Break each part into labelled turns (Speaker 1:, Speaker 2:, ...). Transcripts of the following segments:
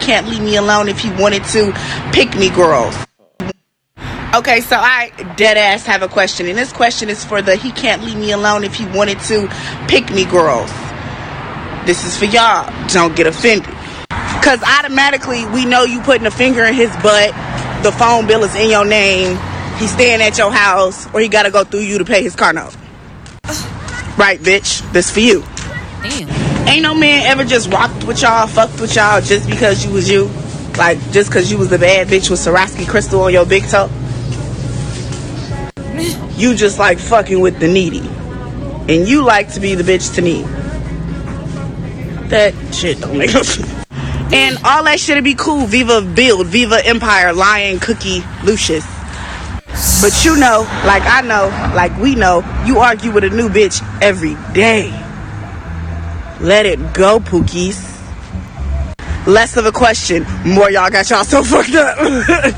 Speaker 1: can't leave me alone if you wanted to. Pick me, girls. Okay, so I dead ass have a question, and this question is for the he can't leave me alone if he wanted to. Pick me, girls. This is for y'all. Don't get offended. Because automatically, we know you putting a finger in his butt. The phone bill is in your name. He's staying at your house, or he got to go through you to pay his car note. Right, bitch. This for you.
Speaker 2: Damn.
Speaker 1: Ain't no man ever just rocked with y'all, fucked with y'all just because you was you. Like, just because you was the bad bitch with Swarovski crystal on your big toe. You just like fucking with the needy. And you like to be the bitch to need. That shit don't make no sense. And all that shit'd be cool. Viva Build, Viva Empire, Lion, Cookie, Lucius. But you know, like I know, like we know, you argue with a new bitch every day. Let it go, Pookies. Less of a question, more y'all got y'all so fucked up.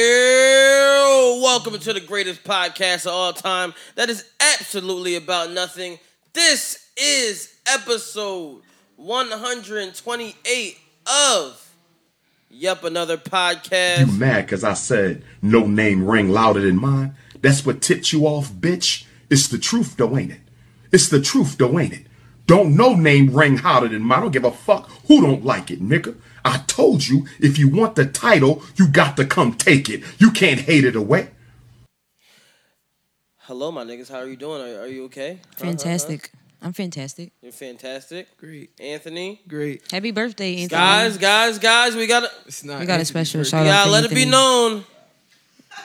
Speaker 3: Yeah, welcome to the greatest podcast of all time. That is absolutely about nothing. This is episode 128 of Yep Another
Speaker 4: You
Speaker 3: Podcast.
Speaker 4: mad because I said no name rang louder than mine? That's what tipped you off, bitch. It's the truth, though, ain't it? It's the truth, though, ain't it? Don't no name ring hotter than mine. I don't give a fuck who don't like it, nigga. I told you, if you want the title, you got to come take it. You can't hate it away.
Speaker 3: Hello, my niggas. How are you doing? Are, are you okay? Huh, huh, huh?
Speaker 2: Fantastic. I'm fantastic.
Speaker 3: You're fantastic.
Speaker 5: Great,
Speaker 3: Anthony.
Speaker 5: great.
Speaker 2: Happy birthday, Anthony.
Speaker 3: Guys, guys, guys, we gotta
Speaker 5: It's not.
Speaker 2: we got a
Speaker 5: Anthony's
Speaker 2: special
Speaker 5: birthday.
Speaker 2: shout
Speaker 3: Yeah,
Speaker 2: out. for
Speaker 3: let it be
Speaker 2: Anthony.
Speaker 3: known.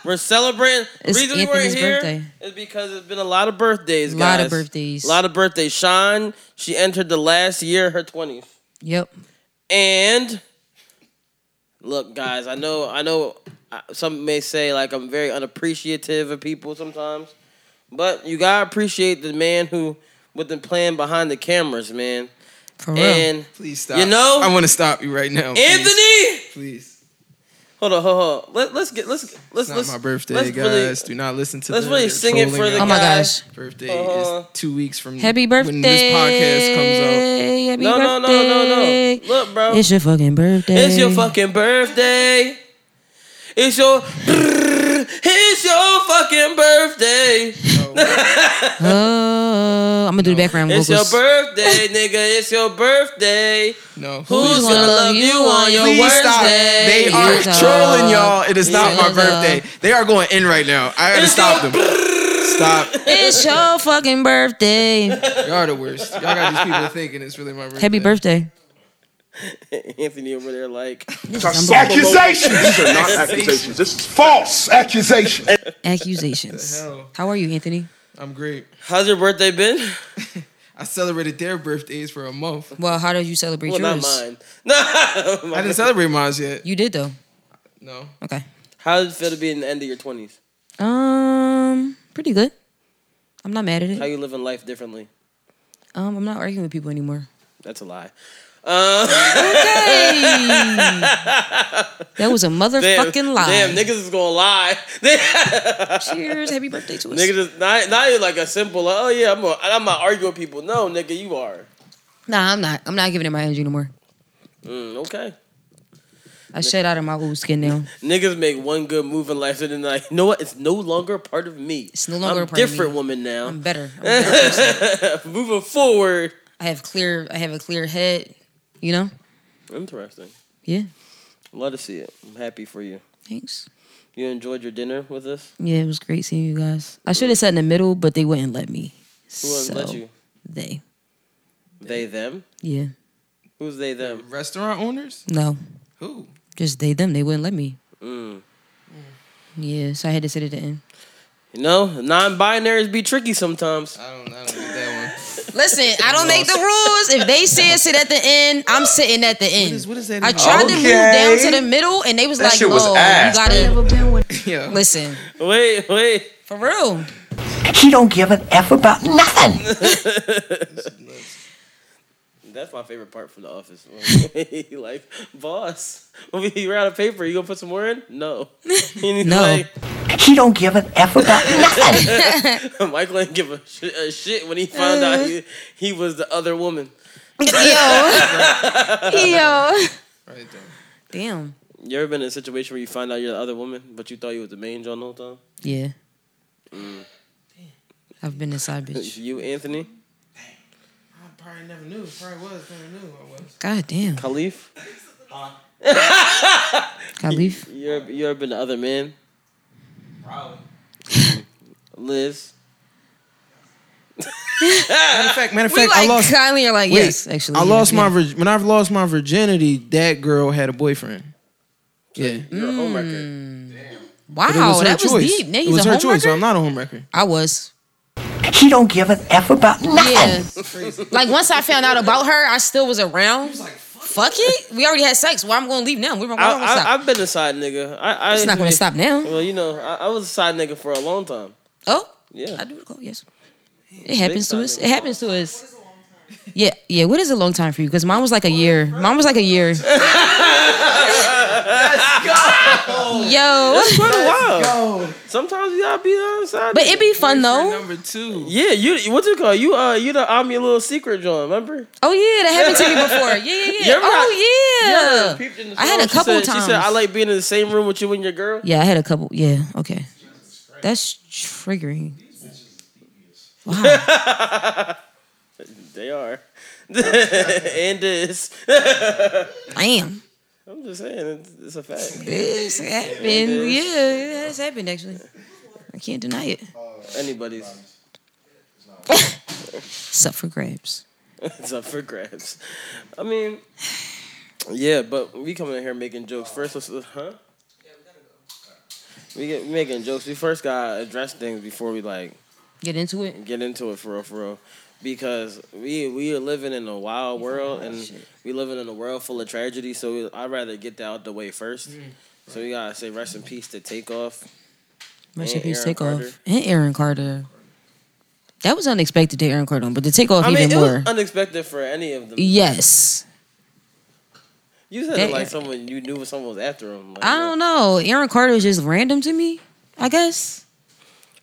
Speaker 3: We're celebrating.
Speaker 2: It's
Speaker 3: reason
Speaker 2: Anthony's
Speaker 3: we weren't
Speaker 2: birthday.
Speaker 3: here is because it's been a lot of birthdays, guys.
Speaker 2: Lot of birthdays.
Speaker 3: A lot of birthdays. Sean, she entered the last year, of her 20s.
Speaker 2: Yep.
Speaker 3: And look, guys, I know, I know. uh, Some may say like I'm very unappreciative of people sometimes, but you gotta appreciate the man who with the plan behind the cameras, man.
Speaker 2: For real.
Speaker 3: And
Speaker 5: Please stop.
Speaker 3: You know-
Speaker 5: I want to stop you right now. please.
Speaker 3: Anthony,
Speaker 5: please.
Speaker 3: hold on, hold on. Let, let's get let's let's
Speaker 5: It's not
Speaker 3: let's
Speaker 5: my birthday,
Speaker 3: let's
Speaker 5: guys.
Speaker 3: really-
Speaker 5: Do not listen to.
Speaker 3: let's
Speaker 5: the
Speaker 3: really sing it for
Speaker 5: trolling
Speaker 3: the
Speaker 2: oh my
Speaker 3: guys.
Speaker 2: gosh.
Speaker 5: Birthday
Speaker 3: Uh,
Speaker 5: is two weeks from
Speaker 2: Happy birthday.
Speaker 5: when this podcast comes out.
Speaker 2: Happy
Speaker 3: No, no, no, no, no.
Speaker 2: birthday.
Speaker 3: Look, bro.
Speaker 2: It's your fucking birthday.
Speaker 3: It's your fucking birthday. It's your. It's your fucking birthday.
Speaker 2: Oh, I'm gonna do the background
Speaker 3: It's
Speaker 2: vocals.
Speaker 3: your birthday, nigga. It's your birthday.
Speaker 5: No,
Speaker 3: Who's gonna love you on your
Speaker 5: Please
Speaker 3: worst
Speaker 5: stop.
Speaker 3: day?
Speaker 5: They are
Speaker 2: Use up.
Speaker 5: trolling y'all. It is not my
Speaker 2: Use up.
Speaker 5: birthday. They are going in right now. I gotta
Speaker 3: It's
Speaker 5: stop
Speaker 3: your
Speaker 5: them. Stop.
Speaker 2: It's your fucking birthday.
Speaker 5: Y'all are the worst. Y'all got these people thinking it's really my birthday.
Speaker 2: Happy birthday.
Speaker 3: Anthony over there, like,
Speaker 6: Accusations. These are not accusations. This is false accusation.
Speaker 2: Accusations.
Speaker 5: hell?
Speaker 2: How are you, Anthony?
Speaker 5: I'm great.
Speaker 3: how's your birthday been?
Speaker 5: I celebrated their birthdays for a month.
Speaker 2: Well, how did you celebrate
Speaker 3: Well, not
Speaker 2: yours?
Speaker 3: mine. No.
Speaker 5: I didn't celebrate mine yet.
Speaker 2: You did though.
Speaker 5: No.
Speaker 2: Okay.
Speaker 3: How does it feel to be in the end of your twenties?
Speaker 2: Um, pretty good. I'm not mad at
Speaker 3: How
Speaker 2: it.
Speaker 3: you living life differently?
Speaker 2: Um, I'm not arguing with people anymore.
Speaker 3: That's a lie.
Speaker 2: Hey! that was a
Speaker 3: Damn,
Speaker 2: motherfucking lie.
Speaker 3: Damn, niggas is gonna lie.
Speaker 2: Cheers. Happy birthday to us.
Speaker 3: Nigga, just not not even like a simple. Oh yeah, I'm gonna, I'm not arguing with people. No, nigga, you are.
Speaker 2: Nah, I'm not. I'm not giving it my energy no more.
Speaker 3: Mm, okay.
Speaker 2: I shed out of my old skin now.
Speaker 3: Niggas make one good move in life and then like, you know what? It's no longer a part of me.
Speaker 2: It's no longer
Speaker 3: I'm
Speaker 2: a part of me.
Speaker 3: different woman now.
Speaker 2: I'm better. I'm a better person.
Speaker 3: Moving forward.
Speaker 2: I have clear. I have a clear head. You know.
Speaker 3: Interesting.
Speaker 2: Yeah.
Speaker 3: Love to see it. I'm happy for you.
Speaker 2: Thanks.
Speaker 3: You enjoyed your dinner with us.
Speaker 2: Yeah, it was great seeing you guys. I should have sat in the middle, but they wouldn't let me.
Speaker 3: Who wouldn't let you?
Speaker 2: They.
Speaker 3: They them.
Speaker 2: Yeah.
Speaker 3: Who's they them?
Speaker 5: Restaurant owners?
Speaker 2: No.
Speaker 5: Who?
Speaker 2: Just they them. They wouldn't let me.
Speaker 3: Mm.
Speaker 2: Yeah. So I had to sit at the end.
Speaker 3: You know, non-binaries be tricky sometimes.
Speaker 5: I don't. I don't get that one.
Speaker 2: Listen, I don't make the rules. If they say sit at the end, I'm sitting at the end.
Speaker 5: is- what is that
Speaker 2: I
Speaker 5: even-
Speaker 2: tried to move
Speaker 6: Okay.
Speaker 2: down to the middle, and they was like,
Speaker 6: shit was
Speaker 2: "Oh,
Speaker 6: ass,
Speaker 2: you gotta
Speaker 5: Yeah.
Speaker 2: listen."
Speaker 3: Wait, wait.
Speaker 2: For real.
Speaker 7: He don't give an F about nothing.
Speaker 3: That's my favorite part from The Office. He like, boss, when we are out of paper, you gonna put some more in? No. And he's
Speaker 2: No.
Speaker 3: like,
Speaker 7: He don't give an F about nothing.
Speaker 3: Michael didn't give a shit, a shit when he found out he, he was the other woman.
Speaker 2: Yo. Yo.
Speaker 5: Right there.
Speaker 2: Damn.
Speaker 3: You ever been in a situation where you find out you're the other woman, but you thought you was the main John the whole time?
Speaker 2: Yeah. I've been inside, bitch.
Speaker 3: You, Anthony,
Speaker 5: I probably never knew. Probably was. Never knew I was.
Speaker 2: God damn.
Speaker 3: Khalif.
Speaker 2: Khalif.
Speaker 3: You ever, you ever been the other man?
Speaker 5: Probably.
Speaker 3: Liz.
Speaker 5: Matter of fact, matter of
Speaker 2: We
Speaker 5: fact,
Speaker 2: like
Speaker 5: I lost.
Speaker 2: kindly are like,
Speaker 5: Wait,
Speaker 2: yes, actually.
Speaker 5: I
Speaker 2: yeah,
Speaker 5: lost my
Speaker 2: yeah.
Speaker 5: vir- when I lost my virginity. That girl had a boyfriend. Yeah,
Speaker 3: You're a
Speaker 2: Hmm.
Speaker 3: homewrecker.
Speaker 2: Wow,
Speaker 5: But it was her
Speaker 2: that was
Speaker 5: choice.
Speaker 2: deep. Now
Speaker 5: It
Speaker 2: he's
Speaker 5: was
Speaker 2: a
Speaker 5: her
Speaker 2: homewrecker?
Speaker 5: choice. So I'm not a homewrecker.
Speaker 2: I was.
Speaker 7: He don't give an F about
Speaker 2: Yeah.
Speaker 7: nothing.
Speaker 2: like once I found out about her, I still was around. fuck, it. We already had sex. Why I'm gonna leave now? We're why
Speaker 3: I,
Speaker 2: I'm gonna
Speaker 3: I,
Speaker 2: stop.
Speaker 3: I've been a side nigga. I, I
Speaker 2: It's not gonna stop now.
Speaker 3: Well, you know, I, I was a side nigga for a long time.
Speaker 2: Oh,
Speaker 3: Yeah.
Speaker 2: I do recall. Yes, it happens to
Speaker 3: time
Speaker 2: us. It happens to us. Yeah, yeah. What is a long time for you? Because mine was like a year. Mine was like a year. Yo,
Speaker 3: Quite a while. Sometimes you gotta be on side.
Speaker 2: but
Speaker 3: nigga.
Speaker 2: it'd be fun though.
Speaker 5: Number two.
Speaker 3: yeah, you what you call it? you uh you the I'm your little secret John, remember?
Speaker 2: Oh yeah, that happened to me before. Yeah, yeah,
Speaker 3: You
Speaker 2: yeah.
Speaker 3: ever
Speaker 2: Oh yeah.
Speaker 3: Peeped in the
Speaker 2: I had
Speaker 3: phone,
Speaker 2: a
Speaker 3: she
Speaker 2: couple
Speaker 3: said- She
Speaker 2: times.
Speaker 3: said I like being in the same room with you and your girl.
Speaker 2: Yeah, I had a couple. Yeah, okay. That's triggering. Wow.
Speaker 3: They are. and this.
Speaker 2: Damn.
Speaker 3: I'm just saying, it's, it's a fact.
Speaker 2: It's happened. Yeah, it has happened actually. I can't deny it.
Speaker 3: Anybody's.
Speaker 2: It's up for grabs.
Speaker 3: It's up for grabs. I mean, yeah, but we coming in here making jokes first. Let's, huh? We get we making jokes. We first gotta address things before we like
Speaker 2: Get into it.
Speaker 3: get into it for real, for real. Because we we are living in a wild world and we living in a world full of tragedy. So we, I'd rather get that out the way first.
Speaker 2: Mm.
Speaker 3: So we gotta say rest in peace to Takeoff.
Speaker 2: Rest in
Speaker 3: And
Speaker 2: peace,
Speaker 3: Aaron
Speaker 2: take
Speaker 3: Carter.
Speaker 2: off. And Aaron Carter. That was unexpected to Aaron Carter, but the takeoff
Speaker 3: I mean,
Speaker 2: even
Speaker 3: it
Speaker 2: more.
Speaker 3: was unexpected for any of them.
Speaker 2: yes.
Speaker 3: You said
Speaker 2: That-
Speaker 3: it like someone you knew someone was after him. Like,
Speaker 2: I don't know. Aaron Carter is just random to me, I guess.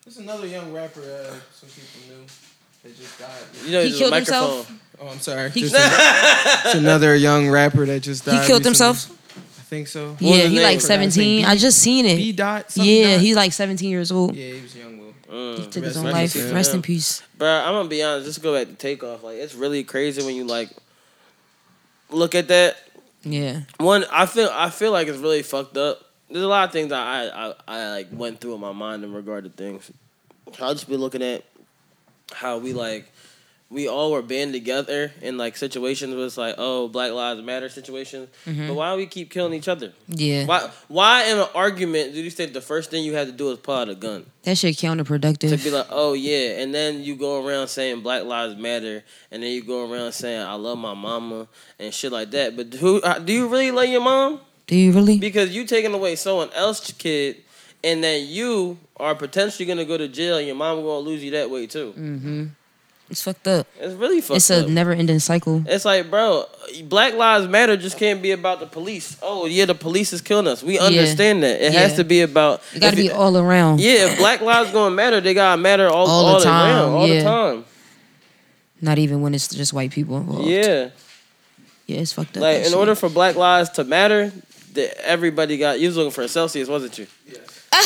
Speaker 5: There's another young rapper. Uh, some people knew. They just died.
Speaker 3: You know,
Speaker 2: He
Speaker 3: he
Speaker 2: killed
Speaker 3: killed
Speaker 2: himself?
Speaker 3: microphone.
Speaker 5: Oh, I'm sorry. Just it's another young rapper that just
Speaker 2: He
Speaker 5: died.
Speaker 2: killed
Speaker 5: recently.
Speaker 2: himself.
Speaker 5: I think so.
Speaker 3: was
Speaker 2: Yeah,
Speaker 3: his
Speaker 2: he
Speaker 3: name?
Speaker 2: like 17. I just seen
Speaker 5: B
Speaker 2: it.
Speaker 5: dot. something
Speaker 2: Yeah,
Speaker 5: dot.
Speaker 2: he's like 17 years old.
Speaker 5: Yeah, he was young. Will.
Speaker 3: Uh,
Speaker 2: He took his
Speaker 5: Rest
Speaker 2: own
Speaker 5: in
Speaker 2: life.
Speaker 5: peace.
Speaker 2: Rest in
Speaker 3: Yeah.
Speaker 2: peace.
Speaker 3: Bro, Mm. I'm gonna be honest. Just go back to takeoff. Like it's really crazy when you like look at that.
Speaker 2: Yeah.
Speaker 3: One, I feel I feel like it's really fucked up. There's a lot of things that I I, I like went through in my mind in regard to things. I'll just be looking at how we like we all were band together in like situations where it's like oh Black Lives Matter situations, but why do we keep killing each other?
Speaker 2: Yeah.
Speaker 3: Why why in an argument do you think the first thing you had to do is pull out a gun?
Speaker 2: That shit
Speaker 3: to
Speaker 2: counterproductive.
Speaker 3: be like, oh yeah, and then you go around saying Black Lives Matter, and then you go around saying I love my mama and shit like that. But who uh, do you really love your mom?
Speaker 2: Do you really?
Speaker 3: Because you taking away someone else's kid, and then you are potentially gonna go to jail, and your mom gonna lose you that way too.
Speaker 2: it's fucked up.
Speaker 3: It's really fucked
Speaker 2: Mm. it's a
Speaker 3: up.
Speaker 2: never ending cycle.
Speaker 3: it's like, bro, Black Lives Matter just can't be about the police. Oh yeah, the police is killing us. We understand that. It has
Speaker 2: Yeah.
Speaker 3: to be about.
Speaker 2: It gotta
Speaker 3: if
Speaker 2: be all around.
Speaker 3: yeah, if Black Lives gonna matter, they gotta matter all
Speaker 2: All the
Speaker 3: all
Speaker 2: time,
Speaker 3: around, all
Speaker 2: yeah.
Speaker 3: the time.
Speaker 2: Not even when it's just white people. involved.
Speaker 3: Yeah.
Speaker 2: Yeah, it's fucked up.
Speaker 3: Like in
Speaker 2: actually.
Speaker 3: order for Black Lives to matter, that everybody got. You was looking for a Celsius, wasn't you?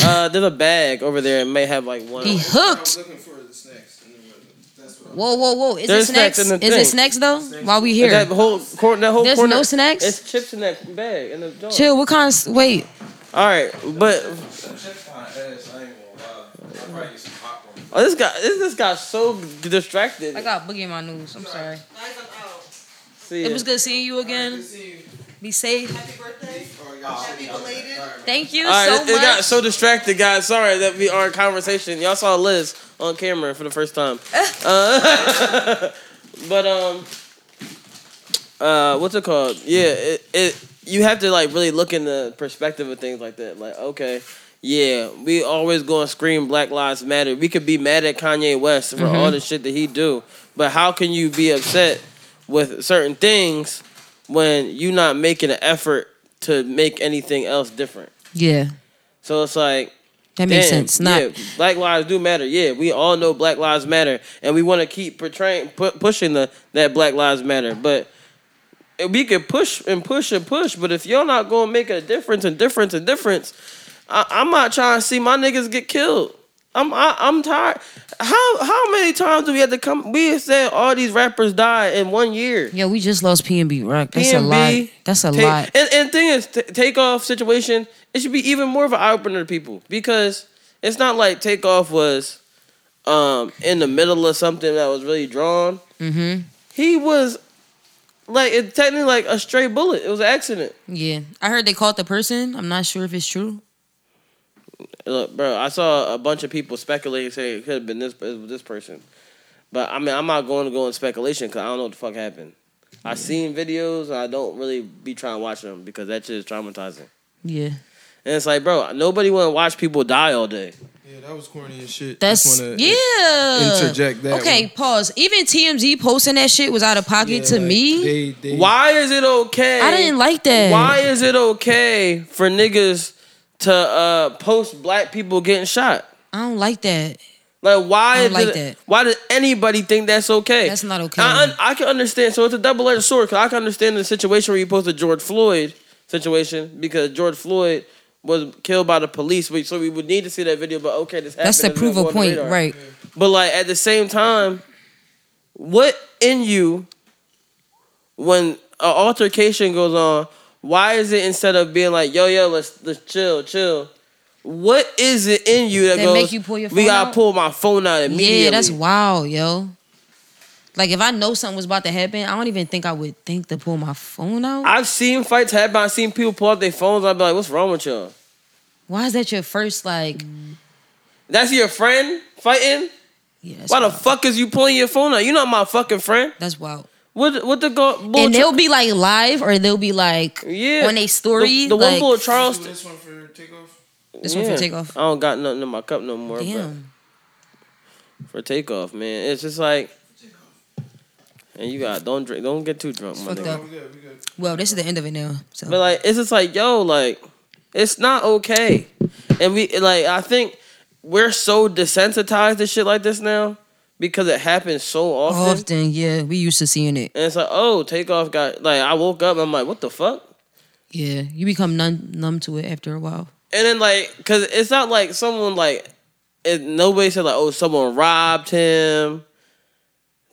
Speaker 3: Uh, there's a bag over there. It may have like one.
Speaker 2: He hooked.
Speaker 5: looking for the snacks.
Speaker 2: Whoa, whoa, whoa. Is
Speaker 3: There's
Speaker 2: it
Speaker 3: snacks
Speaker 2: snacks?
Speaker 3: in the
Speaker 2: Is
Speaker 3: thing.
Speaker 2: it snacks though? While we here.
Speaker 3: That whole corner. That whole
Speaker 2: There's
Speaker 3: corner-
Speaker 2: no snacks?
Speaker 3: It's chips in that bag in the jar.
Speaker 2: Chill, what kind of wait,
Speaker 3: All right, but oh, this guy, this, this got so distracted.
Speaker 2: I got boogie in my news. I'm sorry.
Speaker 3: See,
Speaker 2: It was good seeing you again. Be safe. Happy birthday. Thank you
Speaker 3: Oh, All right,
Speaker 2: so
Speaker 3: it, it got
Speaker 2: much.
Speaker 3: so distracted, guys. Sorry that we are in conversation. Y'all saw Liz on camera for the first time. Uh, but um, uh, what's it called? Yeah, it, it you have to like really look in the perspective of things like that. Like, okay, yeah, we always gonna scream Black Lives Matter. We could be mad at Kanye West for
Speaker 2: Mm-hmm.
Speaker 3: all the shit that he do, but how can you be upset with certain things when you not making an effort to make anything else different?
Speaker 2: Yeah.
Speaker 3: So it's like
Speaker 2: That makes
Speaker 3: Damn,
Speaker 2: sense. Not
Speaker 3: yeah, black lives do matter. Yeah, we all know black lives matter, and we want to keep portraying, pu- pushing the that black lives matter. But we can push and push and push. But if y'all not gonna make a difference and difference and difference, I, I'm not trying to see my niggas get killed. I'm I, I'm tired. How how many times do we have to come? We said all these rappers died in one year.
Speaker 2: Yeah, we just lost PNB Rock. That's a
Speaker 3: PNB,
Speaker 2: lot. That's a
Speaker 3: take-
Speaker 2: lot.
Speaker 3: And, and thing is, t- takeoff situation, it should be even more of an eye opener to people because it's not like takeoff was um, in the middle of something that was really drawn. Mm-hmm. He was like it technically like a stray bullet. It was an accident.
Speaker 2: Yeah, I heard they caught the person. I'm not sure if it's true.
Speaker 3: Look, bro, I saw a bunch of people speculating saying it could have been this this person, but I mean I'm not going to go in speculation because I don't know what the fuck happened. I seen videos. I don't really be trying to watch them because that shit is traumatizing.
Speaker 2: Yeah,
Speaker 3: And it's like, bro, nobody want to watch people die all day.
Speaker 5: Yeah, that was corny as shit.
Speaker 2: that's
Speaker 5: Just wanna-
Speaker 2: yeah.
Speaker 5: interject that
Speaker 2: Okay,
Speaker 5: one.
Speaker 2: pause. Even TMZ posting that shit was out of pocket
Speaker 5: Yeah,
Speaker 2: to
Speaker 5: like,
Speaker 2: me.
Speaker 5: they- they-
Speaker 3: Why is it okay?
Speaker 2: I didn't like that.
Speaker 3: Why is it okay for niggas to uh, post black people getting shot?
Speaker 2: I don't like that.
Speaker 3: Like why?
Speaker 2: I don't
Speaker 3: did-
Speaker 2: like that.
Speaker 3: Why does anybody think that's okay?
Speaker 2: That's not okay.
Speaker 3: I, un- I can understand. So it's a double edged sword. 'cause I can understand the situation where you post the George Floyd situation because George Floyd was killed by the police. We- So we would need to see that video. But okay, this happened.
Speaker 2: That's to
Speaker 3: It's
Speaker 2: prove
Speaker 3: not
Speaker 2: a
Speaker 3: on the
Speaker 2: point,
Speaker 3: radar.
Speaker 2: right?
Speaker 3: But like at the same time, what in you when an altercation goes on? Why is it instead of being like yo yo let's let's chill chill? What is it in you that,
Speaker 2: That
Speaker 3: goes?
Speaker 2: make you pull your
Speaker 3: we
Speaker 2: phone
Speaker 3: gotta
Speaker 2: out?
Speaker 3: pull my phone out immediately.
Speaker 2: Yeah, that's wild, yo. Like if I know something was about to happen, I don't even think I would think to pull my phone out.
Speaker 3: I've seen fights happen. I've seen people pull out their phones. I'd be like, what's wrong with y'all?
Speaker 2: Why is that your first like?
Speaker 3: That's your friend fighting.
Speaker 2: Yeah, that's
Speaker 3: Why the
Speaker 2: wild.
Speaker 3: fuck is you pulling your phone out? You're not my fucking friend.
Speaker 2: That's wild.
Speaker 3: What what the go? bull
Speaker 2: and
Speaker 3: tra-
Speaker 2: they'll be like live or they'll be like
Speaker 3: yeah
Speaker 2: on a story.
Speaker 3: The, the
Speaker 2: like,
Speaker 3: one bull Charleston.
Speaker 5: This one for takeoff.
Speaker 2: This one for takeoff.
Speaker 3: I don't got nothing in my cup no more. But
Speaker 2: Damn.
Speaker 3: for takeoff, man, it's just like, and you got don't drink, don't get too drunk, my
Speaker 2: Fucked
Speaker 3: nigga.
Speaker 2: up. Well, this is the end of it now. So
Speaker 3: But like, it's just like, yo, like, it's not okay. And we like, I think we're so desensitized to shit like this now because it happens so often.
Speaker 2: often, yeah, we used to seeing it.
Speaker 3: And it's like, oh, takeoff got like, I woke up, I'm like, what the fuck?
Speaker 2: Yeah, you become numb, numb to it after a while.
Speaker 3: And then like, cause it's not like someone like, it, nobody said like, oh, someone robbed him.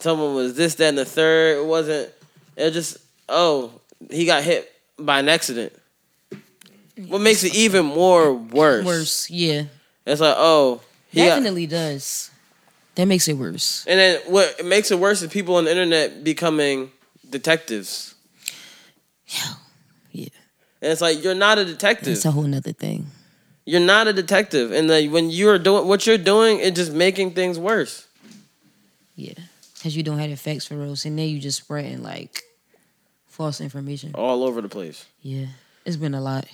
Speaker 3: Someone was this, that, and the third. It wasn't. It was just oh, he got hit by an accident. What makes it even more worse?
Speaker 2: Worse, yeah,
Speaker 3: It's like oh, he got-
Speaker 2: definitely does. That makes it worse.
Speaker 3: and then what makes it worse is people on the internet becoming detectives.
Speaker 2: Yeah,
Speaker 3: And it's like you're not a detective.
Speaker 2: it's a whole nother thing.
Speaker 3: You're not a detective, and like when you're doing what you're doing, it's just making things worse.
Speaker 2: Yeah, because you don't have the facts for real, and then you just spreading like false information.
Speaker 3: all over the place.
Speaker 2: Yeah, it's been a lot.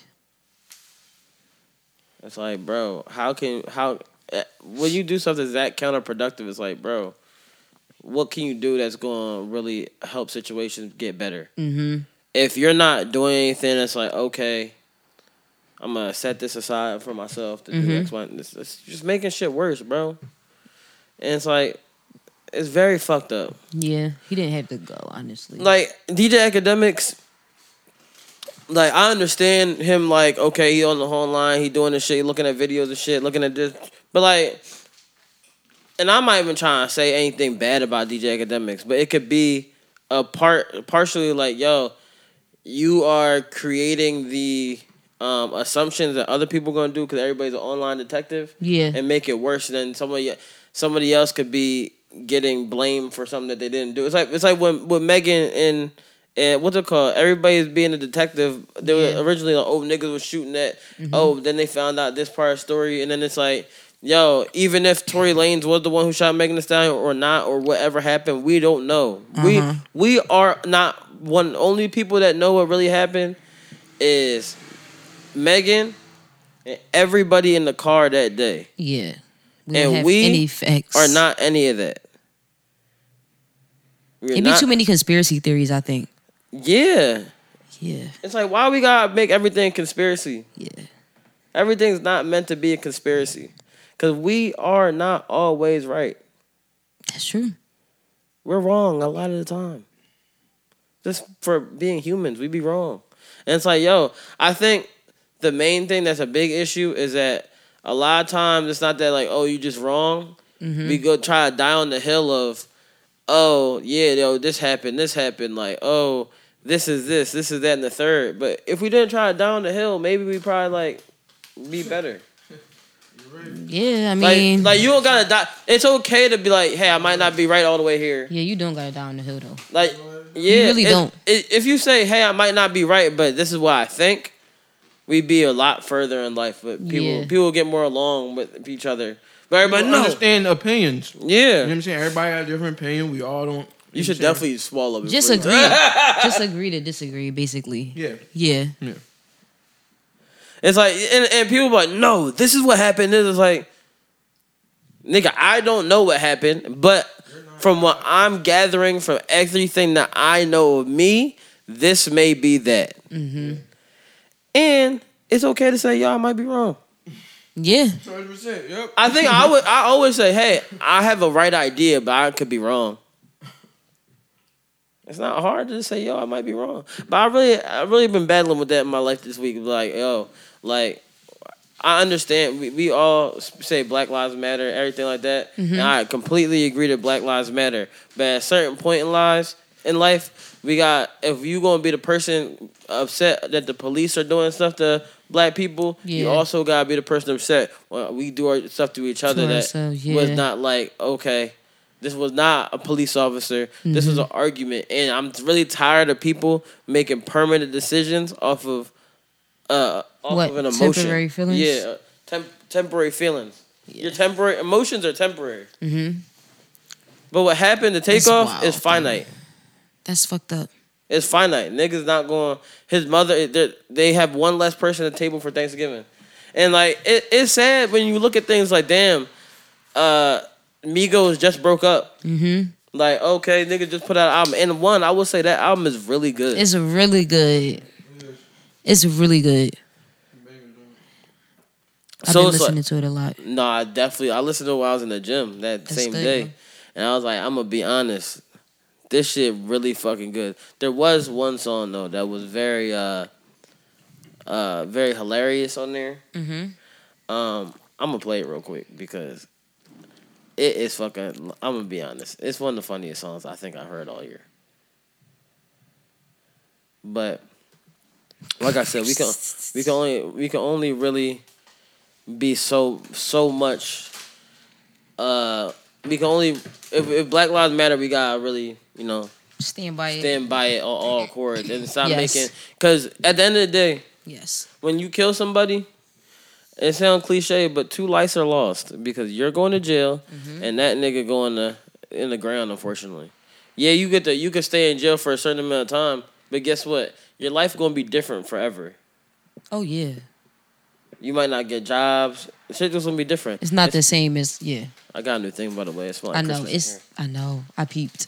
Speaker 3: It's like, bro, how can how eh, when you do something that counterproductive? It's like, bro, what can you do that's going to really help situations get better? Mm-hmm. If you're not doing anything, that's like, okay, I'm gonna set this aside for myself to do X, Y, and this. It's just making shit worse, bro. And it's like, it's very fucked up.
Speaker 2: Yeah, he didn't have to go, honestly.
Speaker 3: like DJ Academics. Like I understand him, like okay, he on the whole line, he doing this shit, he looking at videos and shit, looking at this, but like, and I'm not even trying to say anything bad about DJ Academics, but it could be a part, partially like, yo, you are creating the um, assumptions that other people gonna do because everybody's an online detective,
Speaker 2: Yeah.
Speaker 3: and make it worse than somebody somebody else could be getting blamed for something that they didn't do. It's like it's like when with Megan and and what's it called? Everybody's being a detective. They
Speaker 2: Yeah.
Speaker 3: were originally like, oh niggas was shooting at oh then they found out this part of the story and then it's like Yo, even if Tory Lanez was the one who shot Megan Thee Stallion or not, or whatever happened, we don't know. We we are not one. Only people that know what really happened is Megan and everybody in the car that day
Speaker 2: yeah, we
Speaker 3: and
Speaker 2: don't have
Speaker 3: we
Speaker 2: any facts
Speaker 3: are not any of that. We're
Speaker 2: It'd be
Speaker 3: not-
Speaker 2: too many conspiracy theories, I think.
Speaker 3: Yeah,
Speaker 2: Yeah,
Speaker 3: it's like why we gotta make everything conspiracy.
Speaker 2: yeah.
Speaker 3: Everything's not meant to be a conspiracy, because we are not always right.
Speaker 2: That's true.
Speaker 3: We're wrong a lot of the time. Just for being humans, we be wrong. And it's like, yo, I think the main thing that's a big issue is that a lot of times it's not that like, oh, you just wrong. We go try to die on the hill of, oh yeah, yo, this happened, this happened, like, oh, this is this, this is that, and the third. But if we didn't try to die on the hill, maybe we probably like be better.
Speaker 2: Yeah, I
Speaker 3: Like,
Speaker 2: mean,
Speaker 3: like you don't gotta die. It's okay to be like, hey, I might not be right all the way here.
Speaker 2: yeah, you don't gotta die on the hill though.
Speaker 3: Like, yeah,
Speaker 2: really
Speaker 3: if-
Speaker 2: don't.
Speaker 3: If, if you say, "Hey, I might not be right, but this is what I think," we'd be a lot further in life. But people,
Speaker 2: Yeah.
Speaker 3: people get more along with each other. But everybody,
Speaker 5: But
Speaker 3: no,
Speaker 5: understand opinions. You know what
Speaker 3: yeah,
Speaker 5: I'm saying? Everybody got a different opinion. We all don't.
Speaker 3: you should
Speaker 5: know what I'm
Speaker 3: definitely swallow. before
Speaker 2: Just
Speaker 3: you-
Speaker 2: agree. Just agree to disagree, basically.
Speaker 5: saying?
Speaker 2: Yeah.
Speaker 3: It's like, and, and people be like, "No, this is what happened." This is like, nigga, I don't know what happened, but from what I'm gathering from everything that I know of me, this may be that.
Speaker 2: Mm-hmm.
Speaker 3: And it's okay to say, "Y'all might be wrong."
Speaker 5: Yeah.
Speaker 2: Yeah.
Speaker 5: 100%. Yep.
Speaker 3: I think I would. I always say, "Hey, I have a right idea, but I could be wrong." It's not hard to say, "Yo, I might be wrong," but I really, I really been battling with that in my life this week. Like, yo, like I understand. We, we all say Black Lives Matter, everything like that, and I completely agree that Black Lives Matter. But at a certain point in lives in life, we got if you gonna be the person upset that the police are doing stuff to black people, you
Speaker 2: Yeah.
Speaker 3: also gotta be the person upset when we do our stuff to each other that
Speaker 2: ourselves,
Speaker 3: was
Speaker 2: yeah.
Speaker 3: not like okay. This was not a police officer. This
Speaker 2: Mm-hmm.
Speaker 3: was an argument, and I'm really tired of people making permanent decisions off of uh, off
Speaker 2: What,
Speaker 3: of an emotion.
Speaker 2: temporary feelings?
Speaker 3: Yeah, temp- temporary feelings. Your temporary emotions are temporary. Mm-hmm. But what happened to
Speaker 2: That's
Speaker 3: takeoff
Speaker 2: wild,
Speaker 3: is
Speaker 2: man.
Speaker 3: finite.
Speaker 2: That's fucked up.
Speaker 3: It's finite. Niggas not going. His mother. they're- They have one less person at the table for Thanksgiving, and like it, it's sad when you look at things like damn, uh, Migos just broke up. Mm-hmm. Like okay, niggas just put out an album, and one I will say that album is really good.
Speaker 2: It's really good. It's really good. I've
Speaker 3: So
Speaker 2: been
Speaker 3: it's like-
Speaker 2: listening to it a lot.
Speaker 3: No, I definitely. I listened to it while I was in the gym that
Speaker 2: That's
Speaker 3: same
Speaker 2: good,
Speaker 3: day,
Speaker 2: man.
Speaker 3: and I was like, I'm gonna be honest, this shit really fucking good. There was one song though that was very, uh, uh, very hilarious on there. Mm-hmm. Um, I'm gonna play it real quick because it is fucking. I'm gonna be honest, it's one of the funniest songs I think I heard all year. But like I said, we can we can only we can only really be so so much. Uh, we can only if, if Black Lives Matter, we gotta really you know
Speaker 2: Stand by it.
Speaker 3: stand by it on all chords and stop
Speaker 2: Yes.
Speaker 3: making because at the end of the day,
Speaker 2: Yes.
Speaker 3: when you kill somebody, it sounds cliche, but two lives are lost because you're going to jail
Speaker 2: Mm-hmm.
Speaker 3: and that nigga going to in the ground. Unfortunately, yeah, you get to you could stay in jail for a certain amount of time, but guess what? Your life gonna be different forever.
Speaker 2: Oh yeah.
Speaker 3: You might not get jobs. Shit just gonna be different.
Speaker 2: It's not the same as yeah.
Speaker 3: I got a new thing by the way. It's my
Speaker 2: I know. It's I know. I peeped.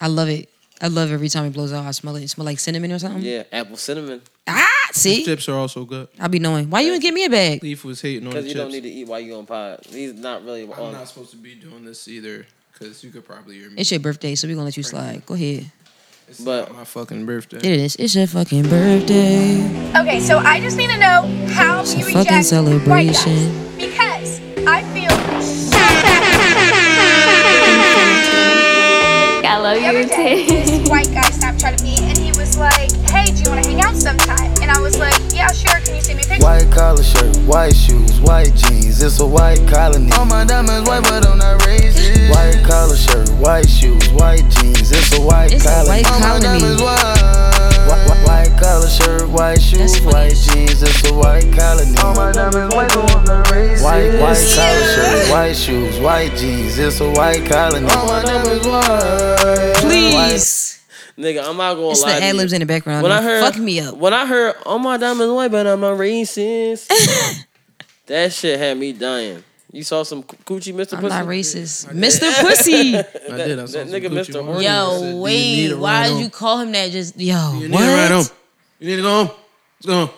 Speaker 2: I love it. I love every time it blows out. I smell it. It smell like cinnamon or something.
Speaker 3: yeah, apple cinnamon.
Speaker 2: Ah, see,
Speaker 5: Chips are also good.
Speaker 2: I be knowing. Why you even give me a bag?
Speaker 5: Leaf was hating on the
Speaker 3: Because
Speaker 5: chips.
Speaker 3: you don't need to eat while you on pod. He's not really
Speaker 5: I'm
Speaker 3: on.
Speaker 5: not supposed to be doing this either because you could probably hear me.
Speaker 2: It's your birthday, so we gonna let you slide. Go ahead.
Speaker 5: It's
Speaker 3: but-
Speaker 5: not my fucking birthday.
Speaker 2: It is. It's your fucking birthday.
Speaker 8: Okay, so I just need to know how
Speaker 2: It's
Speaker 8: you
Speaker 2: a fucking
Speaker 8: reject white guys
Speaker 2: celebration.
Speaker 8: because I feel
Speaker 9: I love
Speaker 8: the other day this white guy stopped trying to meet and he was like, "Hey, do you want to hang out sometime?" And I was like, "Yeah, sure. Can you send me a picture?"
Speaker 10: White collar shirt, white shoes, white jeans. It's a white colony. All my diamonds white, but I'm not racist. White collar shirt, white shoes, white jeans. It's a white
Speaker 2: It's a
Speaker 10: colony.
Speaker 2: white
Speaker 10: All my
Speaker 2: colony.
Speaker 10: diamonds white. White, white, white collar shirt, white shoes,
Speaker 2: funny.
Speaker 10: white jeans. It's a white colony. All my diamonds white, but I'm not racist. White, white collar shirt, white shoes, white jeans. It's a white colony. All my diamonds white.
Speaker 2: Please.
Speaker 3: Nigga, I'm not gonna
Speaker 2: It's the
Speaker 3: lie. to you.
Speaker 2: ad libs in the background.
Speaker 3: When I
Speaker 2: though.
Speaker 3: heard,
Speaker 2: fuck me up.
Speaker 3: When I heard, "Oh my diamond white, but I'm not racist," that shit had me dying. You saw some c- coochie, Mister
Speaker 2: I'm
Speaker 3: Pussy.
Speaker 2: not racist, Mr. Pussy.
Speaker 5: I did. I saw
Speaker 3: that
Speaker 5: some
Speaker 3: nigga
Speaker 5: Gucci
Speaker 3: Mr.
Speaker 5: ones. I said, "Do
Speaker 2: Yo,
Speaker 5: you
Speaker 2: wait.
Speaker 5: need it
Speaker 2: Why
Speaker 5: right
Speaker 2: did
Speaker 5: on?
Speaker 2: you call him that? Just yo.
Speaker 5: You need
Speaker 2: what?
Speaker 5: it right on. You need it on. Let's go.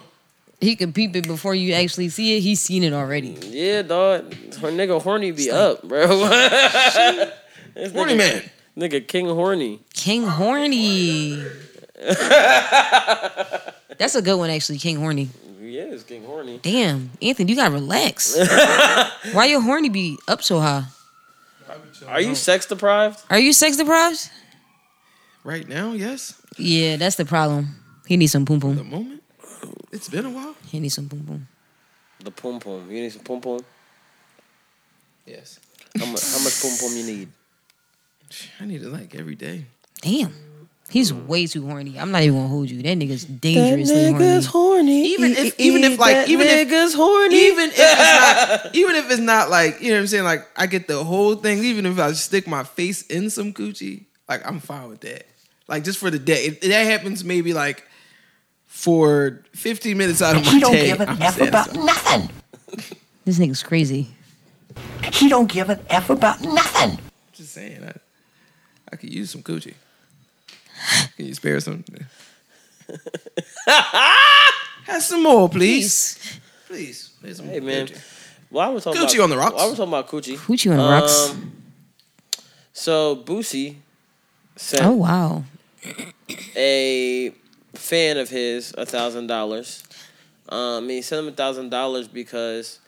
Speaker 2: He can peep it before you actually see it. He's seen it already.
Speaker 3: Yeah, dog. Her nigga horny be up, bro. This
Speaker 5: Horny
Speaker 3: nigga-
Speaker 5: man.
Speaker 3: Nigga King Horny.
Speaker 2: King Horny. That's a good one, actually. King Horny.
Speaker 3: Yeah, it's King Horny.
Speaker 2: Damn, Anthony, you gotta relax. Why your horny be up so high?
Speaker 3: Are you sex deprived?
Speaker 2: Are you sex deprived?
Speaker 5: Right now, yes.
Speaker 2: Yeah, that's the problem. He needs some poom
Speaker 5: The
Speaker 2: poom.
Speaker 5: moment. It's been a while.
Speaker 2: He needs some poom poom.
Speaker 3: The pum pum. You need some pum pum?
Speaker 5: Yes.
Speaker 3: How much, how much pum pum you need?
Speaker 5: I need it like every day.
Speaker 2: Damn. He's way too horny. I'm not even gonna hold you. That nigga's dangerously horny. E-
Speaker 3: horny.
Speaker 5: Even if- even if, like, even if- E-
Speaker 3: nigga's horny.
Speaker 5: Even if it's not, even if it's not like you know what I'm saying. Like I get the whole thing. Even if I stick my face in some coochie, like I'm fine with that. Like just for the day. If that happens maybe like for 15 minutes out of my
Speaker 7: He don't
Speaker 5: day.
Speaker 7: give an
Speaker 5: I'm
Speaker 7: F about
Speaker 5: satisfied.
Speaker 7: nothing.
Speaker 2: This nigga's crazy.
Speaker 7: He don't give an F about nothing.
Speaker 5: Just saying, I, I could use some coochie. Can you spare some? Have some more, please. Please, There's some
Speaker 3: Hey, man.
Speaker 5: coochie.
Speaker 3: Why we talking
Speaker 5: Coochie
Speaker 3: about,
Speaker 5: on the rocks.
Speaker 3: Why we talking about coochie?
Speaker 2: Coochie on the rocks.
Speaker 3: Um, So Boosie sent
Speaker 2: Oh wow.
Speaker 3: a fan of his a thousand dollars. Um, he sent him a thousand dollars because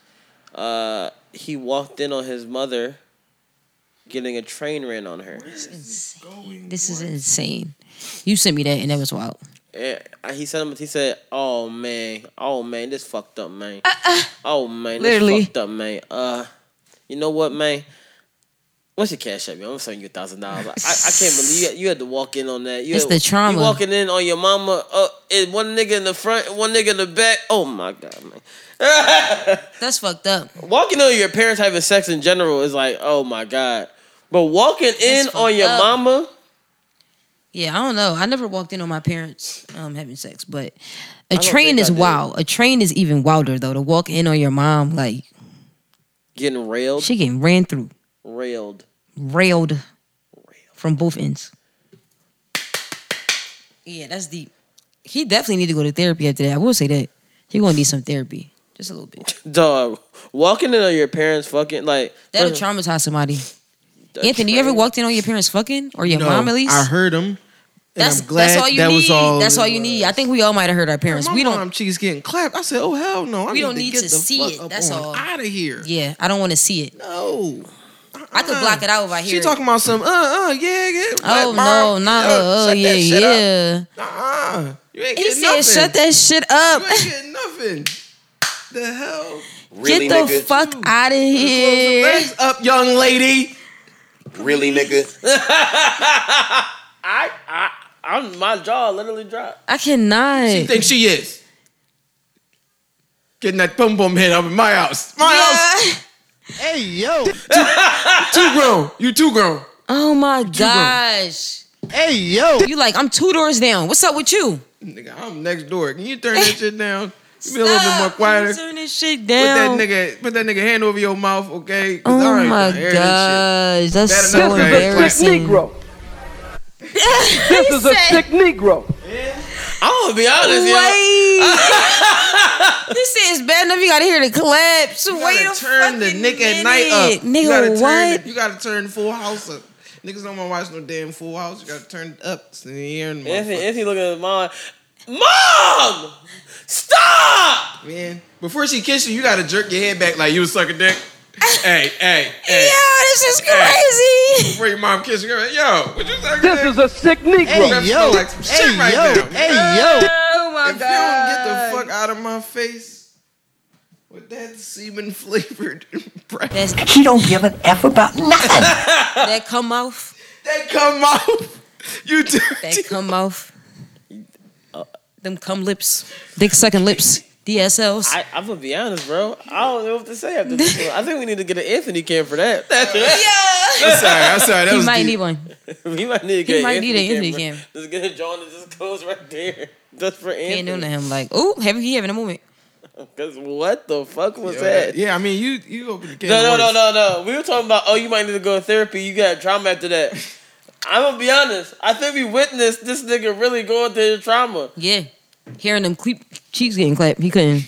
Speaker 3: uh, he walked in on his mother getting a train ran on her.
Speaker 2: This is insane. You sent me that and that was wild.
Speaker 3: And he sent him. He said, "Oh man, oh man, this fucked up, man. Oh man, this
Speaker 2: Uh-uh. Literally.
Speaker 3: fucked up, man. Uh, you know what, man." What's your cash app, yo? I'm sending you a thousand dollars. I I can't believe you, you had to walk in on that. You
Speaker 2: It's
Speaker 3: had-
Speaker 2: the trauma.
Speaker 3: You walking in on your mama, uh, and one nigga in the front, and one nigga in the back. Oh my god, man!
Speaker 2: That's fucked up.
Speaker 3: walking on your parents having sex in general is like, oh my god. But walking in on
Speaker 2: fucked
Speaker 3: your
Speaker 2: up.
Speaker 3: mama,
Speaker 2: Yeah, I don't know. I never walked in on my parents um, having sex, but a
Speaker 3: don't
Speaker 2: train
Speaker 3: think I
Speaker 2: is
Speaker 3: did.
Speaker 2: wild. A train is even wilder though. To walk in on your mom, like
Speaker 3: getting railed,
Speaker 2: she getting ran through,
Speaker 3: railed.
Speaker 2: railed from both ends. Yeah, that's deep. He definitely need to go to therapy after that. I will say that he gonna need some therapy, just a little bit.
Speaker 3: Dog, walking in on your parents fucking like
Speaker 2: That'll
Speaker 3: first-
Speaker 2: traumatize somebody.
Speaker 3: a
Speaker 2: Anthony, you ever
Speaker 3: train-
Speaker 2: walked in on your parents fucking or your
Speaker 5: No,
Speaker 2: mom at least?
Speaker 5: I heard him.
Speaker 2: that's
Speaker 5: I'm glad
Speaker 2: that's all you
Speaker 5: that
Speaker 2: need.
Speaker 5: was all
Speaker 2: that's
Speaker 5: it
Speaker 2: all you need. I think we all might have heard our parents.
Speaker 5: My
Speaker 2: We don't.
Speaker 5: mom cheeks getting clapped. I said, "Oh hell no! I
Speaker 2: We
Speaker 5: need
Speaker 2: don't
Speaker 5: to
Speaker 2: need
Speaker 5: get the
Speaker 2: to see
Speaker 5: fuck
Speaker 2: it,
Speaker 5: Up
Speaker 2: that's all.
Speaker 5: Out of here.
Speaker 2: Yeah, I don't want to see it.
Speaker 5: No,
Speaker 2: I could block it out if I hear
Speaker 5: She
Speaker 2: it.
Speaker 5: talking about some. Uh, uh, yeah, yeah.
Speaker 2: Oh
Speaker 5: Like,
Speaker 2: no,
Speaker 5: mom,
Speaker 2: not
Speaker 5: uh,
Speaker 2: oh
Speaker 5: shut
Speaker 2: yeah
Speaker 5: that shit up.
Speaker 2: yeah.
Speaker 5: Nuh-uh. You ain't
Speaker 2: He
Speaker 5: getting
Speaker 2: said,
Speaker 5: nothing.
Speaker 2: "Shut that shit up.
Speaker 5: You ain't getting nothing. The hell?
Speaker 2: Get the fuck out of here."
Speaker 5: Legs up, young lady.
Speaker 9: Really, nigga?
Speaker 3: I'm my jaw literally dropped.
Speaker 2: I cannot.
Speaker 5: You think she is? Getting that boom boom head up in my house. My house.
Speaker 2: Yeah.
Speaker 10: Hey, yo.
Speaker 5: Too grown. You too grown.
Speaker 2: Oh my gosh.
Speaker 10: Hey, yo.
Speaker 2: You like I'm two doors down. What's up with you?
Speaker 5: Nigga, I'm next door. Can you turn that shit down? You be a little bit more
Speaker 2: Stop.
Speaker 5: quieter.
Speaker 2: You Turn this shit
Speaker 5: Put that
Speaker 2: down.
Speaker 5: nigga, put that nigga hand over your mouth, okay? 'Cause I
Speaker 2: Oh
Speaker 5: ain't
Speaker 2: my
Speaker 5: gonna hear that
Speaker 2: gosh, that's
Speaker 5: Better
Speaker 2: so
Speaker 5: not say it.
Speaker 2: embarrassing. this is a sick
Speaker 3: I'm gonna be honest, yo.
Speaker 2: Wait. this shit is bad enough. You gotta hear the collapse.
Speaker 5: shit. You
Speaker 2: Wait
Speaker 5: gotta
Speaker 2: a
Speaker 5: turn the
Speaker 2: fucking
Speaker 5: Nick at night up.
Speaker 2: minute. Nigga,
Speaker 5: you gotta turn
Speaker 2: what?
Speaker 5: The, you gotta turn Full House up. Niggas don't wanna watch no damn Full House. You gotta turn it up. It's in the air and
Speaker 3: Anthony, Anthony looking at his mom. Mom, stop!
Speaker 5: man. Before she kissed you, you gotta jerk your head back like you was sucking dick. hey, hey, hey.
Speaker 2: Yo, this is crazy.
Speaker 5: Before your mom kissed you, you're like, yo, what you sucking dick?
Speaker 1: a sick Negro.
Speaker 5: That's
Speaker 10: Hey, yo.
Speaker 5: like some shit
Speaker 10: Hey,
Speaker 5: right
Speaker 10: yo.
Speaker 5: now.
Speaker 10: Hey, yo.
Speaker 2: Oh my
Speaker 5: If you don't get the fuck out of my face with that semen flavored breath
Speaker 2: That's,
Speaker 7: He don't give an F about nothing.
Speaker 2: that come off.
Speaker 5: that come out, you
Speaker 2: That
Speaker 5: dirty.
Speaker 2: come off. uh, Them cum lips. Dick sucking lips. DSLs.
Speaker 3: I, I'm gonna be honest, bro. I don't know what to say after this. one. I think we need to get an Anthony cam for that.
Speaker 5: I'm sorry, I'm sorry. That
Speaker 2: you
Speaker 5: was
Speaker 2: might
Speaker 5: deep.
Speaker 2: need one.
Speaker 3: we might need to get.
Speaker 2: might
Speaker 3: an
Speaker 2: need an Anthony
Speaker 3: bro.
Speaker 2: cam.
Speaker 3: Just get a John and just goes right there. Just for
Speaker 2: Ain't doing to
Speaker 3: Anthony.
Speaker 2: him like, oh, have he having a moment?
Speaker 3: Because what the fuck was
Speaker 5: Yeah,
Speaker 3: that?
Speaker 5: Yeah, I mean, you you open the can.
Speaker 3: No, no,
Speaker 5: of
Speaker 3: no,
Speaker 5: worms.
Speaker 3: no, no. We were talking about, oh, you might need to go to therapy. You got trauma after that. I'm gonna be honest. I think we witnessed this nigga really going through his trauma.
Speaker 2: Yeah. Hearing them cle- cheeks getting clapped, he couldn't.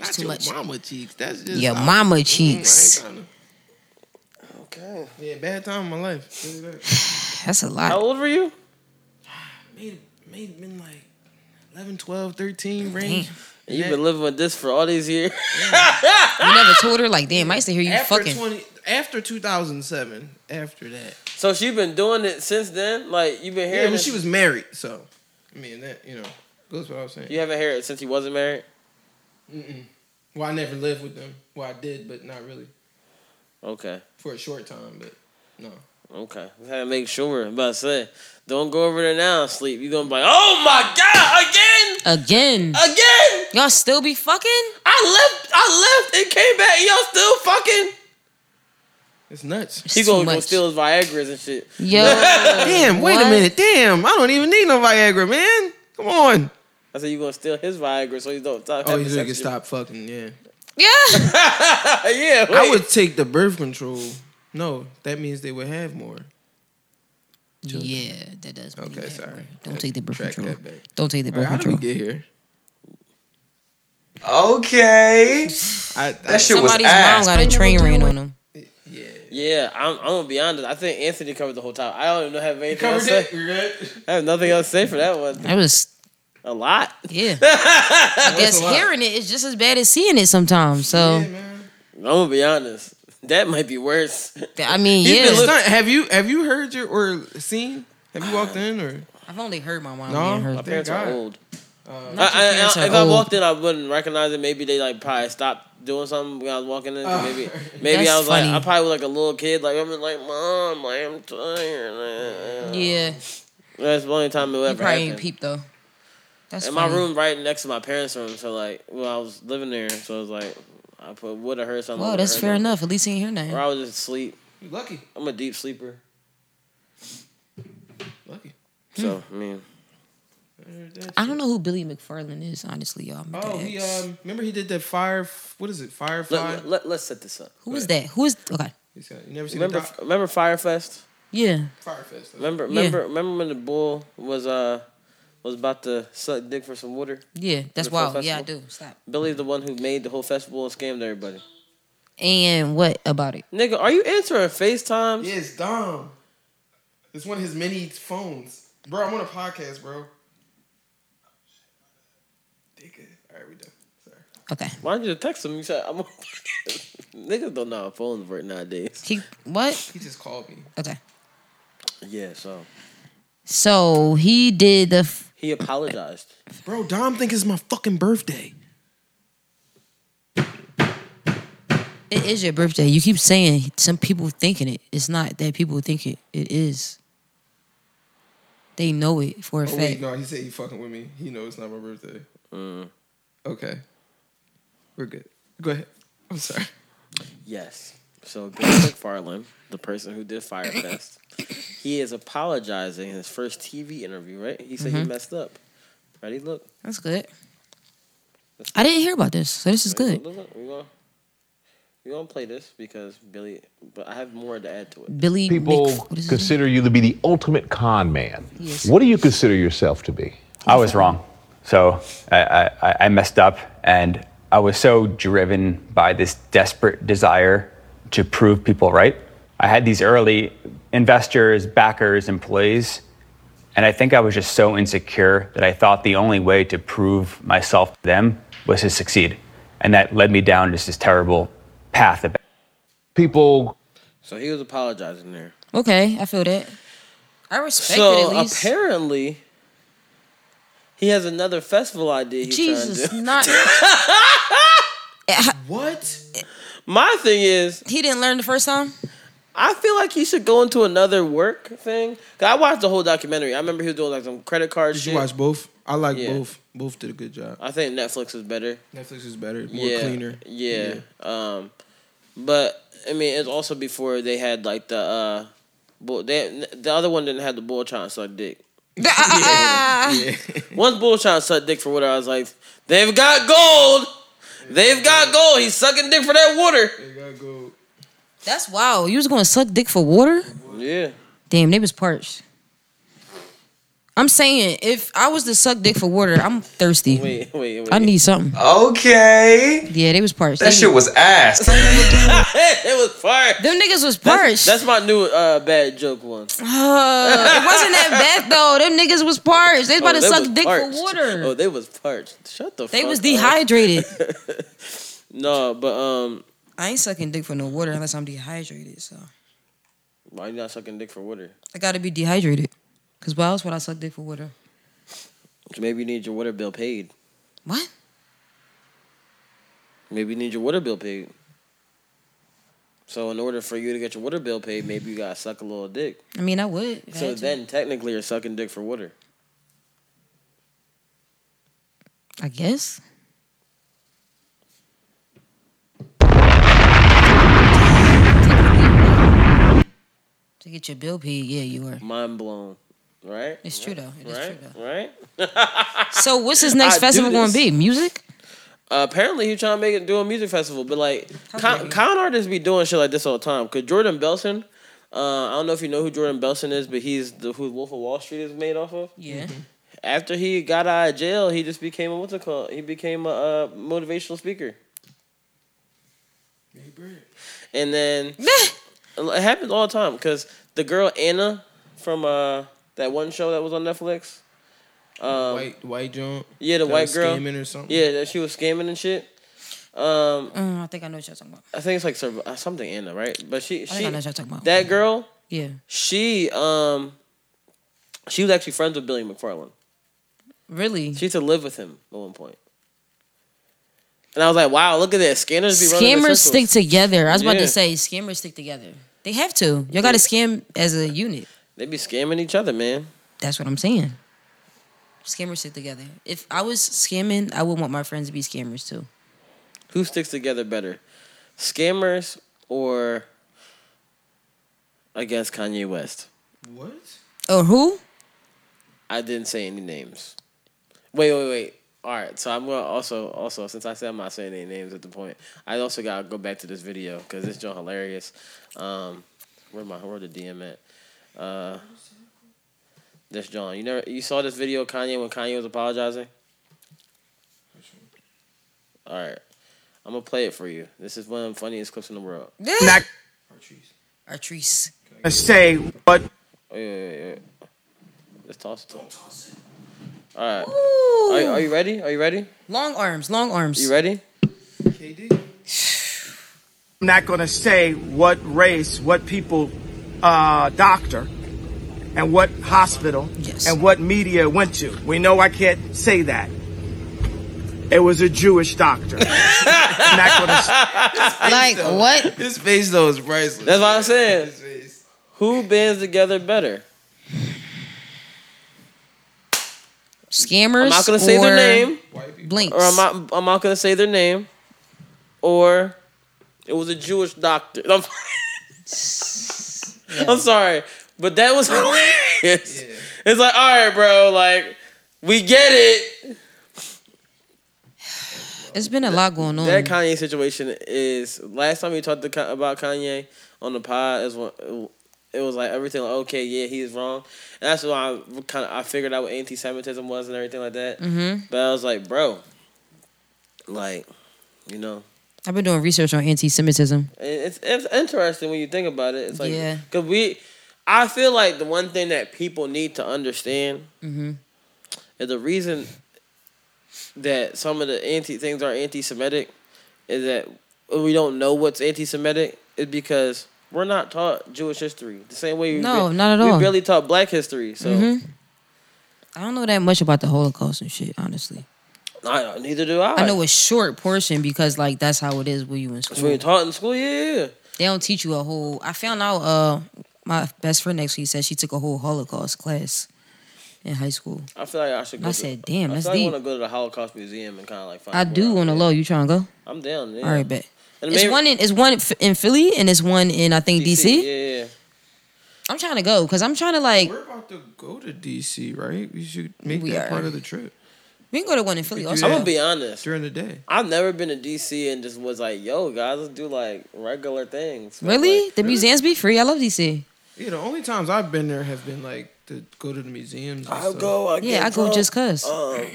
Speaker 5: Not
Speaker 2: too
Speaker 5: your
Speaker 2: much.
Speaker 5: mama cheeks. That's just
Speaker 2: Your
Speaker 5: I-
Speaker 2: mama
Speaker 5: Mm, I ain't
Speaker 2: cheeks.
Speaker 5: tryna- Yeah, bad time in my life. Look at that.
Speaker 2: That's a lot.
Speaker 3: How
Speaker 5: Oh.
Speaker 3: old were you?
Speaker 5: Made made been like 11, 12,
Speaker 2: Mm-hmm.
Speaker 5: 13 range.
Speaker 3: You've been living with this for all these years.
Speaker 2: You never told her like, damn, I used to hear you
Speaker 5: After
Speaker 2: fucking.
Speaker 5: twenty, after two thousand seven, after that,
Speaker 3: So she's been doing it since then. Like you've been
Speaker 5: yeah,
Speaker 3: hearing.
Speaker 5: when
Speaker 3: it-
Speaker 5: she was married, so I mean that you know goes what I was saying.
Speaker 3: You haven't heard it since you wasn't married.
Speaker 5: Mm-mm. Well, I never lived with them. Well, I did, but not really
Speaker 3: Okay.
Speaker 5: for a short time. But no,
Speaker 3: Okay. I had to make sure. I'm about to say, don't go over there now and sleep. You're gonna be like, oh my god, again,
Speaker 2: Again.
Speaker 3: again.
Speaker 2: Y'all still be fucking?
Speaker 3: I left. I left and came back. and Y'all still fucking.
Speaker 5: it's nuts.
Speaker 2: It's
Speaker 3: He's
Speaker 2: too
Speaker 3: gonna go
Speaker 2: much.
Speaker 3: steal his Viagra's and shit.
Speaker 2: Yo.
Speaker 5: Damn, wait
Speaker 2: What?
Speaker 5: a minute. Damn, I don't even need no Viagra, man. Come on.
Speaker 3: I said you gonna steal his Viagra so you don't talk.
Speaker 5: Oh, you can stop fucking. Yeah,
Speaker 2: Yeah.
Speaker 3: yeah, wait.
Speaker 5: I would take the birth control. No, that means they would have more.
Speaker 2: yeah, that does. mean
Speaker 5: Okay,
Speaker 2: that,
Speaker 5: sorry.
Speaker 2: bro. Don't take the birth
Speaker 5: Track
Speaker 2: control.
Speaker 5: that back.
Speaker 2: Don't take the
Speaker 5: All right,
Speaker 2: birth
Speaker 5: how did we
Speaker 2: control.
Speaker 5: get here? I,
Speaker 11: Okay.
Speaker 5: I,
Speaker 11: That shit was
Speaker 2: Somebody's mom
Speaker 11: ass.
Speaker 2: got a train ran on him.
Speaker 3: Yeah, I'm. I'm gonna be honest. I think Anthony covered the whole time. I don't even know have anything else
Speaker 5: covered
Speaker 3: to say.
Speaker 5: it. We're good.
Speaker 3: I have nothing else to say for that one.
Speaker 2: That was
Speaker 3: A lot.
Speaker 2: yeah. I guess hearing it is just as bad as seeing it sometimes. So
Speaker 3: I'm gonna be honest. That might be worse.
Speaker 2: th- I mean,
Speaker 5: He's been
Speaker 2: yeah.
Speaker 5: stunned. have you have you heard your or seen? Have you walked in or
Speaker 2: I've only heard my mom.
Speaker 5: No? My
Speaker 2: being hurt.
Speaker 3: My parents
Speaker 5: God. Uh,
Speaker 3: are old. I,
Speaker 2: Not your
Speaker 3: I- I-
Speaker 2: parents are
Speaker 3: if I
Speaker 2: old.
Speaker 3: walked in, I wouldn't recognize it. Maybe they like probably stopped doing something when I was walking in.
Speaker 5: Uh,
Speaker 3: maybe, maybe I
Speaker 2: That's
Speaker 3: was
Speaker 2: funny.
Speaker 3: like, I probably was like a little kid. Like I'm like, mom, I am tired.
Speaker 2: yeah,
Speaker 3: That's the only time it
Speaker 2: you
Speaker 3: ever
Speaker 2: probably ain't
Speaker 3: happened.
Speaker 2: peeped though. That's
Speaker 3: and
Speaker 2: funny.
Speaker 3: my room right next to my parents' room. So like, well, I was living there, so I was like, I put would have heard something.
Speaker 2: Well,
Speaker 3: would've
Speaker 2: that's
Speaker 3: heard
Speaker 2: fair
Speaker 3: nothing.
Speaker 2: enough. At least you ain't hear
Speaker 3: Or
Speaker 2: nothing.
Speaker 3: I was just asleep.
Speaker 5: you lucky?
Speaker 3: I'm a deep sleeper.
Speaker 5: Lucky.
Speaker 2: Hmm.
Speaker 3: So I mean,
Speaker 2: I don't know who Billy McFarland is, honestly, y'all. I'm
Speaker 5: Oh, he
Speaker 2: dead.
Speaker 5: um. Remember he did that fire. What is it? Firefly.
Speaker 3: let, let, us set this up.
Speaker 2: who is that? Who is okay?
Speaker 5: You said- you never seen
Speaker 3: Remember,
Speaker 5: the doc-
Speaker 3: remember Firefest.
Speaker 2: Yeah,
Speaker 5: Firefest. though?
Speaker 3: Remember,
Speaker 2: Yeah.
Speaker 3: remember, remember when the bull was uh was about to suck dick for some water.
Speaker 2: yeah, that's
Speaker 3: The Fall
Speaker 2: wild. Yeah, I do.
Speaker 3: Festival?
Speaker 2: Stop.
Speaker 3: Billy's the one who made the whole festival and scammed everybody.
Speaker 2: And what about it?
Speaker 3: Nigga, are you answering FaceTimes?
Speaker 5: Yeah, it's Dom. It's one of his many phones. Bro, I'm on a podcast, bro. Nigga. All right, we done. Sorry.
Speaker 2: Okay,
Speaker 3: Why did you text him? You said I'm. Niggas don't know how phones work nowadays.
Speaker 2: he what?
Speaker 5: He just called me.
Speaker 2: Okay,
Speaker 3: Yeah, so
Speaker 2: so he did the. F-
Speaker 3: he apologized.
Speaker 5: Bro, Dom think it's my fucking birthday.
Speaker 2: it is your birthday. You keep saying some people thinking it. It's not that people think it. It is. They know it for a
Speaker 5: Oh,
Speaker 2: fact.
Speaker 5: wait, no, he said he fucking with me. He knows it's not my birthday.
Speaker 3: Uh.
Speaker 5: Okay. We're good. Go ahead. I'm sorry.
Speaker 3: Yes. So Billy McFarland, the person who did Firefest, he is apologizing in his first TV interview. Right? He said he messed up. Ready? Look.
Speaker 2: That's good. I didn't hear about this, so this is
Speaker 3: Ready?
Speaker 2: good.
Speaker 3: Look, look, look. We gonna we gonna play this because Billy. But I have more to add to it.
Speaker 2: Billy
Speaker 12: people
Speaker 2: Mc- what is his name?
Speaker 12: consider you to be the ultimate con man.
Speaker 2: Yes.
Speaker 12: What do you consider yourself to be?
Speaker 13: I was wrong. So I, I, I- I messed up, and I was so driven by this desperate desire to prove people right. I had these early investors, backers, employees, and I think I was just so insecure that I thought the only way to prove myself to them was to succeed. And that led me down just this terrible path of
Speaker 12: People
Speaker 3: So he was apologizing there.
Speaker 2: Okay, I feel that. I respect it
Speaker 3: So
Speaker 2: at least.
Speaker 3: apparently, he has another festival idea. He's
Speaker 2: Jesus,
Speaker 3: Trying to do.
Speaker 2: not
Speaker 5: What?
Speaker 3: My thing is,
Speaker 2: he didn't learn the first time.
Speaker 3: I feel like he should go into another work thing. 'Cause I watched the whole documentary. I remember he was doing like some credit card
Speaker 5: Did
Speaker 3: shit.
Speaker 5: you watch both? I like
Speaker 3: Yeah.
Speaker 5: both. Both did a good job.
Speaker 3: I think Netflix is better.
Speaker 5: Netflix is better, more
Speaker 3: yeah,
Speaker 5: cleaner.
Speaker 3: Yeah. Um, but I mean, it's also before they had like the uh, bull. They, the other one didn't have the bull trying to suck dick. Once bull trying to suck dick for water, I was like, they've got gold. They've got gold. He's sucking dick for that water.
Speaker 5: They gotta go.
Speaker 2: That's wow. You was gonna suck dick for water?
Speaker 3: Yeah.
Speaker 2: Damn, they was parched. I'm saying if I was to suck dick for water, I'm thirsty. Wait,
Speaker 3: wait, wait.
Speaker 2: I need something.
Speaker 11: Okay.
Speaker 2: Yeah, they was parched.
Speaker 11: That shit was ass.
Speaker 3: it was parched.
Speaker 2: Them niggas was parched.
Speaker 3: That's, my new uh, bad joke one.
Speaker 2: Uh, it wasn't that bad though. Them niggas was parched. They was about
Speaker 3: Oh,
Speaker 2: to
Speaker 3: was
Speaker 2: suck dick
Speaker 3: parched.
Speaker 2: for water.
Speaker 3: Oh, they was parched. Shut the
Speaker 2: They
Speaker 3: fuck
Speaker 2: was
Speaker 3: up.
Speaker 2: dehydrated.
Speaker 3: no, but um
Speaker 2: I ain't sucking dick for no water unless I'm dehydrated. So
Speaker 3: why you not sucking dick for water?
Speaker 2: I gotta be dehydrated. Cause why else would I suck dick for water?
Speaker 3: Maybe you need your water bill paid.
Speaker 2: What?
Speaker 3: Maybe you need your water bill paid. So in order for you to get your water bill paid, maybe you gotta suck a little dick.
Speaker 2: I mean, I would. if I
Speaker 3: So
Speaker 2: had to.
Speaker 3: then technically you're sucking dick for water.
Speaker 2: I guess. To get your bill paid, yeah, you are.
Speaker 3: Mind blown. Right?
Speaker 2: It's true though. It is
Speaker 3: right?
Speaker 2: true
Speaker 3: Right?
Speaker 2: though. So what's his
Speaker 3: I
Speaker 2: next
Speaker 3: do
Speaker 2: festival going to
Speaker 3: this.
Speaker 2: be? Music?
Speaker 3: Uh, apparently, he trying to make it do a music festival, but like con, con artists be doing shit like this all the time. Cause Jordan Belson, uh, I don't know if you know who Jordan Belson is, but he's the who Wolf of Wall Street is made off of.
Speaker 2: Yeah.
Speaker 3: Mm-hmm. After he got out of jail, he just became a what's it called? He became a uh, motivational speaker. And then it happens all the time because the girl Anna from uh, that one show that was on Netflix. Um,
Speaker 5: white white joint.
Speaker 3: yeah, the
Speaker 5: that
Speaker 3: white
Speaker 5: was
Speaker 3: girl.
Speaker 5: scamming or something.
Speaker 3: Yeah, that she was scamming and shit. Um,
Speaker 2: Mm, I think I know what y'all talking about.
Speaker 3: I think it's like sur- uh, something Anna, right? But she,
Speaker 2: think I
Speaker 3: she
Speaker 2: know what you're talking about.
Speaker 3: that girl,
Speaker 2: Yeah.
Speaker 3: she um, she was actually friends with Billy McFarland.
Speaker 2: Really?
Speaker 3: She used to live with him at one point. And I was like, wow, look at that. Scanners be running. in
Speaker 2: Scammers stick
Speaker 3: circles.
Speaker 2: together. I was about
Speaker 3: Yeah.
Speaker 2: to say scammers stick together. They have to. Y'all got to scam as a unit.
Speaker 3: They be scamming each other, man.
Speaker 2: That's what I'm saying. Scammers stick together. If I was scamming, I would want my friends to be scammers too.
Speaker 3: Who sticks together better, scammers or I guess Kanye West?
Speaker 5: What?
Speaker 2: Or Oh, who?
Speaker 3: I didn't say any names. Wait, wait, wait. All right, so I'm gonna also also since I said I'm not saying any names at the point, I also gotta go back to this video because it's just hilarious. Um, where my where the DM at? Uh, this John, you never you saw this video of Kanye when Kanye was apologizing. All right, I'm gonna play it for you. This is one of the funniest clips in the world.
Speaker 2: Not- Artrice.
Speaker 14: I say what?
Speaker 3: Wait, wait, wait, wait. Let's toss it. All right. Are, are you ready? Are you ready?
Speaker 2: Long arms, long arms.
Speaker 3: You ready?
Speaker 14: I'm not going to say what race, what people, uh, doctor, and what hospital, and what media went to. We know I can't say that. It was a Jewish doctor. I'm not going to
Speaker 2: like what?
Speaker 5: His face though is priceless.
Speaker 3: That's what I'm saying. Who bands together better?
Speaker 2: Scammers.
Speaker 3: I'm not gonna say their
Speaker 2: or
Speaker 3: name.
Speaker 2: Blinks.
Speaker 3: Or I'm not, I'm not gonna say their name. Or it was a Jewish doctor. I'm, I'm sorry, but that was hilarious. It's like, all right, bro. Like, we get it.
Speaker 2: It's been a lot going on.
Speaker 3: That Kanye situation is. Last time we talked to, Ka- about Kanye on the pod is when it was like everything. Like, okay, yeah, he's wrong. And that's why I kind of I figured out what anti-Semitism was and everything like that.
Speaker 2: Mhm.
Speaker 3: But I was like, bro, like, you know,
Speaker 2: I've been doing research on anti-Semitism.
Speaker 3: it- it's it's interesting when you think about it. It's like,
Speaker 2: Yeah.
Speaker 3: cause we, I feel like the one thing that people need to understand
Speaker 2: Mm-hmm.
Speaker 3: is the reason that some of the anti things are anti-Semitic is that we don't know what's anti-Semitic is because we're not taught Jewish history the same way. we
Speaker 2: No,
Speaker 3: ba-
Speaker 2: not at all.
Speaker 3: We barely taught Black history, so
Speaker 2: Mhm. I don't know that much about the Holocaust and shit. Honestly,
Speaker 3: I, neither do I.
Speaker 2: I know a short portion because like that's how it is when you in
Speaker 3: That's what
Speaker 2: school.
Speaker 3: we taught in school. Yeah, yeah.
Speaker 2: They don't teach you a whole. I found out. Uh, my best friend next week said she took a whole Holocaust class in high school.
Speaker 3: I feel like I should.
Speaker 2: I
Speaker 3: Go to-
Speaker 2: said, damn,
Speaker 3: I
Speaker 2: that's
Speaker 3: feel like
Speaker 2: deep.
Speaker 3: I want to go to the Holocaust Museum and kind of like find.
Speaker 2: I
Speaker 3: out
Speaker 2: do
Speaker 3: where-
Speaker 2: on the low. You trying to go?
Speaker 3: I'm down. Oh, Yeah.
Speaker 2: All right, bet.
Speaker 3: And
Speaker 2: it's
Speaker 3: maybe-
Speaker 2: one in it's one f- in Philly and it's one in I think DC.
Speaker 3: Yeah, yeah.
Speaker 2: I'm trying to go because I'm trying to like
Speaker 5: We're about to go to DC, right? We should make
Speaker 2: We
Speaker 5: that
Speaker 2: are.
Speaker 5: part of the trip.
Speaker 2: we can go to one in Philly
Speaker 5: do
Speaker 2: also.
Speaker 3: I'm gonna be honest.
Speaker 5: During the day.
Speaker 3: I've never been to DC and just was like, yo, guys, let's do like regular things.
Speaker 2: Really? the museums be free. I love DC.
Speaker 5: Yeah, the only times I've been there have been like to go to the museums. and
Speaker 3: I'll
Speaker 5: stuff.
Speaker 3: go. I get drunk, Um,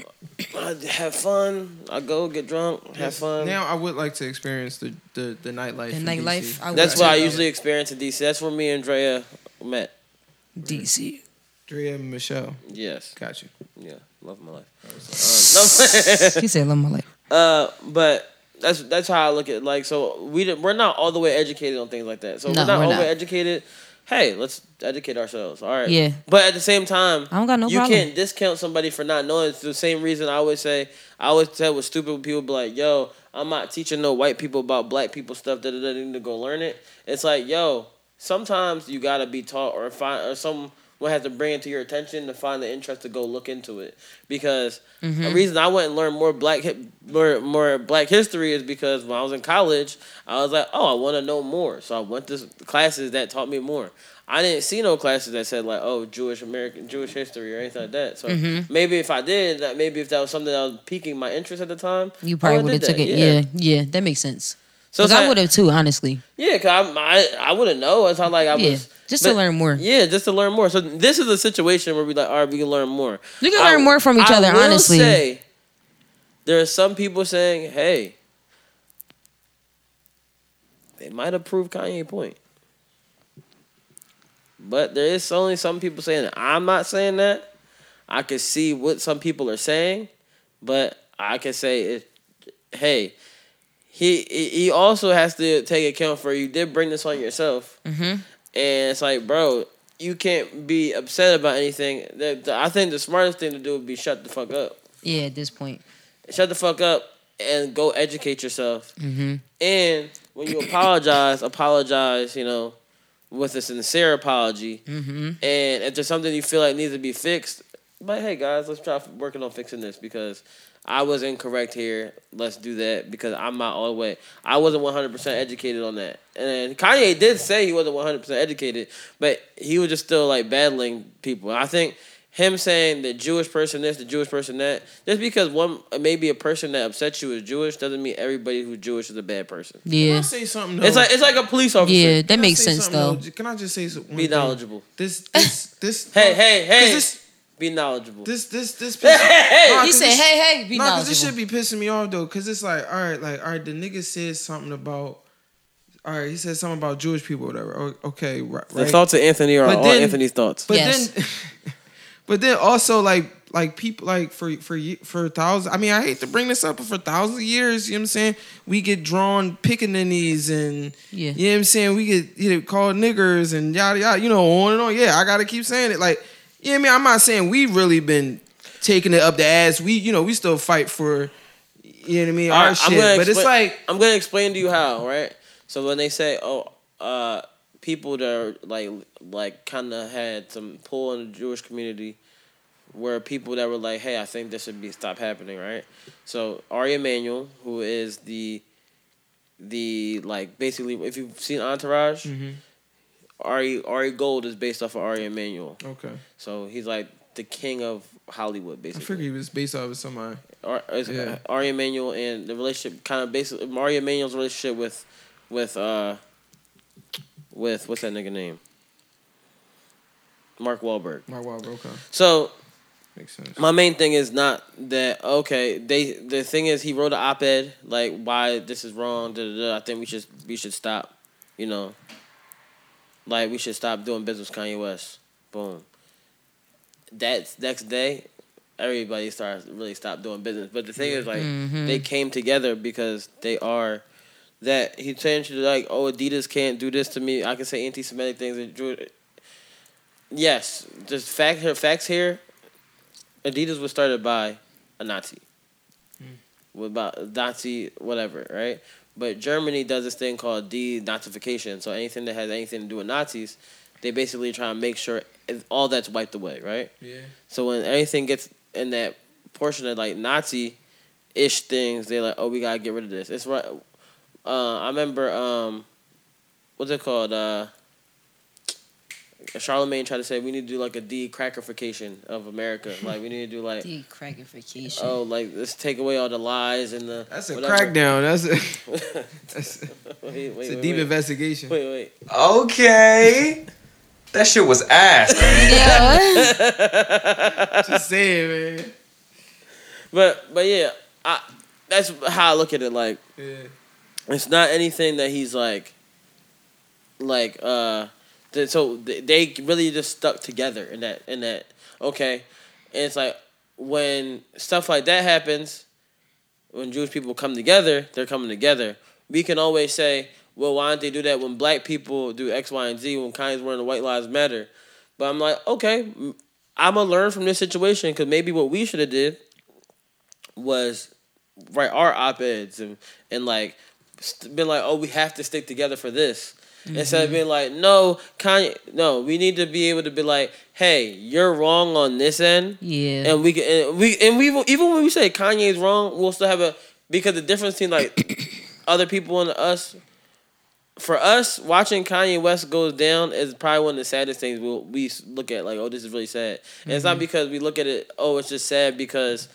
Speaker 3: I have fun. I go get drunk, have
Speaker 5: Yes.
Speaker 3: fun.
Speaker 5: Now I would like to experience the the, the nightlife. in DC.
Speaker 3: That's what I usually experience in DC. That's where me and Drea met.
Speaker 2: DC.
Speaker 5: Drea and Michelle.
Speaker 3: Yes.
Speaker 5: Got you.
Speaker 3: Yeah. Love my life. Uh, no.
Speaker 2: He said, "Love my life."
Speaker 3: Uh, but that's that's how I look at it. like so we didn't- we're not all the way educated on things like that. So
Speaker 2: No,
Speaker 3: we're not
Speaker 2: we're
Speaker 3: all
Speaker 2: not.
Speaker 3: the way educated. Hey, let's educate ourselves. All right.
Speaker 2: Yeah.
Speaker 3: But at the same time,
Speaker 2: I don't got no
Speaker 3: you
Speaker 2: problem.
Speaker 3: can't discount somebody for not knowing. It's the same reason I always say I always tell with stupid when people be like, "Yo, I'm not teaching no white people about black people stuff that they need to go learn it." It's like, yo, sometimes you gotta be taught or find or someone has to bring it to your attention to find the interest to go look into it because
Speaker 2: Mm-hmm.
Speaker 15: Mhm.
Speaker 3: a reason I went and learned more black hi- more more black history is because when I was in college, I was like, oh, I want to know more, so I went to s- classes that taught me more. I didn't see no classes that said like, oh, Jewish American Jewish history or anything like that. So
Speaker 2: Mhm.
Speaker 3: maybe if I did, that maybe if that was something that was piquing my interest at the time,
Speaker 2: You
Speaker 3: I
Speaker 2: probably would
Speaker 3: would've
Speaker 2: have
Speaker 3: Oh, did
Speaker 2: took
Speaker 3: that,
Speaker 2: it. Yeah. yeah, that makes sense.
Speaker 3: So
Speaker 2: Because
Speaker 3: it's
Speaker 2: I
Speaker 3: like-
Speaker 2: would have too, honestly.
Speaker 3: Yeah, cause I'm, I I wouldn't know. It's not like I
Speaker 2: Yeah,
Speaker 3: was
Speaker 2: just to learn more.
Speaker 3: Yeah, just to learn more. So this is a situation where we like, all right, we can learn more.
Speaker 2: You can
Speaker 3: I-
Speaker 2: learn more from each
Speaker 3: I
Speaker 2: other,
Speaker 3: will
Speaker 2: honestly.
Speaker 3: Say, there are some people saying, "Hey, they might approve Kanye point," but there is only some people saying that. I'm not saying that. I can see what some people are saying, but I can say it. Hey, he he he also has to take account for you did bring this on yourself.
Speaker 2: Mm-hmm.
Speaker 3: And it's like, bro, you can't be upset about anything. The- the- I think the smartest thing to do would be shut the fuck up.
Speaker 2: Yeah, at this point.
Speaker 3: Shut the fuck up and go educate yourself.
Speaker 2: Mm-hmm.
Speaker 3: And when you apologize, apologize, you know, with a sincere apology.
Speaker 2: Mm-hmm.
Speaker 3: And if there's something you feel like needs to be fixed, but hey guys, let's try working on fixing this because I was incorrect here. Let's do that because I'm not all the way. I wasn't 100% educated on that. And Kanye did say he wasn't 100% educated, but he was just still like battling people. I think him saying the Jewish person this, the Jewish person that, just because one maybe a person that upsets you is Jewish doesn't mean everybody who's Jewish is a bad person.
Speaker 2: Yeah.
Speaker 5: Can I say something? Though?
Speaker 3: It's like it's like a police officer.
Speaker 2: Yeah, that
Speaker 5: Can I
Speaker 2: makes
Speaker 5: say
Speaker 2: sense,
Speaker 5: something,
Speaker 2: though.
Speaker 5: Can I just say something?
Speaker 3: Be knowledgeable.
Speaker 5: This this this.
Speaker 3: hey hey hey. be knowledgeable.
Speaker 5: This this this.
Speaker 3: Hey, hey, hey.
Speaker 5: Nah,
Speaker 3: He
Speaker 5: 'cause
Speaker 3: said,
Speaker 5: this-
Speaker 3: hey, hey, be
Speaker 5: nah, 'cause this should
Speaker 3: knowledgeable.
Speaker 5: be pissing me off though, because it's like, all right, like, all right, the nigga said something about. All right, he said something about Jewish people, or whatever. O- Okay, right.
Speaker 3: The thoughts of Anthony are all Anthony's thoughts.
Speaker 5: But
Speaker 3: Yes.
Speaker 5: then, but then also like like people like for for ye- for thousands. I mean, I hate to bring this up, but for thousands of years, you know what I'm saying. We get drawn pickaninnies and
Speaker 2: Yeah.
Speaker 5: you know what I'm saying. We get you know called niggers and yada yada. You know on and on. Yeah, I gotta keep saying it. Like you know what I mean. I'm not saying we really been taking it up the ass. We you know we still fight for you know what I mean. Our
Speaker 3: Alright,
Speaker 5: shit,
Speaker 3: gonna
Speaker 5: but it's
Speaker 3: expla-
Speaker 5: like
Speaker 3: I'm gonna explain to you how, right? So when they say, oh, uh, people that are like like kind of had some pull in the Jewish community, were people that were like, hey, I think this should be stop happening, right? So Ari Emanuel, who is the the like basically, if you've seen Entourage,
Speaker 5: Mm-hmm.
Speaker 3: Ari Ari Gold is based off of Ari Emanuel.
Speaker 5: Okay.
Speaker 3: So he's like the king of Hollywood,
Speaker 5: I
Speaker 3: basically.
Speaker 5: figured he was based off of somebody.
Speaker 3: Ar- is-
Speaker 5: Yeah.
Speaker 3: uh, Ari Emanuel and the relationship kind of basically Mario Emanuel's relationship with with uh with what's that nigga name? Mark Wahlberg.
Speaker 5: Mark Wahlberg. Okay.
Speaker 3: So
Speaker 5: Makes sense.
Speaker 3: my main thing is not that okay. They the thing is he wrote an op-ed like why this is wrong. Da, da, da, I think we should we should stop. You know, like we should stop doing business with Kanye West. Boom. That next day, everybody starts really stopped doing business. But the thing is like
Speaker 15: Mhm.
Speaker 3: they came together because they are that he changed it like oh Adidas can't do this to me. I can say anti-Semitic things. And Jew- yes, just fact here. Facts here. Adidas was started by a Nazi. With about Nazi whatever, right? But Germany does this thing called denazification. So anything that has anything to do with Nazis, they basically try to make sure all that's wiped away, right?
Speaker 5: Yeah.
Speaker 3: So when anything gets in that portion of like Nazi ish things, they're like, oh, we gotta get rid of this. It's right. Uh, I remember, um, what's it called? Uh, Charlemagne tried to say we need to do like a decrackification of America. Like we need to do like
Speaker 2: Decrackification.
Speaker 3: oh, like let's take away all the lies and the that's
Speaker 5: a crackdown. That's a-
Speaker 3: wait, wait,
Speaker 5: it's a
Speaker 3: wait,
Speaker 5: deep
Speaker 3: wait.
Speaker 5: investigation.
Speaker 3: Wait, wait.
Speaker 11: Okay. That shit was ass.
Speaker 5: Just saying, man.
Speaker 3: But but yeah, I that's how I look at it. Like
Speaker 5: Yeah.
Speaker 3: it's not anything that he's like, like uh, th- so th- they really just stuck together in that in that okay, and it's like when stuff like that happens, when Jewish people come together, they're coming together. We can always say, well, why don't they do that when black people do X, Y, and Z when Kanye's wearing the White Lives Matter? But I'm like, okay, m- I'ma learn from this situation because maybe what we should have did was write our op eds and and like st- been like, oh, we have to stick together for this. Instead of
Speaker 15: Mhm.
Speaker 3: being like, no, Kanye, no, we need to be able to be like, hey, you're wrong on this end.
Speaker 2: Yeah.
Speaker 3: And we can, and we, and we, will- even when we say Kanye's wrong, we'll still have a, because the difference between like other people and us, for us, watching Kanye West goes down is probably one of the saddest things we'll, we s- look at, like, oh, this is really sad. And it's not
Speaker 15: Mhm.
Speaker 3: because we look at it, oh, it's just sad because,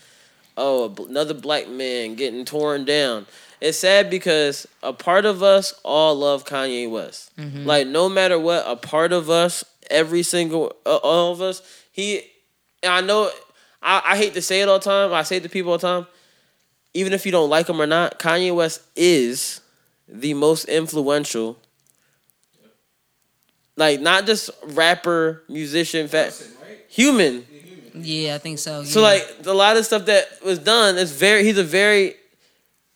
Speaker 3: oh, a bl- another black man getting torn down. It's sad because a part of us all love Kanye West.
Speaker 15: Mhm.
Speaker 3: Like, no matter what, a part of us, every single, uh, all of us, he, and I know, I, I hate to say it all the time, I say it to people all the time, even if you don't like him or not, Kanye West is the most influential. Like not just rapper, musician, fa- human.
Speaker 2: Yeah, I think so.
Speaker 3: So
Speaker 2: yeah.
Speaker 3: like a lot of stuff that was done is very he's a very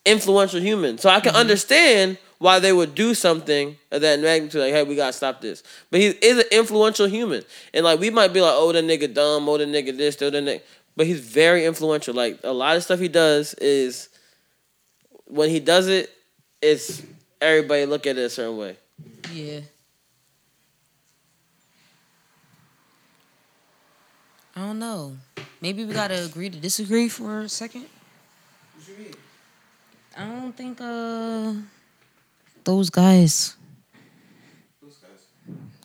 Speaker 3: influential human. So I can
Speaker 2: Mm-hmm.
Speaker 3: understand why they would do something of that magnitude, like, hey, we gotta stop this. But he is an influential human. And like we might be like, oh that nigga dumb, oh that nigga this, oh that nigga but he's very influential. Like a lot of stuff he does is when he does it, it's everybody look at it a certain way.
Speaker 2: yeah. I don't know. Maybe we gotta agree to disagree for a second. I don't think uh those guys.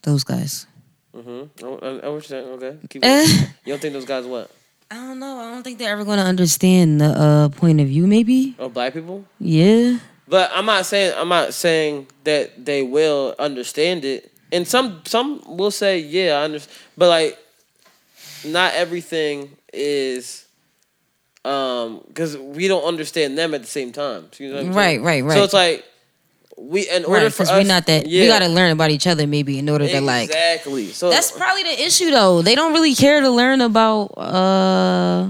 Speaker 2: Those guys.
Speaker 3: Mm-hmm. I, I, I was saying, okay. Keep
Speaker 2: Eh.
Speaker 3: going. you don't think those guys what?
Speaker 2: I don't know. I don't think they're ever gonna understand the uh point of view. Maybe.
Speaker 3: Oh, black people?
Speaker 2: Yeah.
Speaker 3: But I'm not saying I'm not saying that they will understand it. And some some will say, yeah, I understand. But like, not everything is, um, because we don't understand them at the same time. You know what I'm saying?
Speaker 2: Right, right,
Speaker 3: So
Speaker 2: right.
Speaker 3: it's like we in order
Speaker 2: Right,
Speaker 3: for
Speaker 2: because
Speaker 3: us,
Speaker 2: we're not that. We gotta learn about each other maybe in order to like.
Speaker 3: exactly. So
Speaker 2: That's probably the issue though. They don't really care to learn about uh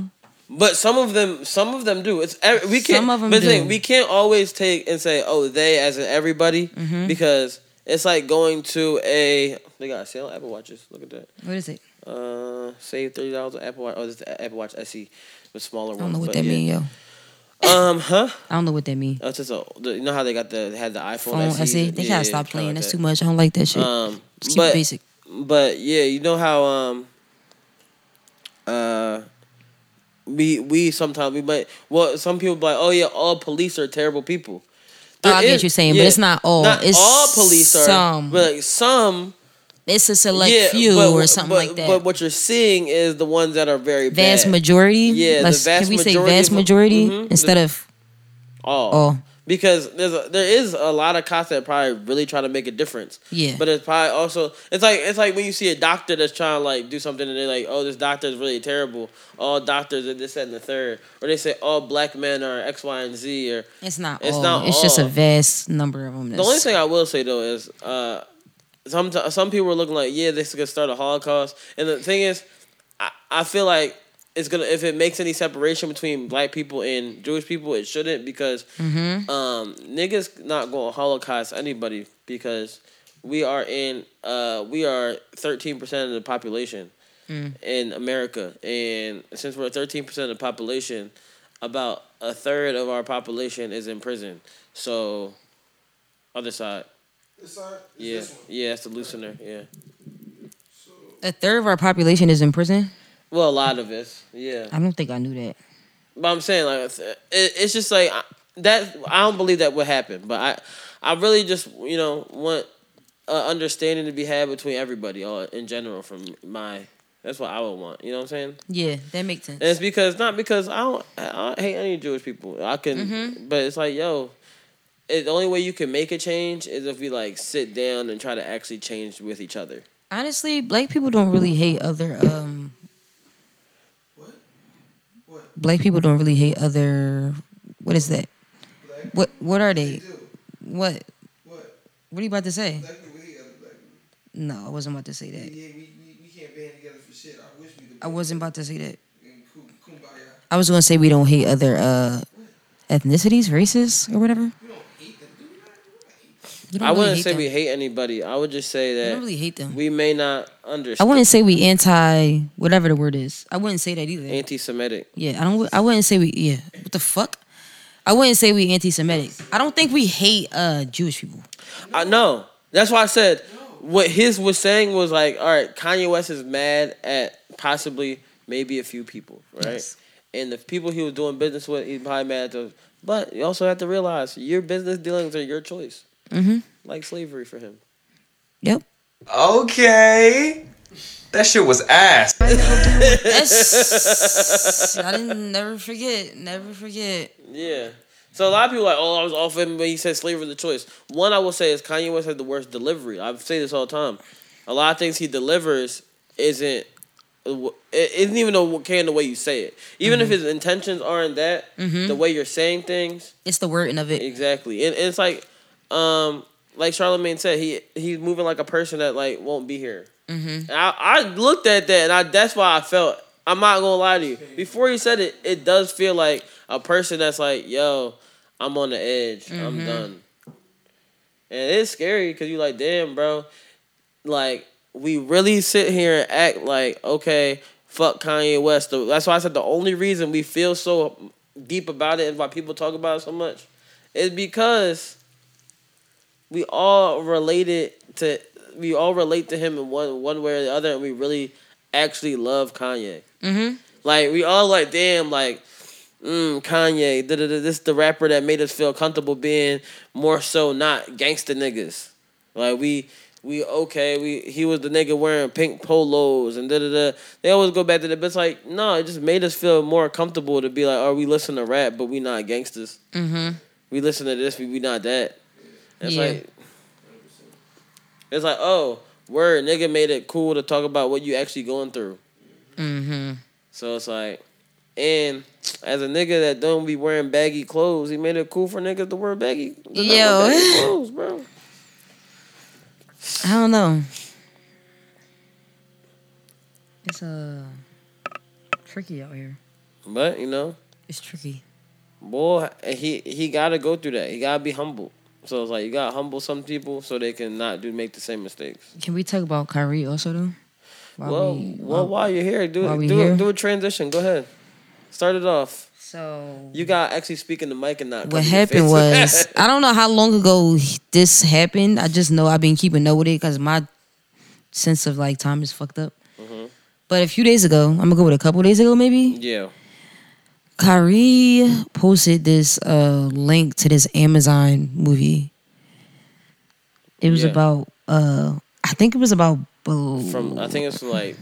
Speaker 3: But some of them, some of them do. It's ev- we can't.
Speaker 2: Some of them
Speaker 3: but the thing,
Speaker 2: do.
Speaker 3: we can't always take and say, "Oh, they," as in everybody,
Speaker 2: Mhm.
Speaker 3: because it's like going to a. They got sale Apple watches. Look at that.
Speaker 2: what is it?
Speaker 3: Uh, save thirty dollars on Apple Watch. Oh, this is the Apple Watch SE, the smaller one.
Speaker 2: I don't know what
Speaker 3: but
Speaker 2: that
Speaker 3: yeah.
Speaker 2: mean, yo.
Speaker 3: Um, huh?
Speaker 2: I don't know what that mean.
Speaker 3: Oh, it's just a, the, you know how they got the they had the iPhone
Speaker 2: Phone
Speaker 3: SE.
Speaker 2: SE? They
Speaker 3: Yeah,
Speaker 2: gotta
Speaker 3: yeah,
Speaker 2: stop
Speaker 3: kinda
Speaker 2: playing.
Speaker 3: like
Speaker 2: That's
Speaker 3: that.
Speaker 2: too much. I don't like that shit.
Speaker 3: Um,
Speaker 2: Just keep it
Speaker 3: but,
Speaker 2: basic.
Speaker 3: But yeah, you know how um uh we we sometimes we might well some people be like oh yeah all police are terrible people.
Speaker 2: Oh, I get
Speaker 3: There
Speaker 2: what you're saying, but it's not all.
Speaker 3: Not
Speaker 2: It's
Speaker 3: all police are,
Speaker 2: some.
Speaker 3: but like some.
Speaker 2: It's a select few or something
Speaker 3: but-
Speaker 2: like that.
Speaker 3: But what you're seeing is the ones that are very
Speaker 2: Vast
Speaker 3: bad.
Speaker 2: majority.
Speaker 3: Yeah,
Speaker 2: Let's-
Speaker 3: the vast
Speaker 2: can we say
Speaker 3: majority
Speaker 2: vast
Speaker 3: of-
Speaker 2: majority
Speaker 3: Mhm.
Speaker 2: instead
Speaker 3: The-
Speaker 2: of
Speaker 3: all.
Speaker 2: all?
Speaker 3: Because there's a, there is a lot of cops that probably really try to make a difference.
Speaker 2: Yeah.
Speaker 3: But it's probably also it's like it's like when you see a doctor that's trying to like do something and they're like, oh, this doctor is really terrible. All doctors are this that, and the third, or they say all black men are X, Y, and Z, or
Speaker 2: It's not
Speaker 3: It's
Speaker 2: all.
Speaker 3: not
Speaker 2: it's just a
Speaker 3: all.
Speaker 2: vast number of them.
Speaker 3: the only thing I will say though is, uh, some some people are looking like, yeah, this is gonna start a Holocaust, and the thing is, I, I feel like it's gonna if it makes any separation between black people and Jewish people, it shouldn't because
Speaker 15: Mhm.
Speaker 3: um, niggas not gonna Holocaust anybody because we are in uh, we are thirteen percent of the population
Speaker 15: Mm.
Speaker 3: in America, and since we're thirteen percent of the population, about a third of our population is in prison. So, other side.
Speaker 15: This side? Is
Speaker 3: Yeah,
Speaker 15: this one?
Speaker 3: yeah, that's the loosener. Yeah.
Speaker 2: a third of our population is in prison.
Speaker 3: Well, a lot of us. Yeah.
Speaker 2: I don't think I knew that.
Speaker 3: But I'm saying like it's- it, it's just like I- that. I don't believe that would happen, but I, I really just you know want uh, understanding to be had between everybody all in general. From my, that's what I would want. You know what I'm saying?
Speaker 2: Yeah, that makes sense.
Speaker 3: And it's because not because I don't I don't hate any Jewish people. I can,
Speaker 2: Mhm.
Speaker 3: but it's like yo, it, the only way you can make a change is if we like sit down and try to actually change with each other.
Speaker 2: Honestly, black people don't really hate other um black people don't really hate other what is that? What what are they? What? What? What are you about to say? No, I wasn't about to say that. I wasn't about to say that. I was gonna say we don't hate other uh ethnicities, races, or whatever. We don't
Speaker 3: I
Speaker 2: really
Speaker 3: wouldn't
Speaker 2: hate
Speaker 3: say
Speaker 2: them.
Speaker 3: we hate anybody. I would just say that we
Speaker 2: don't really hate them.
Speaker 3: We may not understand.
Speaker 2: I wouldn't say we anti whatever the word is. I wouldn't say that either.
Speaker 3: anti-Semitic.
Speaker 2: Yeah, I don't. I wouldn't say we. Yeah, what the fuck? I wouldn't say we anti-Semitic. I don't think we hate uh Jewish people.
Speaker 3: I know. That's why I said what his was saying was like, all right, Kanye West is mad at possibly maybe a few people, right?
Speaker 2: Yes.
Speaker 3: And the people he was doing business with, he's probably mad at those. But you also have to realize your business dealings are your choice,
Speaker 2: Mm-hmm.
Speaker 3: like slavery for him.
Speaker 11: Okay. That shit was ass.
Speaker 2: That's, I didn't never forget. Never forget.
Speaker 3: Yeah. So a lot of people are like, oh, I was off him when he said slavery was a choice. One I will say is Kanye West had the worst delivery. I say this all the time. A lot of things he delivers isn't uh, it isn't even okay in the way you say it. Even if his intentions aren't that,
Speaker 2: Mhm.
Speaker 3: the way you're saying things,
Speaker 2: it's the wording of it.
Speaker 3: Exactly, and it's like, um, like Charlemagne said, he he's moving like a person that like won't be here.
Speaker 2: Mm-hmm.
Speaker 3: And I, I looked at that and I that's why I felt I'm not gonna lie to you. Before you said it, it does feel like a person that's like, yo, I'm on the edge. I'm
Speaker 2: Mhm.
Speaker 3: done. And it's scary because you like, damn, bro, like we really sit here and act like, okay, fuck Kanye West. The- That's why I said the only reason we feel so deep about it and why people talk about it so much is because we all related to we all relate to him in one one way or the other, and we really actually love Kanye.
Speaker 2: Mm-hmm.
Speaker 3: Like we all like, damn, like, mm, Kanye, da da da. This the rapper that made us feel comfortable being more so not gangsta niggas. Like we we okay. We he was the nigga wearing pink polos and da da da. They always go back to that, but it's like no, it just made us feel more comfortable to be like, oh, we listen to rap, but we not gangsters.
Speaker 2: Mm-hmm.
Speaker 3: We listen to this, but we not that. It's
Speaker 2: Yeah.
Speaker 3: like it's like oh. Word, nigga made it cool to talk about what you actually going through.
Speaker 2: Mm-hmm.
Speaker 3: So it's like, and as a nigga that don't be wearing baggy clothes, he made it cool for niggas to wear baggy. to not wear
Speaker 2: Yo.
Speaker 3: baggy clothes, bro.
Speaker 2: I don't know. It's uh tricky out here.
Speaker 3: But you know,
Speaker 2: It's tricky.
Speaker 3: boy, he he gotta go through that. He gotta be humble. So it's like you gotta humble some people so they can not do make the same mistakes.
Speaker 2: Can we talk about Kyrie also though? While
Speaker 3: well,
Speaker 2: we-
Speaker 3: well, while you're here, do
Speaker 2: while we
Speaker 3: do
Speaker 2: here?
Speaker 3: A, do a transition. Go ahead, start it off.
Speaker 2: So
Speaker 3: you got to actually speak in the mic and not. cover
Speaker 2: what
Speaker 3: your
Speaker 2: happened
Speaker 3: face.
Speaker 2: was I don't know how long ago this happened. I just know I've been keeping up with it because my sense of like time is fucked up.
Speaker 3: Mhm.
Speaker 2: But a few days ago, I'm gonna go with a couple days ago maybe.
Speaker 3: Yeah.
Speaker 2: Kyrie posted this uh, link to this Amazon movie. It was
Speaker 3: Yeah.
Speaker 2: about, uh, I think it was about, bl-
Speaker 3: From I think it's like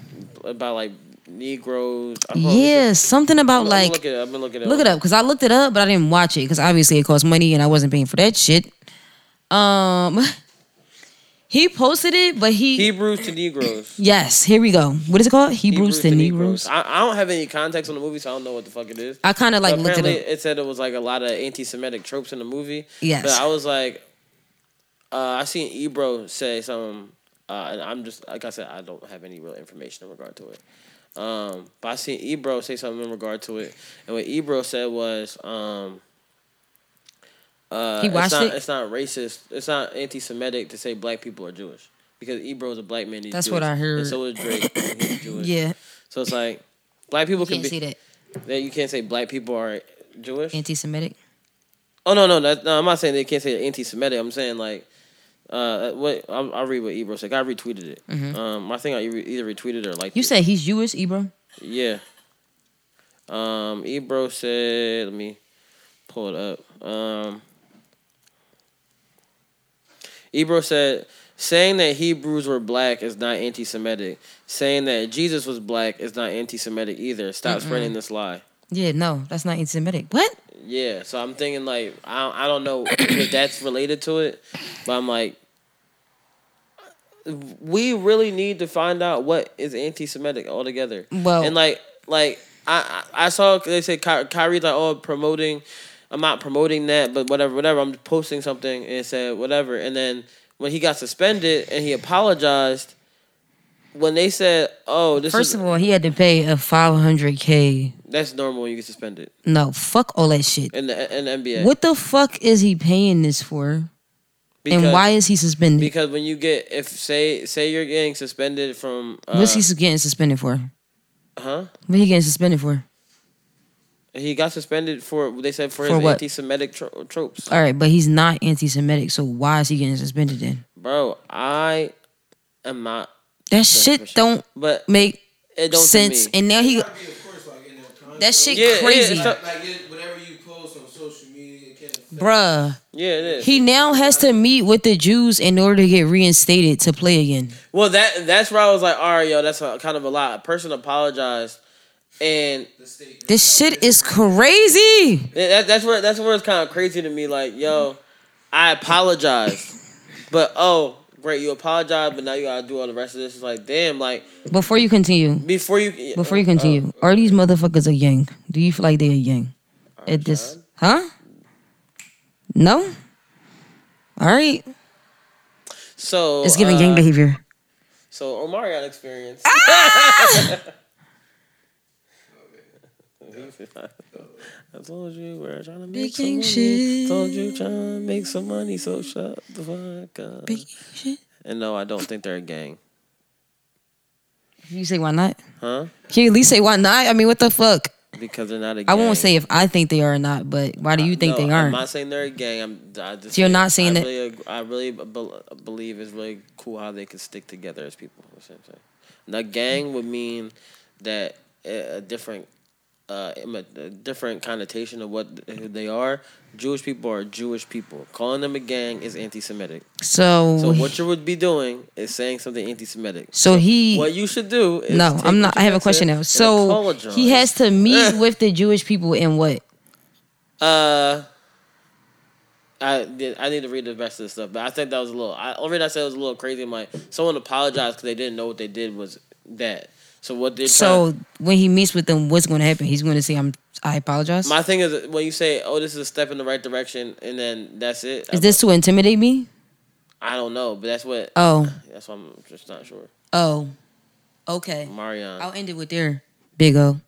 Speaker 3: about like Negroes. I'm probably-
Speaker 2: yeah, something about
Speaker 3: I'm gonna
Speaker 2: like,
Speaker 3: look it up. I'm gonna look it up.
Speaker 2: look it up because I looked it up, but I didn't watch it because obviously it cost money and I wasn't paying for that shit. Um, he posted it, but he,
Speaker 3: Hebrews to Negroes.
Speaker 2: yes, here we go. What is it called? Hebrews, to Negroes.
Speaker 3: I, I don't have any context on the movie, so I don't know what the fuck it is.
Speaker 2: I kinda, like,
Speaker 3: But
Speaker 2: looked it
Speaker 3: apparently it said it was like a lot of anti-Semitic tropes in the movie.
Speaker 2: Yes.
Speaker 3: but I was like, uh, I seen Ebro say something, uh, and I'm just like I said, I don't have any real information in regard to it. Um, but I seen Ebro say something in regard to it, and what Ebro said was, um, uh,
Speaker 2: He
Speaker 3: it's
Speaker 2: watched
Speaker 3: not,
Speaker 2: it?
Speaker 3: It's not racist. It's not anti-Semitic to say black people are Jewish because Ebro is a black man. He's
Speaker 2: That's
Speaker 3: Jewish,
Speaker 2: what I heard.
Speaker 3: And so is Drake. and he's Jewish.
Speaker 2: Yeah.
Speaker 3: So it's like black people
Speaker 2: You
Speaker 3: can
Speaker 2: can't
Speaker 3: be
Speaker 2: say that.
Speaker 3: that you can't say black people are Jewish.
Speaker 2: Anti-Semitic.
Speaker 3: Oh no, no, that, no! I'm not saying they can't say anti-Semitic. I'm saying like, uh, what I'll, I'll read what Ebro said. I retweeted it.
Speaker 2: Mhm.
Speaker 3: Um, I think I either either retweeted or liked.
Speaker 2: You
Speaker 3: it.
Speaker 2: said he's Jewish, Ebro.
Speaker 3: yeah. Um, Ebro said, let me pull it up. Um, Ebro said, saying that Hebrews were black is not anti-Semitic. Saying that Jesus was black is not anti-Semitic either. Stop
Speaker 2: Mm-mm.
Speaker 3: spreading this lie.
Speaker 2: Yeah, no, that's not anti-Semitic. What?
Speaker 3: Yeah, so I'm thinking like I I don't know if that's related to it, but I'm like we really need to find out what is anti-Semitic altogether.
Speaker 2: Well-
Speaker 3: and like, like I, I I saw they said Ky- Kyrie's like, oh, promoting. I'm not promoting that, but whatever, whatever. I'm posting something and it said whatever, and then when he got suspended and he apologized, when they said, oh, this
Speaker 2: First
Speaker 3: is
Speaker 2: of all, he had to pay a 500k.
Speaker 3: that's normal when you get suspended
Speaker 2: No, fuck all that shit.
Speaker 3: in the in the NBA.
Speaker 2: What the fuck is he paying this for? and
Speaker 3: Because-
Speaker 2: why is he suspended?
Speaker 3: Because when you get if say say you're getting suspended from uh,
Speaker 2: What's he sus- getting suspended for?
Speaker 3: huh
Speaker 2: What he getting suspended for?
Speaker 3: he got suspended for they said for,
Speaker 2: For
Speaker 3: his
Speaker 2: what?
Speaker 3: anti-Semitic tro- tropes.
Speaker 2: All right, but he's not anti-Semitic, so why is he getting suspended then?
Speaker 3: Bro, I am not.
Speaker 2: That shit don't
Speaker 3: But
Speaker 2: make
Speaker 3: it don't to
Speaker 2: sense.
Speaker 3: me.
Speaker 2: And now he that shit
Speaker 3: Yeah, yeah,
Speaker 2: crazy,
Speaker 3: it's a-
Speaker 2: bruh.
Speaker 3: Yeah, it is.
Speaker 2: He now has to meet with the Jews in order to get reinstated to play again.
Speaker 3: Well, that that's where I was like, all right, yo, that's a, kind of a lot. A person apologized, and
Speaker 2: This shit is crazy.
Speaker 3: that, that's where that's where it's kind of crazy to me. Like, yo, I apologized, but oh, great, you apologized, but now you gotta do all the rest of this. It's like, damn, like
Speaker 2: Before you continue,
Speaker 3: before you
Speaker 2: before you continue, are these motherfuckers a gang? Do you feel like they a gang? At this, huh? No. All right,
Speaker 3: So
Speaker 2: it's giving gang
Speaker 3: uh,
Speaker 2: behavior.
Speaker 3: So Omar got experience.
Speaker 2: Ah!
Speaker 3: I told you we're trying to make some
Speaker 2: Baking
Speaker 3: money.
Speaker 2: shit.
Speaker 3: Told you trying to make some money, so shut the fuck up. And no, I don't think they're a gang,
Speaker 2: You say why not?
Speaker 3: huh?
Speaker 2: Can you at least say why not? I mean, what the fuck?
Speaker 3: Because they're not a gang.
Speaker 2: I won't say if I think they are or not, but why do you think
Speaker 3: No,
Speaker 2: they
Speaker 3: I'm
Speaker 2: aren't?
Speaker 3: not saying they're a gang. I'm. I just
Speaker 2: So you're
Speaker 3: think-
Speaker 2: not saying
Speaker 3: I
Speaker 2: that-
Speaker 3: Really, ag- I really be- believe it's really cool how they can stick together as people. That's what I'm saying. Now, gang would mean that a a different, uh, im- a different connotation of what th- who they are. Jewish people are Jewish people. Calling them a gang is anti-Semitic.
Speaker 2: So
Speaker 3: So
Speaker 2: he-
Speaker 3: what you would be doing is saying something anti-Semitic.
Speaker 2: So he-
Speaker 3: What you should do is
Speaker 2: No,
Speaker 3: take
Speaker 2: I'm
Speaker 3: what
Speaker 2: not.
Speaker 3: you
Speaker 2: I have a
Speaker 3: just
Speaker 2: question
Speaker 3: said
Speaker 2: now.
Speaker 3: and
Speaker 2: So he
Speaker 3: apologize.
Speaker 2: has to meet with the Jewish people in what?
Speaker 3: Uh, I did. I need to read the rest of the stuff, but I think that was a little. I already I said it was a little crazy. I'm like, someone apologized because they didn't know what they did was that. So what did
Speaker 2: So when he meets with them, what's going to happen? He's going to say, "I'm. I apologize."
Speaker 3: my thing is when you say, "Oh, this is a step in the right direction," and then that's it.
Speaker 2: Is this to intimidate me?
Speaker 3: I don't know, but that's what.
Speaker 2: Oh.
Speaker 3: that's why I'm just not sure.
Speaker 2: Oh, okay.
Speaker 3: Marion.
Speaker 2: I'll end it with there. Big O.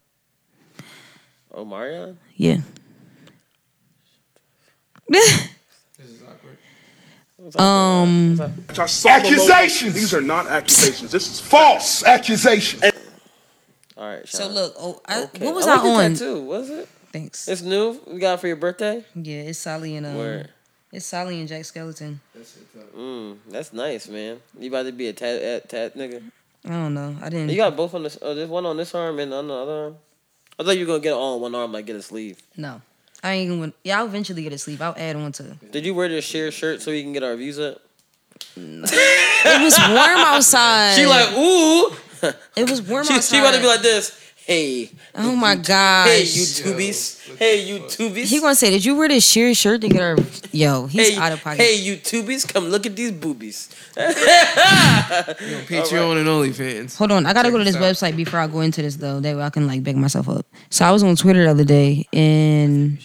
Speaker 3: Oh, Marion.
Speaker 2: Yeah.
Speaker 6: Um, accusations. These are not accusations. This is false accusations.
Speaker 3: All right.
Speaker 2: So look, oh, I,
Speaker 3: Okay.
Speaker 2: what was
Speaker 3: I
Speaker 2: I,
Speaker 3: like your
Speaker 2: on?
Speaker 3: tattoo. Was it?
Speaker 2: Thanks.
Speaker 3: It's new. We got it for your birthday.
Speaker 2: Yeah, it's Sally and um,
Speaker 3: Word.
Speaker 2: it's Sally and Jack Skeleton.
Speaker 3: Mm, that's nice, man. You about to be a tat a tat nigga.
Speaker 2: I don't know. I didn't.
Speaker 3: You got both on this. Oh, there's one on this arm and on the other arm. I thought you were gonna get it all on one arm, like get a sleeve.
Speaker 2: No, I ain't going. Yeah, I'll eventually get a sleep. I'll add on to. It
Speaker 3: Did you wear this sheer shirt so we can get our views up?
Speaker 2: was warm outside.
Speaker 3: She like, ooh.
Speaker 2: It was warm
Speaker 3: she,
Speaker 2: outside.
Speaker 3: she about to be like this. Hey,
Speaker 2: oh my gosh.
Speaker 3: hey, you tubies. Hey, you tubies.
Speaker 2: He gonna say, did you wear this sheer shirt to get our? Yo, he's
Speaker 3: hey,
Speaker 2: out of pocket.
Speaker 3: Hey, you tubies, come look at these boobies.
Speaker 5: Patreon and OnlyFans.
Speaker 2: Hold on, I gotta
Speaker 5: Check
Speaker 2: go to this
Speaker 5: out.
Speaker 2: website before I go into this though. That way I can like back myself up. So I was on Twitter the other day and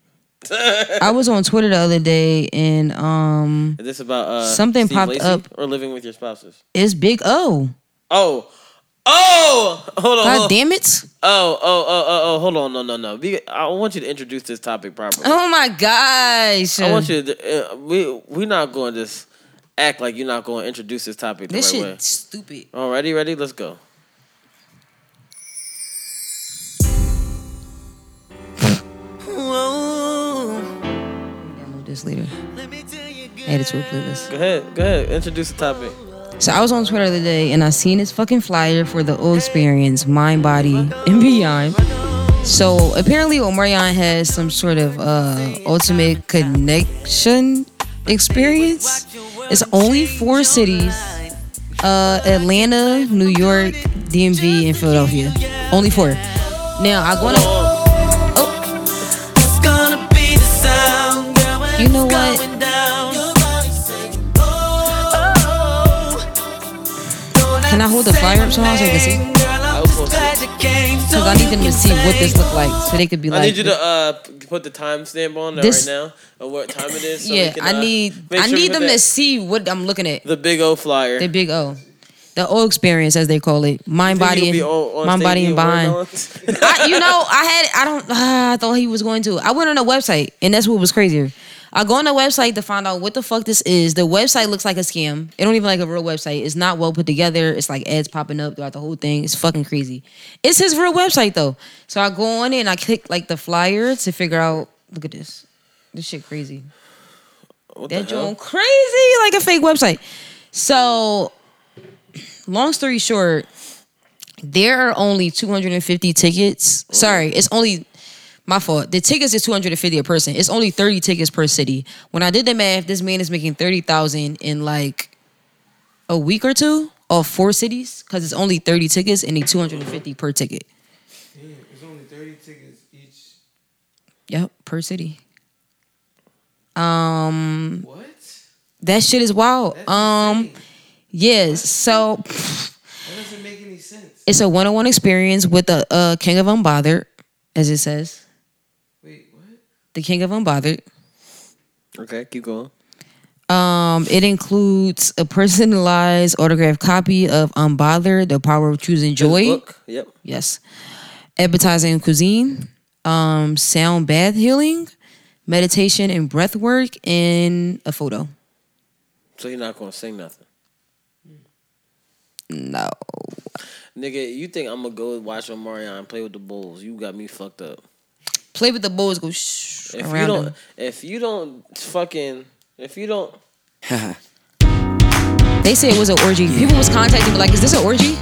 Speaker 2: I was on Twitter the other day and um
Speaker 3: Is this about uh,
Speaker 2: Something
Speaker 3: Steve
Speaker 2: popped
Speaker 3: Lacy
Speaker 2: up.
Speaker 3: or living with your spouses?
Speaker 2: it's Big O.
Speaker 3: Oh, oh, hold on. hold on.
Speaker 2: God damn it.
Speaker 3: Oh, oh, oh, oh, oh, hold on, no, no, no. Be- I want you to introduce this topic properly.
Speaker 2: Oh my gosh.
Speaker 3: I want you to. Uh, we we not going to just act like you're not going to introduce this topic the
Speaker 2: This
Speaker 3: right
Speaker 2: shit
Speaker 3: way.
Speaker 2: stupid.
Speaker 3: All ready, ready. Let's go.
Speaker 2: Download this later. Add it to a playlist.
Speaker 3: Go ahead, go ahead. Introduce the topic.
Speaker 2: So I was on Twitter the other day and I seen this fucking flyer for the O Experience, Mind, Body, and Beyond. So apparently Omarion has some sort of uh, ultimate connection experience. It's only four cities. Uh, Atlanta, New York, DMV, and Philadelphia. Only four. Now I wanna You know what? the flyer up somehow so they can see?
Speaker 16: Oh,
Speaker 2: Because I need them to see what this looked like so they could be
Speaker 3: I
Speaker 2: like.
Speaker 3: need you to uh, p- put the timestamp on it
Speaker 2: This-
Speaker 3: right now of what time it is. So we
Speaker 2: yeah,
Speaker 3: can,
Speaker 2: I
Speaker 3: uh,
Speaker 2: need
Speaker 3: make
Speaker 2: I
Speaker 3: sure we
Speaker 2: need
Speaker 3: put
Speaker 2: them
Speaker 3: that-
Speaker 2: to see what I'm looking at.
Speaker 3: the big O flyer.
Speaker 2: The big O, the O experience as they call it, mind,
Speaker 3: Think
Speaker 2: body,
Speaker 3: you'll
Speaker 2: and,
Speaker 3: be on- on
Speaker 2: mind,
Speaker 3: stage
Speaker 2: body, and
Speaker 3: getting word
Speaker 2: bond. I, you know, I had I don't ah, I thought he was going to. I went on the website and that's what was crazier. I go on the website to find out what the fuck this is. The website looks like a scam. It don't even like a real website. It's not well put together. It's like ads popping up throughout the whole thing. It's fucking crazy. It's his real website though. So I go on it and I click like the flyer to figure out. Look at this. This shit crazy. that
Speaker 3: the hell?
Speaker 2: joint crazy like a fake website. So, long story short, there are only 250 tickets. Sorry, it's only my fault. The tickets is 250 a person. It's only 30 tickets per city. When I did the math, this man is making 30,000 in like a week or two of four cities because it's only 30 tickets and the 250 per ticket. Yep, per city. Um What? That shit is wild. um yes, so
Speaker 5: That doesn't make any sense.
Speaker 2: it's a one-on-one experience with the uh, King of Unbothered, as it says.
Speaker 5: Wait, what?
Speaker 2: The King of Unbothered.
Speaker 3: Okay, keep going.
Speaker 2: Um, it includes a personalized autographed copy of Unbothered, The Power of Choosing Joy.
Speaker 3: Book. Yep.
Speaker 2: Yes. Appetizing cuisine, um, sound bath healing, meditation and breath work, and a photo.
Speaker 3: So you're not gonna sing nothing,
Speaker 2: No.
Speaker 3: nigga. You think I'm gonna go watch Omarion and play with the Bulls? You got me fucked up.
Speaker 2: Play with the bulls, go shh
Speaker 3: If you
Speaker 2: around
Speaker 3: don't,
Speaker 2: them.
Speaker 3: if you don't fucking, if you don't,
Speaker 2: They say it was an orgy. People was contacting me like, is this an orgy?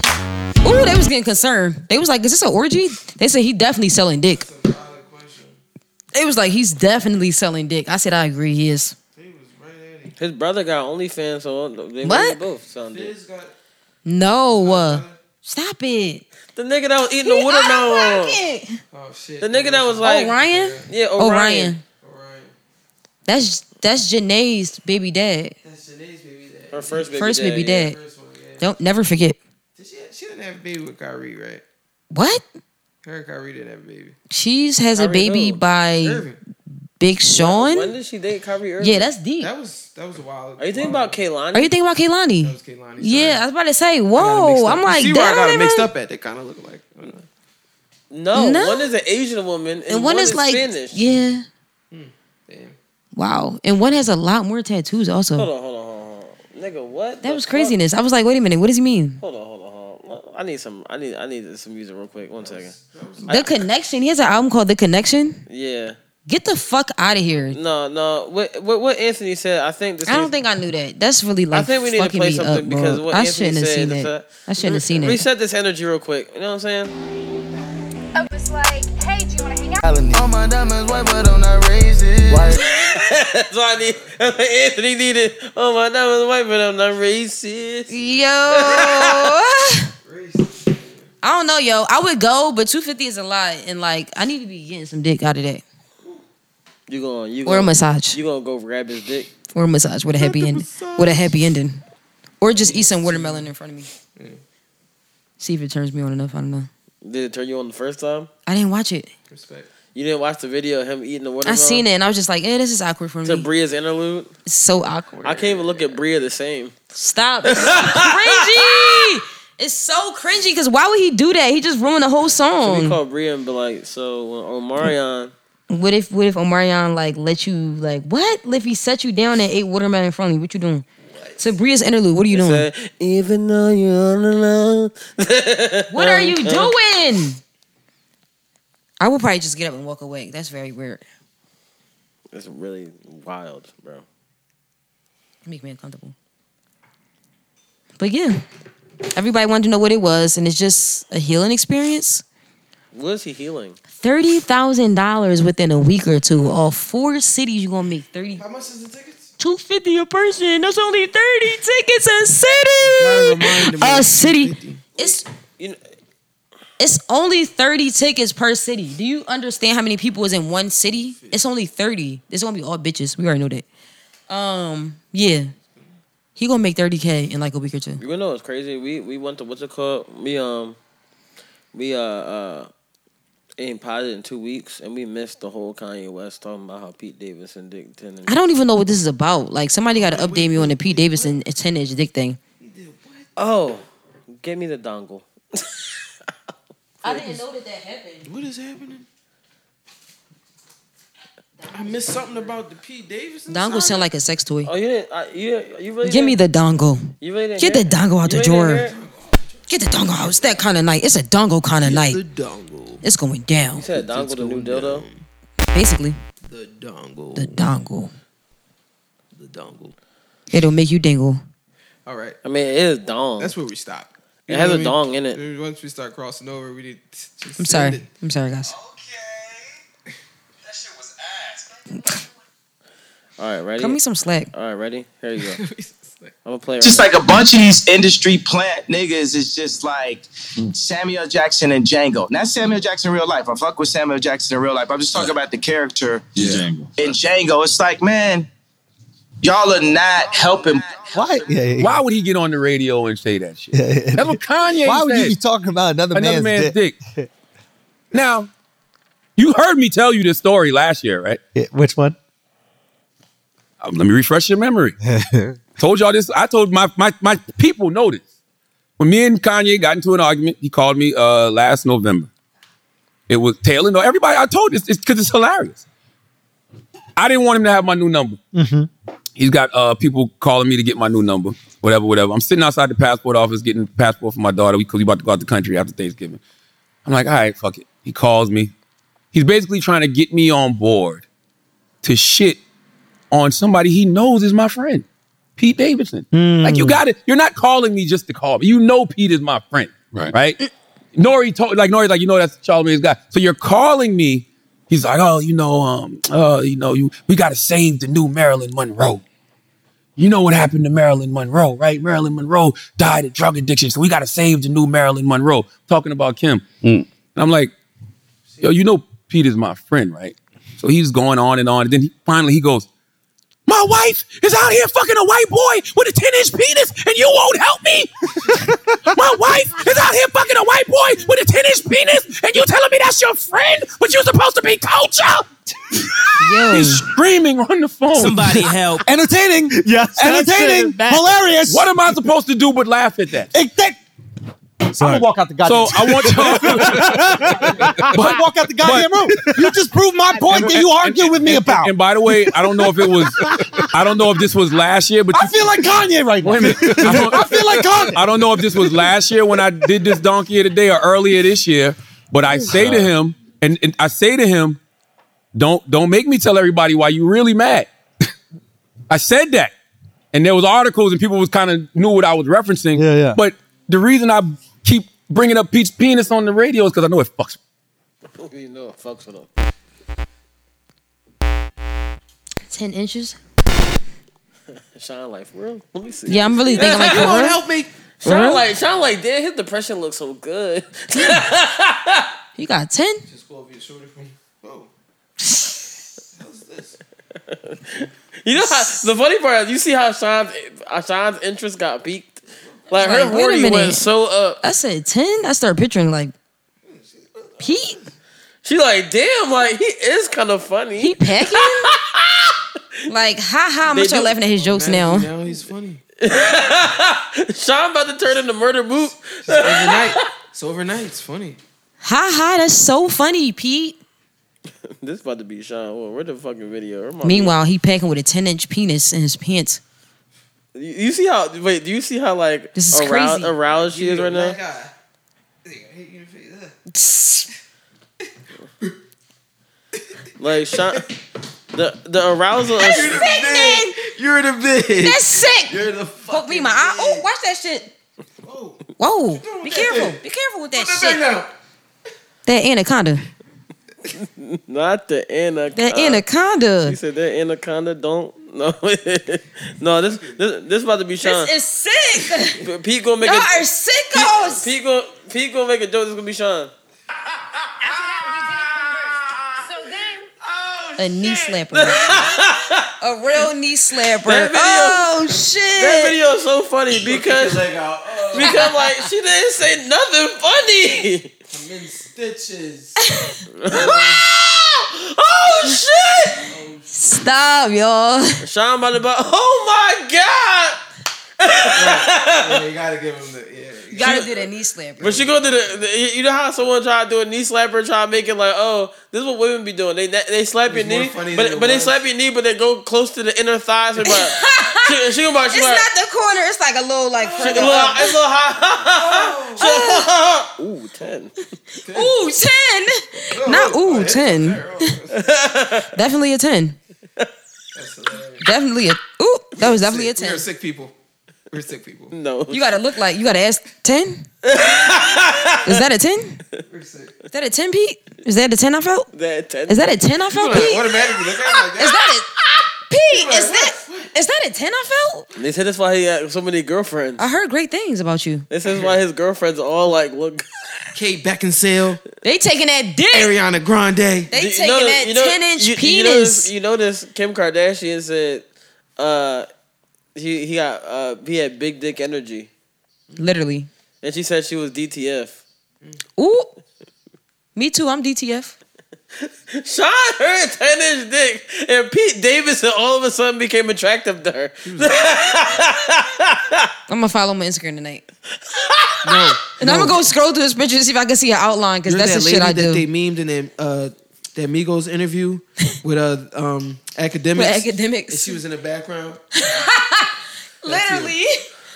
Speaker 2: Ooh, they was getting concerned. They was like, is this an orgy? They said he definitely selling dick. They was like, he's definitely selling dick. I said, I agree, he is.
Speaker 3: his brother got OnlyFans, so they
Speaker 2: What?
Speaker 3: both sound dick.
Speaker 2: No. uh, Stop it.
Speaker 3: The nigga that was eating the watermelon.
Speaker 5: Oh shit.
Speaker 3: The nigga that was like
Speaker 2: Orion?
Speaker 3: Yeah, Orion.
Speaker 2: That's that's Janae's baby dad.
Speaker 3: Her first baby.
Speaker 2: First
Speaker 3: dad,
Speaker 2: baby
Speaker 3: yeah.
Speaker 2: dad. Don't never forget.
Speaker 5: She didn't have a baby with Kyrie, right?
Speaker 2: What?
Speaker 5: Her and Kyrie didn't have a baby.
Speaker 2: She's has a
Speaker 5: Kyrie
Speaker 2: baby
Speaker 5: who?
Speaker 2: by
Speaker 5: Irving.
Speaker 2: Big
Speaker 3: When
Speaker 2: Sean.
Speaker 3: did she date Kyrie Irving?
Speaker 2: Yeah, that's deep.
Speaker 5: That was that was a wild.
Speaker 3: Are you thinking about Kaylani?
Speaker 2: Are you thinking about Kaylani? Yeah, I was about to say,
Speaker 3: Oh,
Speaker 2: whoa. I'm like,
Speaker 5: see
Speaker 2: damn.
Speaker 5: where I got it
Speaker 2: they
Speaker 5: mixed
Speaker 2: really-
Speaker 5: up at? They kind of look like. I don't
Speaker 3: No,
Speaker 5: know.
Speaker 2: No.
Speaker 3: one is an Asian woman and,
Speaker 2: And one is like,
Speaker 3: Spanish.
Speaker 2: yeah. Wow. And one has a lot more tattoos also.
Speaker 3: Hold on, hold on, hold on. Nigga, what?
Speaker 2: That
Speaker 3: the
Speaker 2: was
Speaker 3: fuck?
Speaker 2: craziness. I was like, wait a minute, what does he mean?
Speaker 3: Hold on, hold on, hold on. I need some. I need. I need some music real quick. One second.
Speaker 2: The Connection. He has an album called The Connection.
Speaker 3: Yeah.
Speaker 2: Get the fuck out of here.
Speaker 3: No, no. What, what? What Anthony said? I think this.
Speaker 2: I don't
Speaker 3: is-
Speaker 2: think I knew that. That's really like
Speaker 3: I think we need to
Speaker 2: fucking
Speaker 3: play
Speaker 2: me
Speaker 3: something
Speaker 2: up,
Speaker 3: because
Speaker 2: bro.
Speaker 3: what
Speaker 2: I
Speaker 3: Anthony
Speaker 2: shouldn't have
Speaker 3: said
Speaker 2: seen
Speaker 3: is,
Speaker 2: it.
Speaker 3: uh,
Speaker 2: I shouldn't have seen it.
Speaker 3: Reset this energy real quick. You know what I'm saying?
Speaker 8: I was like, hey, do you want to hang out?
Speaker 10: All my diamonds white, but I'm not racist. White.
Speaker 3: That's why I need. Anthony needed. Oh my, that was white, but I'm not racist.
Speaker 2: Yo. I don't know, yo. I would go, but 250 is a lot. And like, I need to be getting some dick out of that.
Speaker 3: You going? You
Speaker 2: Or a
Speaker 3: gonna-
Speaker 2: massage.
Speaker 3: You gonna go grab his dick?
Speaker 2: Or a massage with a happy end, with a happy ending. Or just eat some watermelon in front of me. See if it turns me on enough. I don't know.
Speaker 3: Did it turn you on the first time?
Speaker 2: I didn't watch it.
Speaker 5: Respect.
Speaker 3: You didn't watch the video of him eating the watermelon.
Speaker 2: I seen it and I was just like, eh, this is awkward for
Speaker 3: To
Speaker 2: me.
Speaker 3: Bria's interlude.
Speaker 2: It's so awkward.
Speaker 3: I can't even look at Bria the same.
Speaker 2: Stop. It's so cringy. It's so cringy because why would he do that? He just ruined the whole
Speaker 3: So we
Speaker 2: song.
Speaker 3: call Bria and be like, so when Omarion,
Speaker 2: What if what if Omarion like let you like what? If he set you down and ate watermelon in front of you, what you doing? Sabria's interlude, what are you doing?
Speaker 3: even though you're on alone.
Speaker 2: what are you doing? I would probably just get up and walk away. That's very weird.
Speaker 3: it's really wild, bro.
Speaker 2: Make me uncomfortable. But yeah. Everybody wanted to know what it was, and it's just a healing experience.
Speaker 3: What is he healing?
Speaker 2: Thirty thousand dollars within a week or two. All four cities, you're gonna make thirty. How much is the tickets? Two fifty a person. That's only thirty tickets a city. A city. It's
Speaker 3: you know,
Speaker 2: it's only thirty tickets per city. Do you understand how many people is in one city? It's only thirty. It's gonna be all bitches. We already know that. Um, yeah. He gonna make 30K in like a week or two.
Speaker 3: You wanna know what's crazy? We we went to what's it called? We um we uh uh ain't potted in two weeks and we missed the whole Kanye West talking about how Pete Davis and Dick Tennant.
Speaker 2: I don't even know what this is about. Like somebody gotta update me on the Pete Davidson 10 inch dick thing.
Speaker 3: Oh, give me the dongle.
Speaker 2: I didn't know that that happened.
Speaker 5: What is happening? I missed something about the Pete Davidson.
Speaker 2: Dongle sound like a sex toy.
Speaker 3: Oh, you didn't. I, you, you really
Speaker 2: Give me the
Speaker 3: didn't-
Speaker 2: dongle.
Speaker 3: You really didn't
Speaker 2: Get
Speaker 3: hear
Speaker 2: the
Speaker 3: it?
Speaker 2: dongle out
Speaker 3: You
Speaker 2: the
Speaker 3: really
Speaker 2: drawer.
Speaker 3: didn't hear
Speaker 2: Get the dongle out. It's that kind of night. It's a dongle kind of night.
Speaker 5: dongle.
Speaker 2: It's going
Speaker 3: You
Speaker 2: down.
Speaker 3: said dongle the new dildo.
Speaker 2: Basically,
Speaker 5: The dongle.
Speaker 2: the dongle.
Speaker 5: The dongle.
Speaker 2: It'll make you dingle.
Speaker 5: All right.
Speaker 3: I mean, it is dong.
Speaker 5: That's where we stop.
Speaker 3: It
Speaker 5: You know
Speaker 3: has
Speaker 5: what
Speaker 3: a
Speaker 5: I mean?
Speaker 3: dong in it.
Speaker 5: Maybe Once we start crossing over, we need. To just
Speaker 2: I'm
Speaker 5: send
Speaker 2: sorry. I'm sorry, guys.
Speaker 3: All right, ready?
Speaker 2: Cut me some slack.
Speaker 3: All right, ready? Here you go. I'm gonna play. it
Speaker 15: Just
Speaker 3: right
Speaker 15: like a bunch of these industry plant niggas is just like Samuel Jackson and Django. Not Samuel Jackson in real life. I fuck with Samuel Jackson in real life. I'm just talking about the character in Django. It's like, man, y'all are not helping.
Speaker 17: Why? Why would he get on the radio and say that shit? That's what Kanye
Speaker 16: Why would you
Speaker 17: said.
Speaker 16: be talking about another,
Speaker 17: Another
Speaker 16: man's,
Speaker 17: man's
Speaker 16: dick?
Speaker 17: Now, you heard me tell you this story last year, right?
Speaker 16: Which one?
Speaker 17: Um, let me refresh your memory. told y'all this. I told my, my my people know this. When me and Kanye got into an argument, he called me uh, last November. It was Taylor. No, everybody. I told this because it's hilarious. I didn't want him to have my new number.
Speaker 16: Mm-hmm.
Speaker 17: He's got uh, people calling me to get my new number, whatever, whatever. I'm sitting outside the passport office getting a passport for my daughter because we about to go out the country after Thanksgiving. I'm like, all right, fuck it. He calls me. He's basically trying to get me on board to shit on somebody he knows is my friend, Pete Davidson. Like, you got it. You're not calling me just to call me. You know Pete is my friend, right? Right. Nori told like Nori's like you know that's Charlemagne's guy. So you're calling me. He's like, oh, you know, um, uh, you know, you we gotta save the new Marilyn Monroe. You know what happened to Marilyn Monroe, right? Marilyn Monroe died of drug addiction, so we gotta save the new Marilyn Monroe. Talking about Kim, and I'm like, yo, you know, Pete is my friend, right? So he's going on and on, and then he, finally he goes, my wife is out here fucking a white boy with a 10 inch penis and you won't help me? My wife is out here fucking a white boy with a 10 inch penis and you telling me that's your friend, but you're supposed to be culture? He's screaming on the phone.
Speaker 16: Somebody
Speaker 17: help.
Speaker 16: Entertaining. Yes. Entertaining. Hilarious.
Speaker 17: What am I supposed to do but laugh at that?
Speaker 16: I'm gonna walk out the goddamn.
Speaker 17: So I want
Speaker 16: y'all. but walk out the goddamn room. You just proved my point that you argue with me about.
Speaker 17: And by the way, I don't know if it was, I don't know if this was last year, but
Speaker 16: I feel like Kanye right now.
Speaker 17: Wait a minute. I, don't,
Speaker 16: I feel like Kanye.
Speaker 17: I don't know if this was last year when I did this donkey of the day or earlier this year, but I say to him, and, and I say to him, don't don't make me tell everybody why you really mad. I said that, and there was articles and people was kind of knew what I was referencing. Yeah, yeah. But the reason I keep bringing up Pete's penis on the radio is because I know it fucks.
Speaker 3: now. you know it fucks with him.
Speaker 2: 10 inches?
Speaker 3: Shine like for real. Let me see.
Speaker 2: Yeah, I'm really thinking like,
Speaker 3: you
Speaker 2: for
Speaker 3: won't
Speaker 2: real?
Speaker 3: help me.
Speaker 2: For
Speaker 3: Shine
Speaker 2: real?
Speaker 3: like, shine like, damn, his depression looks so good.
Speaker 2: You got 10?
Speaker 3: You know how the funny part is you see how Sean's Sean's interest got peaked. Like her
Speaker 2: Like, wait a
Speaker 3: horny
Speaker 2: minute.
Speaker 3: went so up.
Speaker 2: I said 10? I started picturing like Pete.
Speaker 3: She like, damn, like he is kind of funny. He
Speaker 2: packing. like, haha, I'm
Speaker 3: They
Speaker 2: gonna start
Speaker 3: do- Oh,
Speaker 2: laughing at his jokes now.
Speaker 5: Now he's funny.
Speaker 3: Sean about to turn into murder boot.
Speaker 5: overnight. It's overnight. It's funny.
Speaker 2: Ha ha, that's so funny, Pete.
Speaker 3: this about to be Sean. Well, where the fucking video? Where my-
Speaker 2: Meanwhile, he packing with a 10 inch penis in his pants.
Speaker 3: you, you see how? Wait, do you see how like
Speaker 2: This is
Speaker 3: aroused,
Speaker 2: crazy.
Speaker 3: aroused she is right now? Like Sean, the the arousal. Of,
Speaker 5: You're
Speaker 2: That's sick, man.
Speaker 5: the bitch.
Speaker 2: That's sick.
Speaker 5: You're the
Speaker 2: Poke me in my eye. Oh, watch that shit. Whoa. Be careful. Be careful with that shit. That anaconda.
Speaker 3: not the anaconda.
Speaker 2: That anaconda.
Speaker 3: He said that anaconda don't. No, no. This this this about to be Sean.
Speaker 2: This is sick.
Speaker 3: Pete gonna make
Speaker 2: Y'all
Speaker 3: a,
Speaker 2: are sickos.
Speaker 3: Pete, Pete gonna Pete gonna make a joke. This gonna be Sean.
Speaker 2: A knee slapper. A real knee slapper.
Speaker 3: That video-
Speaker 2: oh shit!
Speaker 3: That video is so funny because because like she didn't say nothing funny.
Speaker 5: I'm in stitches.
Speaker 3: oh shit!
Speaker 2: Stop, y'all.
Speaker 3: Sean about to bu- Oh my god!
Speaker 5: you gotta give him the. Yeah.
Speaker 2: You gotta do the knee slapper.
Speaker 3: But she go to the, the- you know how someone try to do a knee slapper, try to make it like, oh, this is what women be doing. They they slap your
Speaker 5: It's more
Speaker 3: knee,
Speaker 5: funny than
Speaker 3: but
Speaker 5: it
Speaker 3: but they
Speaker 5: was.
Speaker 3: slap your knee, but they go close to the inner thighs. And like, she she gonna
Speaker 2: It's not the corner. It's like a little like.
Speaker 3: It's a little high.
Speaker 2: Oh.
Speaker 3: Ooh, ten.
Speaker 2: Ooh, ten. Not ooh, ten. definitely a ten. Definitely a ooh. That was definitely a
Speaker 5: Sick.
Speaker 2: ten.
Speaker 5: We're sick people. We're sick people.
Speaker 3: No.
Speaker 2: You gotta look like you gotta ask ten. Is that a ten? Is that a ten, Pete? Is that a ten I felt?
Speaker 3: That ten.
Speaker 2: Is that a ten I felt, Pete?
Speaker 5: Automatically look at him like that.
Speaker 2: Is that a Pete? Is that is that a ten I felt?
Speaker 3: They said that's why he had so many girlfriends.
Speaker 2: I heard great things about you.
Speaker 3: This is why his girlfriends all like look.
Speaker 5: Kate Beckinsale,
Speaker 2: They taking that dick.
Speaker 5: Ariana Grande.
Speaker 2: They
Speaker 3: You
Speaker 2: taking
Speaker 3: know-
Speaker 2: that
Speaker 3: you know-
Speaker 2: ten inch
Speaker 3: you- You know,
Speaker 2: penis.
Speaker 3: this, you know this, Kim Kardashian said, uh, he he got uh he had big dick energy,
Speaker 2: Literally.
Speaker 3: and she said she was DTF.
Speaker 2: Ooh. Me too. I'm DTF.
Speaker 3: Sean her ten inch dick, and Pete Davidson all of a sudden became attractive to her.
Speaker 2: I'm gonna follow my Instagram tonight. no. And I'm gonna go scroll through his picture to see if I can see an outline because
Speaker 5: You're
Speaker 2: that's
Speaker 5: that
Speaker 2: the
Speaker 5: lady
Speaker 2: shit I
Speaker 5: that
Speaker 2: do.
Speaker 5: they memed in that, uh, that Migos interview with uh, um, academics.
Speaker 2: With academics.
Speaker 5: And she was in the background.
Speaker 2: Literally.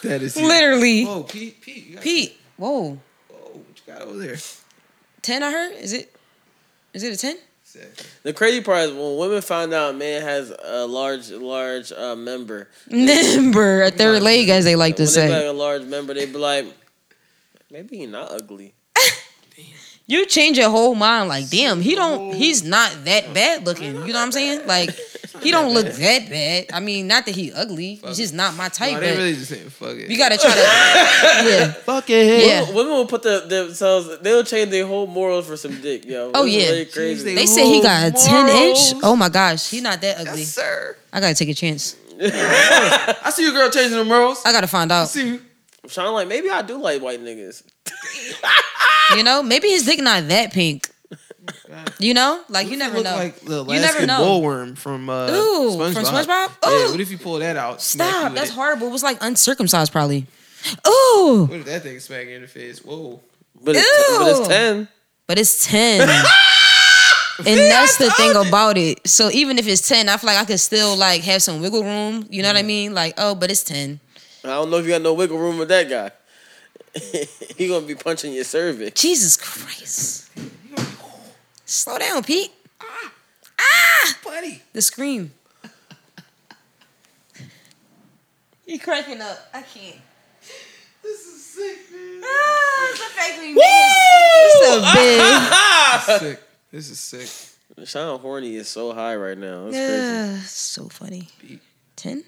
Speaker 5: That is you.
Speaker 2: Literally.
Speaker 5: Whoa, Pete, Pete, you got,
Speaker 2: Pete. Whoa.
Speaker 5: what you got over there?
Speaker 2: Ten I heard? Is it is it a ten?
Speaker 3: The crazy part is when women found out a man has a large, large uh, member.
Speaker 2: Member. A third leg as they like to
Speaker 3: when they got
Speaker 5: uh,
Speaker 2: say.
Speaker 3: a large member, they be like, maybe he's not ugly.
Speaker 2: You change your whole mind like damn, he
Speaker 5: Oh.
Speaker 2: don't he's not that bad looking. You know what I'm saying? Like he don't look that bad. I mean, not that he ugly. He's just not my type.
Speaker 5: No,
Speaker 2: but
Speaker 5: they really just saying fuck it.
Speaker 2: you gotta try to Yeah.
Speaker 5: Fuck it.
Speaker 2: Yeah.
Speaker 3: Women, women will put the, themselves. They'll change their whole morals for some dick, yo.
Speaker 2: Oh
Speaker 3: It's
Speaker 2: yeah,
Speaker 3: really crazy.
Speaker 2: they said he got a ten
Speaker 3: morals.
Speaker 2: inch. Oh my gosh, he's not that ugly.
Speaker 5: Yes, sir.
Speaker 2: I gotta take a chance.
Speaker 5: I see you, girl, changing the morals.
Speaker 2: I gotta find
Speaker 5: I
Speaker 2: out.
Speaker 5: see you.
Speaker 3: Sean like maybe I do like white niggas.
Speaker 2: You know, maybe his dick not that pink. You know, like you never
Speaker 5: look
Speaker 2: know.
Speaker 5: like the
Speaker 2: you never
Speaker 5: Alaskan
Speaker 2: know.
Speaker 5: bullworm from uh,
Speaker 2: Ooh,
Speaker 5: SpongeBob.
Speaker 2: from SpongeBob?
Speaker 5: Yeah,
Speaker 2: Ooh.
Speaker 5: what if you pull that out? smack you
Speaker 2: Stop,
Speaker 5: with
Speaker 2: that's
Speaker 5: it?
Speaker 2: horrible. It was like uncircumcised, probably. Ooh,
Speaker 5: What if that thing smack you in the face? Whoa.
Speaker 3: But
Speaker 2: Ew.
Speaker 3: it's, but it's ten.
Speaker 2: but it's ten. And that's the thing about it. So even if it's ten, I feel like I could still like have some wiggle room. You know what I mean? Like, oh, but it's ten.
Speaker 3: I don't know if you got no wiggle room with that guy. he gonna be punching your cervix.
Speaker 2: Jesus Christ! Slow down, Pete. Ah!
Speaker 5: Buddy.
Speaker 2: The scream. You cracking up? I can't.
Speaker 5: This is sick, man.
Speaker 2: Ah, it's the fact we made it. It's so big.
Speaker 5: sick. This is sick.
Speaker 3: Sean horny is so high right now. It's crazy.
Speaker 2: Yeah, so funny. Ten.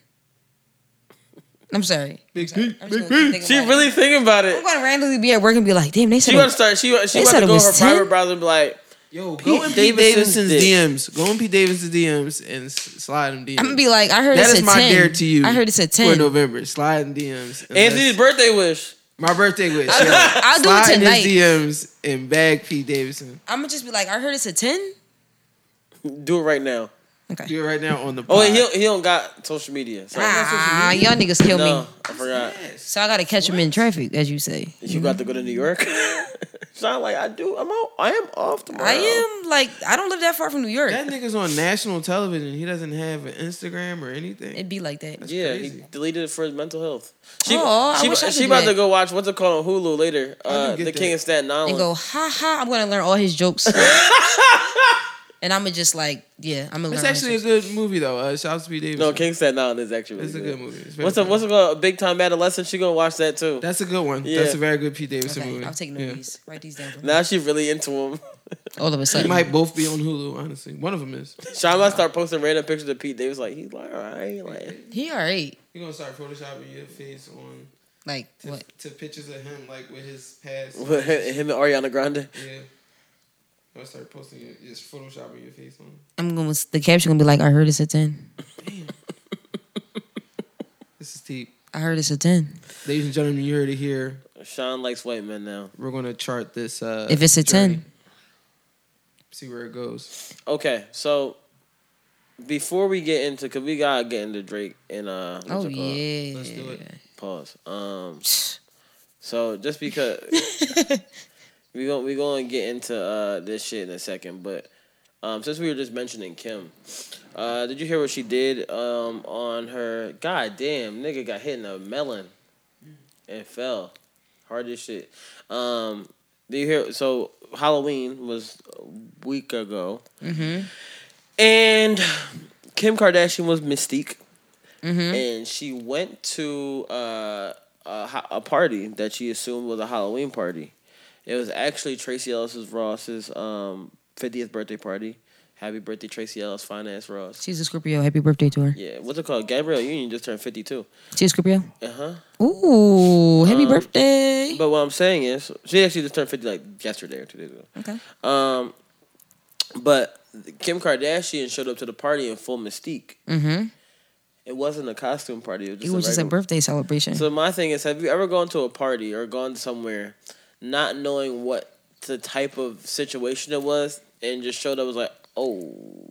Speaker 2: I'm sorry.
Speaker 5: Big Pete.
Speaker 2: I'm just gonna think
Speaker 3: She
Speaker 2: about it.
Speaker 3: really thinking about
Speaker 2: I'm
Speaker 3: it.
Speaker 2: gonna randomly be at work and be like, damn, they said.
Speaker 3: She gonna start. She she
Speaker 2: They
Speaker 3: about
Speaker 2: said
Speaker 3: to
Speaker 2: it
Speaker 3: go on
Speaker 2: was
Speaker 3: her
Speaker 2: 10?
Speaker 3: private browser and be like,
Speaker 5: Yo, go
Speaker 3: Pete
Speaker 5: in Pete
Speaker 3: Davidson's
Speaker 5: Davidson's
Speaker 3: dick.
Speaker 5: DMs. Go in Pete Davidson's DMs and s- slide them DMs.
Speaker 2: I'm gonna be like, I heard
Speaker 5: that
Speaker 2: it's
Speaker 5: is
Speaker 2: a
Speaker 5: my
Speaker 2: 10.
Speaker 5: dare to you.
Speaker 2: I heard it's a
Speaker 5: for
Speaker 2: 10.
Speaker 5: November. Slide in DMs. and
Speaker 3: Anthony's birthday wish.
Speaker 5: My birthday wish.
Speaker 2: I'll do-
Speaker 5: yeah.
Speaker 2: I'll do it
Speaker 5: Slide in
Speaker 2: tonight.
Speaker 5: his DMs and bag Pete Davidson.
Speaker 2: I'm gonna just be like, I heard it's a ten.
Speaker 3: Do it right now.
Speaker 5: Do it right now on the.
Speaker 3: Oh, wait,
Speaker 5: pod.
Speaker 3: he don't- he don't got social media. So
Speaker 2: Ah, y'all niggas kill
Speaker 3: no,
Speaker 2: me.
Speaker 3: I forgot.
Speaker 2: So I gotta catch them in traffic, as you say.
Speaker 3: You got to go to New York. Sean like I do. I'm out. I am off tomorrow.
Speaker 2: I am like, I don't live that far from New York.
Speaker 5: That nigga's on national television. He doesn't have an Instagram or anything.
Speaker 2: It'd be like that.
Speaker 3: Yeah, he
Speaker 5: crazy.
Speaker 3: deleted it for his mental health. She,
Speaker 2: Oh, I
Speaker 3: she,
Speaker 2: wish I
Speaker 3: she
Speaker 2: could do
Speaker 3: about
Speaker 2: that.
Speaker 3: to go watch what's it called on Hulu later. Uh, the
Speaker 5: get
Speaker 3: King
Speaker 5: that.
Speaker 3: of Staten Island.
Speaker 2: And go, ha ha, I'm gonna learn all his jokes. and I'm gonna just like, yeah, I'm gonna
Speaker 5: It's
Speaker 2: learn. all his
Speaker 5: actually a
Speaker 2: jokes.
Speaker 5: good movie though. Uh, Shouts to Pete Davidson.
Speaker 3: no, King of Staten Island is actually.
Speaker 5: It's a
Speaker 3: really
Speaker 5: good movie. It's very
Speaker 3: What's a
Speaker 5: good.
Speaker 3: what's a big time adolescent? She gonna watch that too.
Speaker 5: That's a good one.
Speaker 3: Yeah.
Speaker 5: That's a very good Pete Davidson
Speaker 2: Okay,
Speaker 5: movie.
Speaker 2: I'm taking
Speaker 5: Yeah.
Speaker 2: these. Write these down.
Speaker 3: Now she really into him.
Speaker 2: All of a
Speaker 5: They
Speaker 2: sudden,
Speaker 5: might both be on Hulu, honestly. One of them is.
Speaker 3: Sean might start posting random pictures of Pete. They was like, he's like, all right, like
Speaker 2: he alright.
Speaker 5: You're gonna start photoshopping your face on
Speaker 2: Like
Speaker 5: to,
Speaker 2: what?
Speaker 5: to pictures of him like with his past.
Speaker 3: with him him and Ariana Grande.
Speaker 5: yeah. You're gonna start posting your, just photoshopping your face on.
Speaker 2: I'm gonna the caption gonna be like, I heard it's a ten. I heard it's a ten.
Speaker 5: Ladies and gentlemen, you heard it here.
Speaker 3: Sean likes white men now.
Speaker 5: We're gonna chart this. Uh,
Speaker 2: If it's a
Speaker 5: journey.
Speaker 2: ten,
Speaker 5: see where it goes.
Speaker 3: Okay, so before we get into, cause we gotta get into Drake and uh. what's
Speaker 2: oh
Speaker 3: it called?
Speaker 2: yeah.
Speaker 3: Pause. Um. So just because we going we gonna get into uh this shit in a second, but um since we were just mentioning Kim, uh did you hear what she did um on her? God damn, nigga got hit in a melon and fell hard as shit. Um, do you hear? So Halloween was a week ago,
Speaker 2: Mm-hmm.
Speaker 3: and Kim Kardashian was Mystique
Speaker 2: Mm-hmm.
Speaker 3: and she went to uh, a, ho- a party that she assumed was a Halloween party. It was actually Tracy Ellis Ross's um, 50th birthday party. Happy birthday, Tracy Ellis, finance Ross.
Speaker 2: She's a Scorpio. Happy birthday to her.
Speaker 3: Yeah, what's it called? Gabrielle Union just turned 52.
Speaker 2: She's a Scorpio.
Speaker 3: Uh huh.
Speaker 2: Ooh, happy
Speaker 3: Um,
Speaker 2: birthday.
Speaker 3: But what I'm saying is, she actually just turned 50 like yesterday or two days ago.
Speaker 2: Okay.
Speaker 3: Um, but Kim Kardashian showed up to the party in full mystique.
Speaker 2: Mm-hmm.
Speaker 3: It wasn't a costume party. It was just,
Speaker 2: It was
Speaker 3: a,
Speaker 2: just a
Speaker 3: regular-
Speaker 2: birthday celebration.
Speaker 3: So my thing is, have you ever gone to a party or gone somewhere, not knowing what the type of situation it was, and just showed up was like, oh,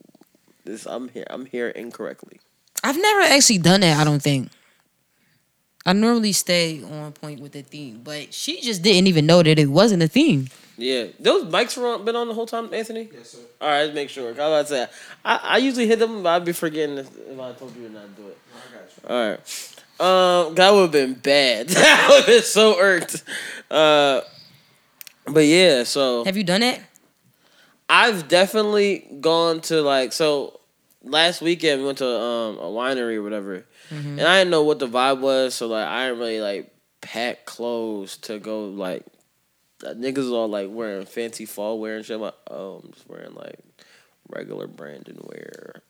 Speaker 3: this I'm here, I'm here incorrectly.
Speaker 2: I've never actually done that. I don't think. I normally stay on point with the theme, but she just didn't even know that it wasn't a theme.
Speaker 3: Yeah, those mics were on, been on the whole time, Anthony. Yes, sir. All right, let's make sure. 'Cause I was about to say, I, I usually hit them, but I'd be forgetting if, if I told you to not do it. All right. Um, that would have been bad. that would have been so irked. Uh, but yeah, so
Speaker 2: Have you done it?
Speaker 3: I've definitely gone to like so last weekend we went to um a winery or whatever. And I didn't know what the vibe was, so like I didn't really like pack clothes to go like uh, niggas was all like wearing fancy fall wear and shit. I'm like, oh, I'm just wearing like regular Brandon wear.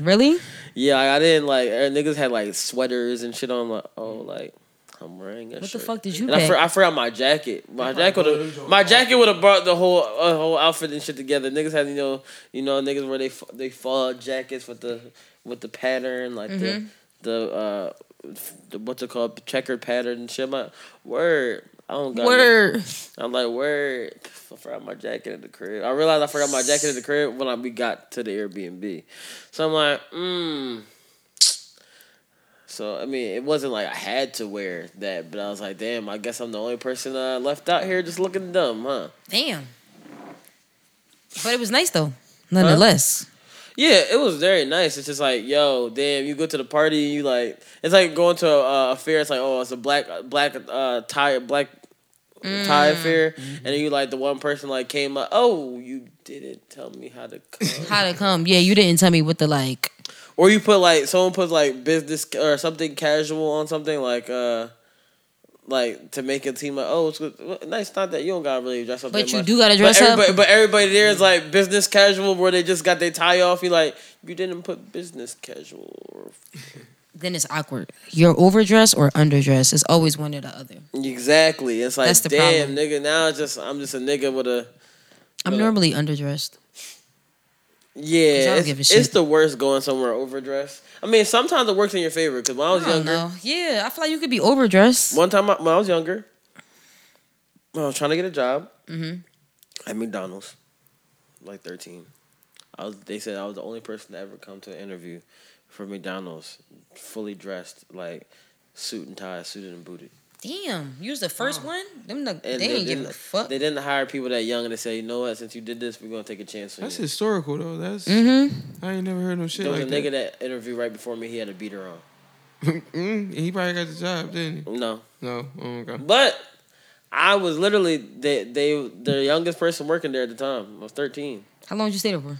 Speaker 2: Really?
Speaker 3: yeah, like, I didn't like er, niggas had like sweaters and shit on. I'm like, oh, like I'm wearing a
Speaker 2: What the
Speaker 3: shirt.
Speaker 2: fuck did you
Speaker 3: And I,
Speaker 2: pack?
Speaker 3: for, I forgot my jacket. My jacket would have my jacket would have brought the whole uh, whole outfit and shit together. Niggas had you know you know niggas where they f- they fall jackets with the with the pattern like
Speaker 2: Mhm.
Speaker 3: the the uh f- the, what's it called checkered pattern and shit. My word. I don't got no-
Speaker 2: Word.
Speaker 3: I'm like word. I forgot my jacket at the crib. I realized I forgot my jacket at the crib when I, we got to the Airbnb. So I'm like, mm. So I mean, it wasn't like I had to wear that, but I was like, damn, I guess I'm the only person uh, left out here just looking dumb, huh?
Speaker 2: Damn. But it was nice though, nonetheless.
Speaker 3: Yeah, it was very nice. It's just like, yo, damn, you go to the party, you like, it's like going to a, a fair. It's like, oh, it's a black black uh, tie black tie fair, and then you like the one person like came like, oh, you didn't tell me how to come.
Speaker 2: How to come? Yeah, you didn't tell me what the like.
Speaker 3: Or you put like someone puts like business ca- or something casual on something like uh like to make it seem like oh it's good. Well, nice not that you don't gotta really dress up.
Speaker 2: But
Speaker 3: that
Speaker 2: you
Speaker 3: much.
Speaker 2: do gotta
Speaker 3: But
Speaker 2: dress up.
Speaker 3: everybody- But everybody there is like business casual where they just got their tie off. You like you didn't put business casual. Or...
Speaker 2: Then it's awkward. You're overdressed or underdressed. It's always one or the other.
Speaker 3: Exactly. It's like
Speaker 2: That's the
Speaker 3: damn nigga. Now it's just I'm just a nigga with a
Speaker 2: I'm normally underdressed. I don't
Speaker 3: yeah.
Speaker 2: give a
Speaker 3: It's,
Speaker 2: shit.
Speaker 3: it's the worst going somewhere overdressed. I mean sometimes it works in your favor because when I was
Speaker 2: I don't
Speaker 3: younger.
Speaker 2: know. Yeah, I feel like you could be overdressed.
Speaker 3: One time I, when I was younger, when I was trying to get a job
Speaker 2: Mm-hmm.
Speaker 3: at McDonald's, like thirteen. I was. They said I was the only person to ever come to an interview for McDonald's, fully dressed, like suit and tie, suited and booted.
Speaker 2: Damn, you was the first one. Them the, Oh. they
Speaker 3: And
Speaker 2: didn't give a fuck.
Speaker 3: They didn't hire people that young, and they said, you know what? Since you did this, we're gonna take a chance on
Speaker 5: That's
Speaker 3: you.
Speaker 5: historical though. That's
Speaker 2: Mm-hmm.
Speaker 5: I ain't never heard no shit
Speaker 3: There was
Speaker 5: like
Speaker 3: a nigga
Speaker 5: that.
Speaker 3: that. interviewed right before me. He had a beater on.
Speaker 5: Mm, he probably got the job, didn't he?
Speaker 3: No.
Speaker 5: No. Oh, okay.
Speaker 3: But I was literally they they the youngest person working there at the time. I was thirteen.
Speaker 2: How long did you stay there for?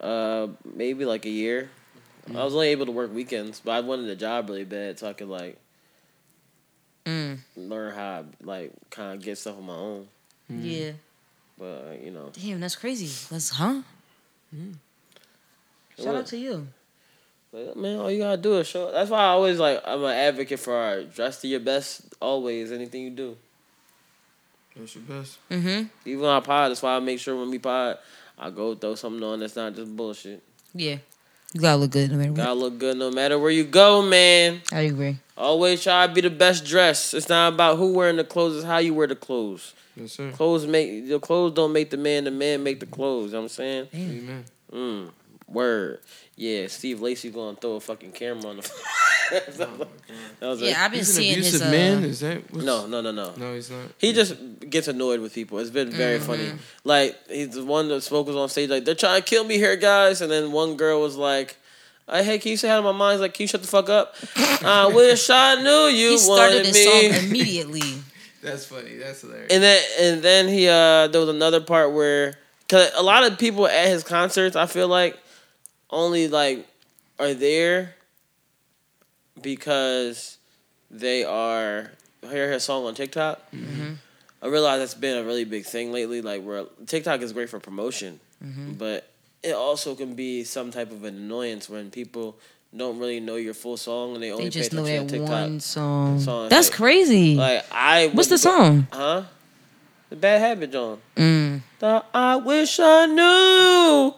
Speaker 3: Uh, maybe like a year. I was only able to work weekends, but I wanted a job really bad so I could like
Speaker 2: Mm.
Speaker 3: learn how like kind of get stuff on my own.
Speaker 2: Mm. Yeah.
Speaker 3: But uh, you know,
Speaker 2: Damn, that's crazy. That's huh? Mm.
Speaker 3: It
Speaker 2: Shout out
Speaker 3: was.
Speaker 2: to you.
Speaker 3: But, man, all you gotta do is show. That's why I always like I'm an advocate for our dress to your best always. Anything you do,
Speaker 5: That's your best.
Speaker 2: Mm-hmm.
Speaker 3: even on our pod. That's why I make sure when we pod, I go throw something on that's not just bullshit.
Speaker 2: Yeah. You gotta look good no matter what.
Speaker 3: Gotta look good no matter where you go, man.
Speaker 2: I agree.
Speaker 3: Always try to be the best dressed. It's not about who wearing the clothes. It's how you wear the clothes.
Speaker 5: Yes, sir.
Speaker 3: Clothes make the clothes don't make the man. The man make the clothes. You know what I'm saying.
Speaker 5: Amen.
Speaker 3: Mm, word. Yeah, Steve Lacy gonna throw a fucking camera on the. that was
Speaker 2: Yeah, I've been He's an seeing his, abusive uh,
Speaker 5: man? Is that what's-
Speaker 3: no, no, no, no.
Speaker 5: No, he's not.
Speaker 3: He just gets annoyed with people. It's been
Speaker 2: Mm-hmm.
Speaker 3: very funny. Like he's the one that spoke was on stage like they're trying to kill me here, guys. And then one girl was like, "I hey, can you say hi to my mom?" He's like, "Can you shut the fuck up?" I wish I knew you
Speaker 2: he started
Speaker 3: wanted
Speaker 2: his
Speaker 3: me.
Speaker 2: song immediately.
Speaker 5: That's funny. That's hilarious.
Speaker 3: And then and then he uh there was another part where cause a lot of people at his concerts I feel like only like are there because they are hear his song on TikTok.
Speaker 2: Mm-hmm.
Speaker 3: I realize that's been a really big thing lately. Like where TikTok is great for promotion,
Speaker 2: Mm-hmm.
Speaker 3: but it also can be some type of an annoyance when people don't really know your full song and they only
Speaker 2: They just
Speaker 3: pay
Speaker 2: know
Speaker 3: attention
Speaker 2: that
Speaker 3: to TikTok.
Speaker 2: one song.
Speaker 3: song.
Speaker 2: That's
Speaker 3: Like-
Speaker 2: crazy.
Speaker 3: Like I.
Speaker 2: What's
Speaker 3: would
Speaker 2: the
Speaker 3: go-
Speaker 2: song?
Speaker 3: Huh? The bad habit, John.
Speaker 2: Mm.
Speaker 3: The I wish I knew.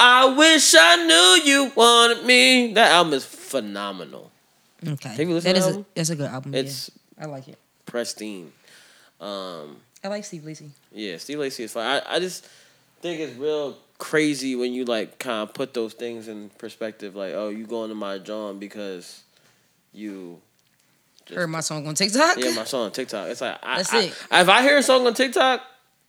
Speaker 3: I wish I knew you wanted me. That album is phenomenal.
Speaker 2: Okay.
Speaker 3: Have you listened
Speaker 2: That
Speaker 3: to
Speaker 2: is
Speaker 3: that
Speaker 2: a,
Speaker 3: album?
Speaker 2: that's a good album.
Speaker 3: It's
Speaker 2: yeah. I like it.
Speaker 3: pristine. Um,
Speaker 2: I like Steve Lacy.
Speaker 3: yeah, Steve Lacy is fine. I, I just think it's real crazy when you like kind of put those things in perspective. Like, oh, you going to my John because you
Speaker 2: Heard my song on TikTok.
Speaker 3: Yeah, my song on TikTok. It's like I,
Speaker 2: That's
Speaker 3: I-
Speaker 2: it.
Speaker 3: if I hear a song on TikTok,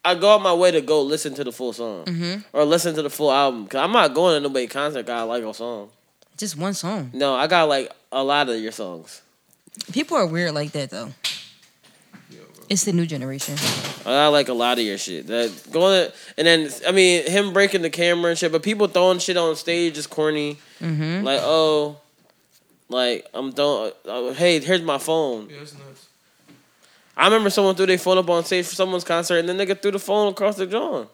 Speaker 3: I go out my way to go listen to the full song
Speaker 2: Mhm.
Speaker 3: or listen to the full album. Cause I'm not going to nobody's concert. Cause I like your song.
Speaker 2: Just one song.
Speaker 3: No, I got like a lot of your songs.
Speaker 2: People are weird like that though. It's the new generation.
Speaker 3: I got like a lot of your shit. That going to, and then I mean him breaking the camera and shit. But people throwing shit on stage is corny.
Speaker 2: Mm-hmm.
Speaker 3: Like oh, like I'm throwing. oh, hey, here's my phone.
Speaker 5: That's nuts.
Speaker 3: I remember someone threw their phone up on stage for someone's concert, and the nigga threw the phone across the John.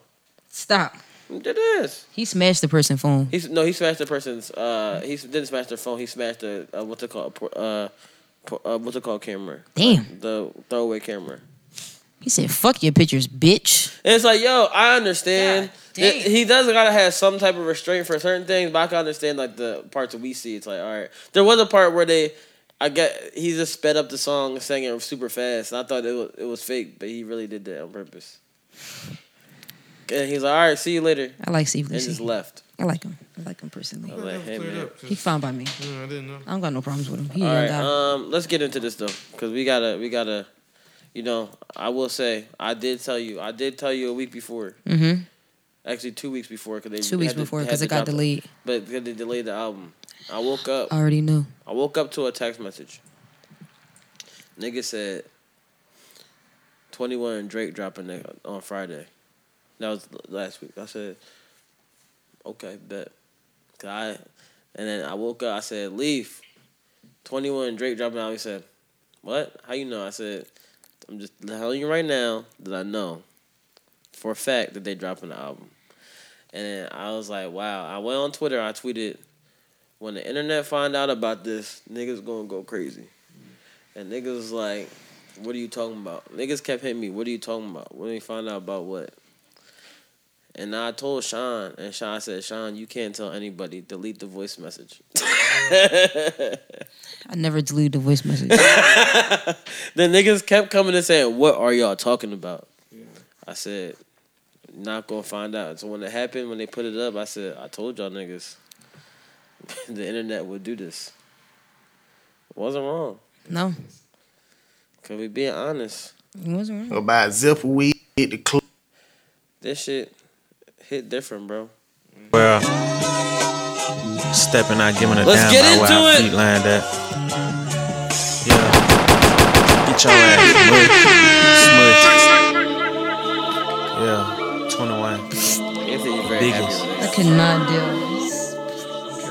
Speaker 2: Stop.
Speaker 3: Did this.
Speaker 2: He smashed the person's phone.
Speaker 3: He's no, he smashed the person's. Uh, he didn't smash their phone. He smashed the uh, what's it called? por- Uh, por- uh, what's it called? Camera.
Speaker 2: Damn.
Speaker 3: The throwaway camera.
Speaker 2: He said, "Fuck your pictures, bitch."
Speaker 3: And it's like, yo, I understand.
Speaker 2: damn.
Speaker 3: Th- he does gotta have some type of restraint for certain things, but I can understand like the parts that we see. It's like, all right, there was a part where they, I get, he just sped up the song and sang it super fast, and I thought it was, it was fake, but he really did that on purpose. And he's like, all right, see you later.
Speaker 2: I like Steve
Speaker 3: And
Speaker 2: Lacy.
Speaker 3: just left. Oh,
Speaker 2: I like him. I like him personally.
Speaker 3: I like him, man.
Speaker 2: He's fine by me.
Speaker 5: I didn't know.
Speaker 2: I don't got no problems with him. He
Speaker 3: All
Speaker 2: ain't
Speaker 3: right,
Speaker 2: got-
Speaker 3: um, let's get into this though, because we gotta, we gotta, you know, I will say, I did tell you, I did tell you a week before,
Speaker 2: Mhm.
Speaker 3: actually two weeks before, because they
Speaker 2: Two weeks
Speaker 3: had to-
Speaker 2: before,
Speaker 3: had
Speaker 2: 'cause
Speaker 3: to
Speaker 2: it got
Speaker 3: drop the-
Speaker 2: delayed.
Speaker 3: but 'cause they delayed the album. I woke up.
Speaker 2: I already knew.
Speaker 3: I woke up to a text message. Nigga said, Twenty One and Drake dropping it on Friday. That was last week. I said, okay, bet. 'Cause I, and then I woke up. I said, Leaf, Twenty One and Drake dropping out. He said, what? How you know? I said, I'm just telling you right now that I know for a fact that they dropping the album. And then I was like, wow. I went on Twitter. I tweeted, when the internet find out about this, niggas gonna go crazy. And niggas was like, what are you talking about? Niggas kept hitting me, what are you talking about? When they find out about what? And I told Sean, and Sean said, Sean, you can't tell anybody. Delete the voice message.
Speaker 2: I never deleted the voice message.
Speaker 3: the niggas kept coming and saying, "What are y'all talking about?" I said, "Not gonna find out." So when it happened, when they put it up, I said, "I told y'all niggas, the internet would do this." Wasn't wrong.
Speaker 2: no,
Speaker 3: Cause we being honest,
Speaker 2: it wasn't right.
Speaker 18: About zipper weed, hit the club.
Speaker 3: this shit hit different, bro.
Speaker 19: Well, stepping out, giving it
Speaker 3: Let's
Speaker 19: down
Speaker 3: get
Speaker 19: by where
Speaker 3: into
Speaker 19: our
Speaker 3: it.
Speaker 19: feet lined up. Yeah, get your ass moved, smudged. Yeah, 21. Biggest.
Speaker 2: I cannot deal.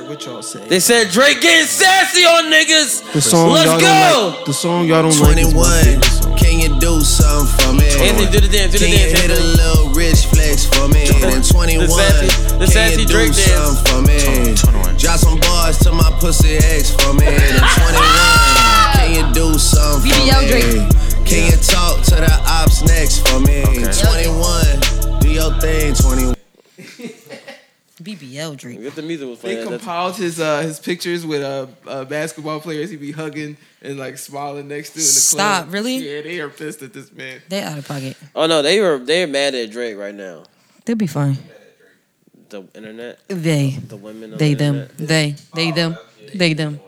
Speaker 5: What y'all say?
Speaker 3: They said Drake getting sassy on niggas.
Speaker 5: The song y'all
Speaker 3: Let's
Speaker 5: don't
Speaker 3: go.
Speaker 5: like. The song y'all don't like.
Speaker 20: 21. Can you do something for me?
Speaker 3: Anthony, do the dance, do the
Speaker 20: Can
Speaker 3: dance,
Speaker 20: you hit a little rich flex for me? And 21.
Speaker 3: The sassy- the
Speaker 20: Can
Speaker 3: sassy
Speaker 20: you do
Speaker 3: Drake dance.
Speaker 20: something for me? Drop some bars to my pussy ex for me. And 21. Can you do something for
Speaker 2: BBL
Speaker 20: me?
Speaker 2: Drake.
Speaker 20: Can you talk to the ops next for me?
Speaker 2: Okay.
Speaker 20: 21. Do your thing, 21.
Speaker 2: BBL love Drake.
Speaker 3: If the music was
Speaker 5: They
Speaker 3: playing, that's-
Speaker 5: compiled his uh, his pictures with uh, uh, basketball players he'd be hugging and like smiling next to in the club.
Speaker 2: Stop, really?
Speaker 5: Yeah, they are pissed at this man.
Speaker 2: They out of pocket.
Speaker 3: Oh no, they were they're mad at Drake right now.
Speaker 2: They'll be fine.
Speaker 3: The internet.
Speaker 2: They.
Speaker 3: The women. on
Speaker 2: They
Speaker 3: the
Speaker 2: them.
Speaker 3: internet.
Speaker 2: They. They them. They them.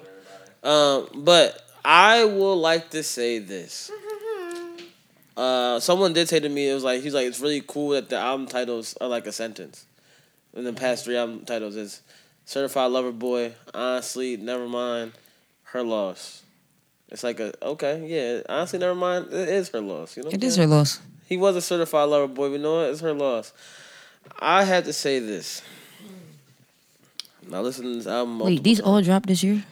Speaker 3: Um, but I will like to say this. Uh, someone did say to me, it was like he's like, it's really cool that the album titles are like a sentence. In
Speaker 2: Mm-hmm.
Speaker 3: the past three album titles is Certified Lover Boy, Honestly, Never Mind, Her Loss. It's like a okay, yeah. Honestly, never mind. It is her loss. You know, what
Speaker 2: It
Speaker 3: I'm
Speaker 2: is her
Speaker 3: saying?
Speaker 2: loss.
Speaker 3: He was a certified lover boy. We know it. It's her loss. I have to say this. Now listen to this album.
Speaker 2: Mm. Wait, these all dropped this year?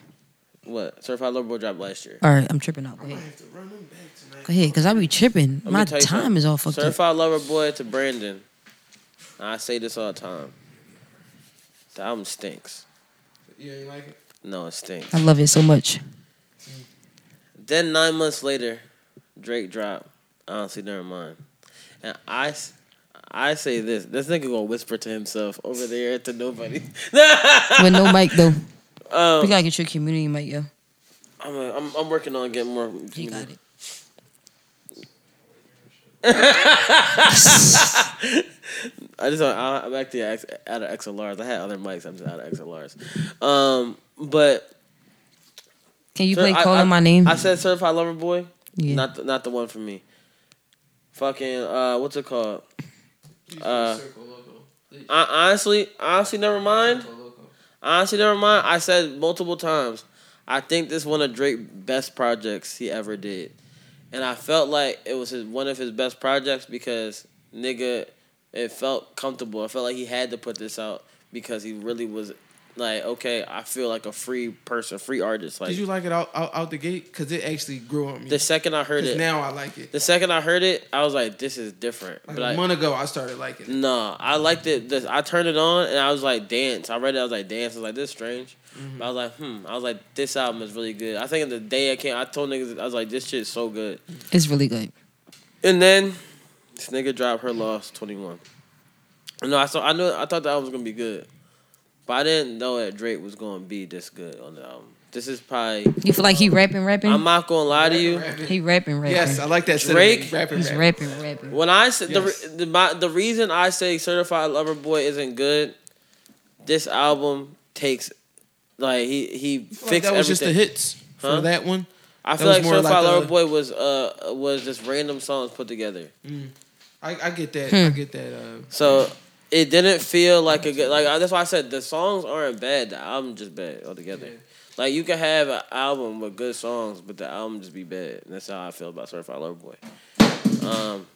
Speaker 3: What? Certified Lover Boy dropped last year.
Speaker 2: All right, I'm tripping out. Go ahead. Go ahead, because I be tripping.
Speaker 3: Let me
Speaker 2: My
Speaker 3: tell you
Speaker 2: time
Speaker 3: something.
Speaker 2: is all fucked up.
Speaker 3: Certified Lover Boy to Brandon. I say this all the time. The album stinks.
Speaker 5: You ain't like it?
Speaker 3: No, it stinks.
Speaker 2: I love it so much.
Speaker 3: Then nine months later, Drake dropped. Honestly, never mind. And I, s- I say this. This nigga gonna whisper to himself over there to nobody.
Speaker 2: With no mic though. we
Speaker 3: Um,
Speaker 2: gotta get your community mic, yo.
Speaker 3: I'm, a, I'm I'm working on getting more. He got it. I just I, I'm actually ex- out of XLRs. I had other mics. I'm just out of XLRs. Um, but
Speaker 2: Can you
Speaker 3: Sir,
Speaker 2: play
Speaker 3: I-
Speaker 2: calling
Speaker 3: I-
Speaker 2: my name?
Speaker 3: I said certified lover boy.
Speaker 2: Yeah.
Speaker 3: Not the, not the one for me. Fucking uh, what's it called? Uh, I, honestly, honestly, never mind. Honestly, never mind. I said multiple times. I think this one of Drake's best projects he ever did, and I felt like it was his, one of his best projects because nigga, it felt comfortable. I felt like he had to put this out because he really was like, okay, I feel like a free person, free artist. Like
Speaker 5: Did you like it out out, out the gate? Because it actually grew on me.
Speaker 3: the second I heard
Speaker 5: 'Cause
Speaker 3: it,
Speaker 5: now I like it.
Speaker 3: The second I heard it, I was like, "This is different."
Speaker 5: Like
Speaker 3: but
Speaker 5: a
Speaker 3: I,
Speaker 5: month ago, I started liking it.
Speaker 3: no, I liked it. This, I turned it on and I was like, "Dance." I read it. I was like, "Dance." I was like, "This is strange." But I was like, "Hmm." I was like, "This album is really good." I think the day I came, I told niggas, I was like, "This shit is so good."
Speaker 2: It's really good.
Speaker 3: And then this nigga dropped her loss twenty one. No, I saw. I knew. I thought the album was gonna be good, but I didn't know that Drake was gonna be this good on the album. This is probably.
Speaker 2: You feel like he rapping, rapping?
Speaker 3: I'm not gonna lie to you.
Speaker 2: He rapping, rapping.
Speaker 5: Yes, I like that sentiment.
Speaker 3: Drake.
Speaker 5: Rapping,
Speaker 2: He's rapping, rapping.
Speaker 3: When I said the, the my, the reason I say Certified Lover Boy isn't good, this album takes like he he
Speaker 5: like
Speaker 3: fixed
Speaker 5: that was just the
Speaker 3: everything.
Speaker 5: hits for that one?
Speaker 3: I
Speaker 5: That
Speaker 3: feel
Speaker 5: was
Speaker 3: like
Speaker 5: more like
Speaker 3: Certified
Speaker 5: the-
Speaker 3: Lover Boy was uh was just random songs put together.
Speaker 5: I, I get that.
Speaker 3: Hmm.
Speaker 5: I get that. Uh,
Speaker 3: So it didn't feel like a good like that's why I said the songs aren't bad. The album just bad altogether. Like you can have an album with good songs, but the album just be bad. And that's how I feel about Certified Lover Boy. Um,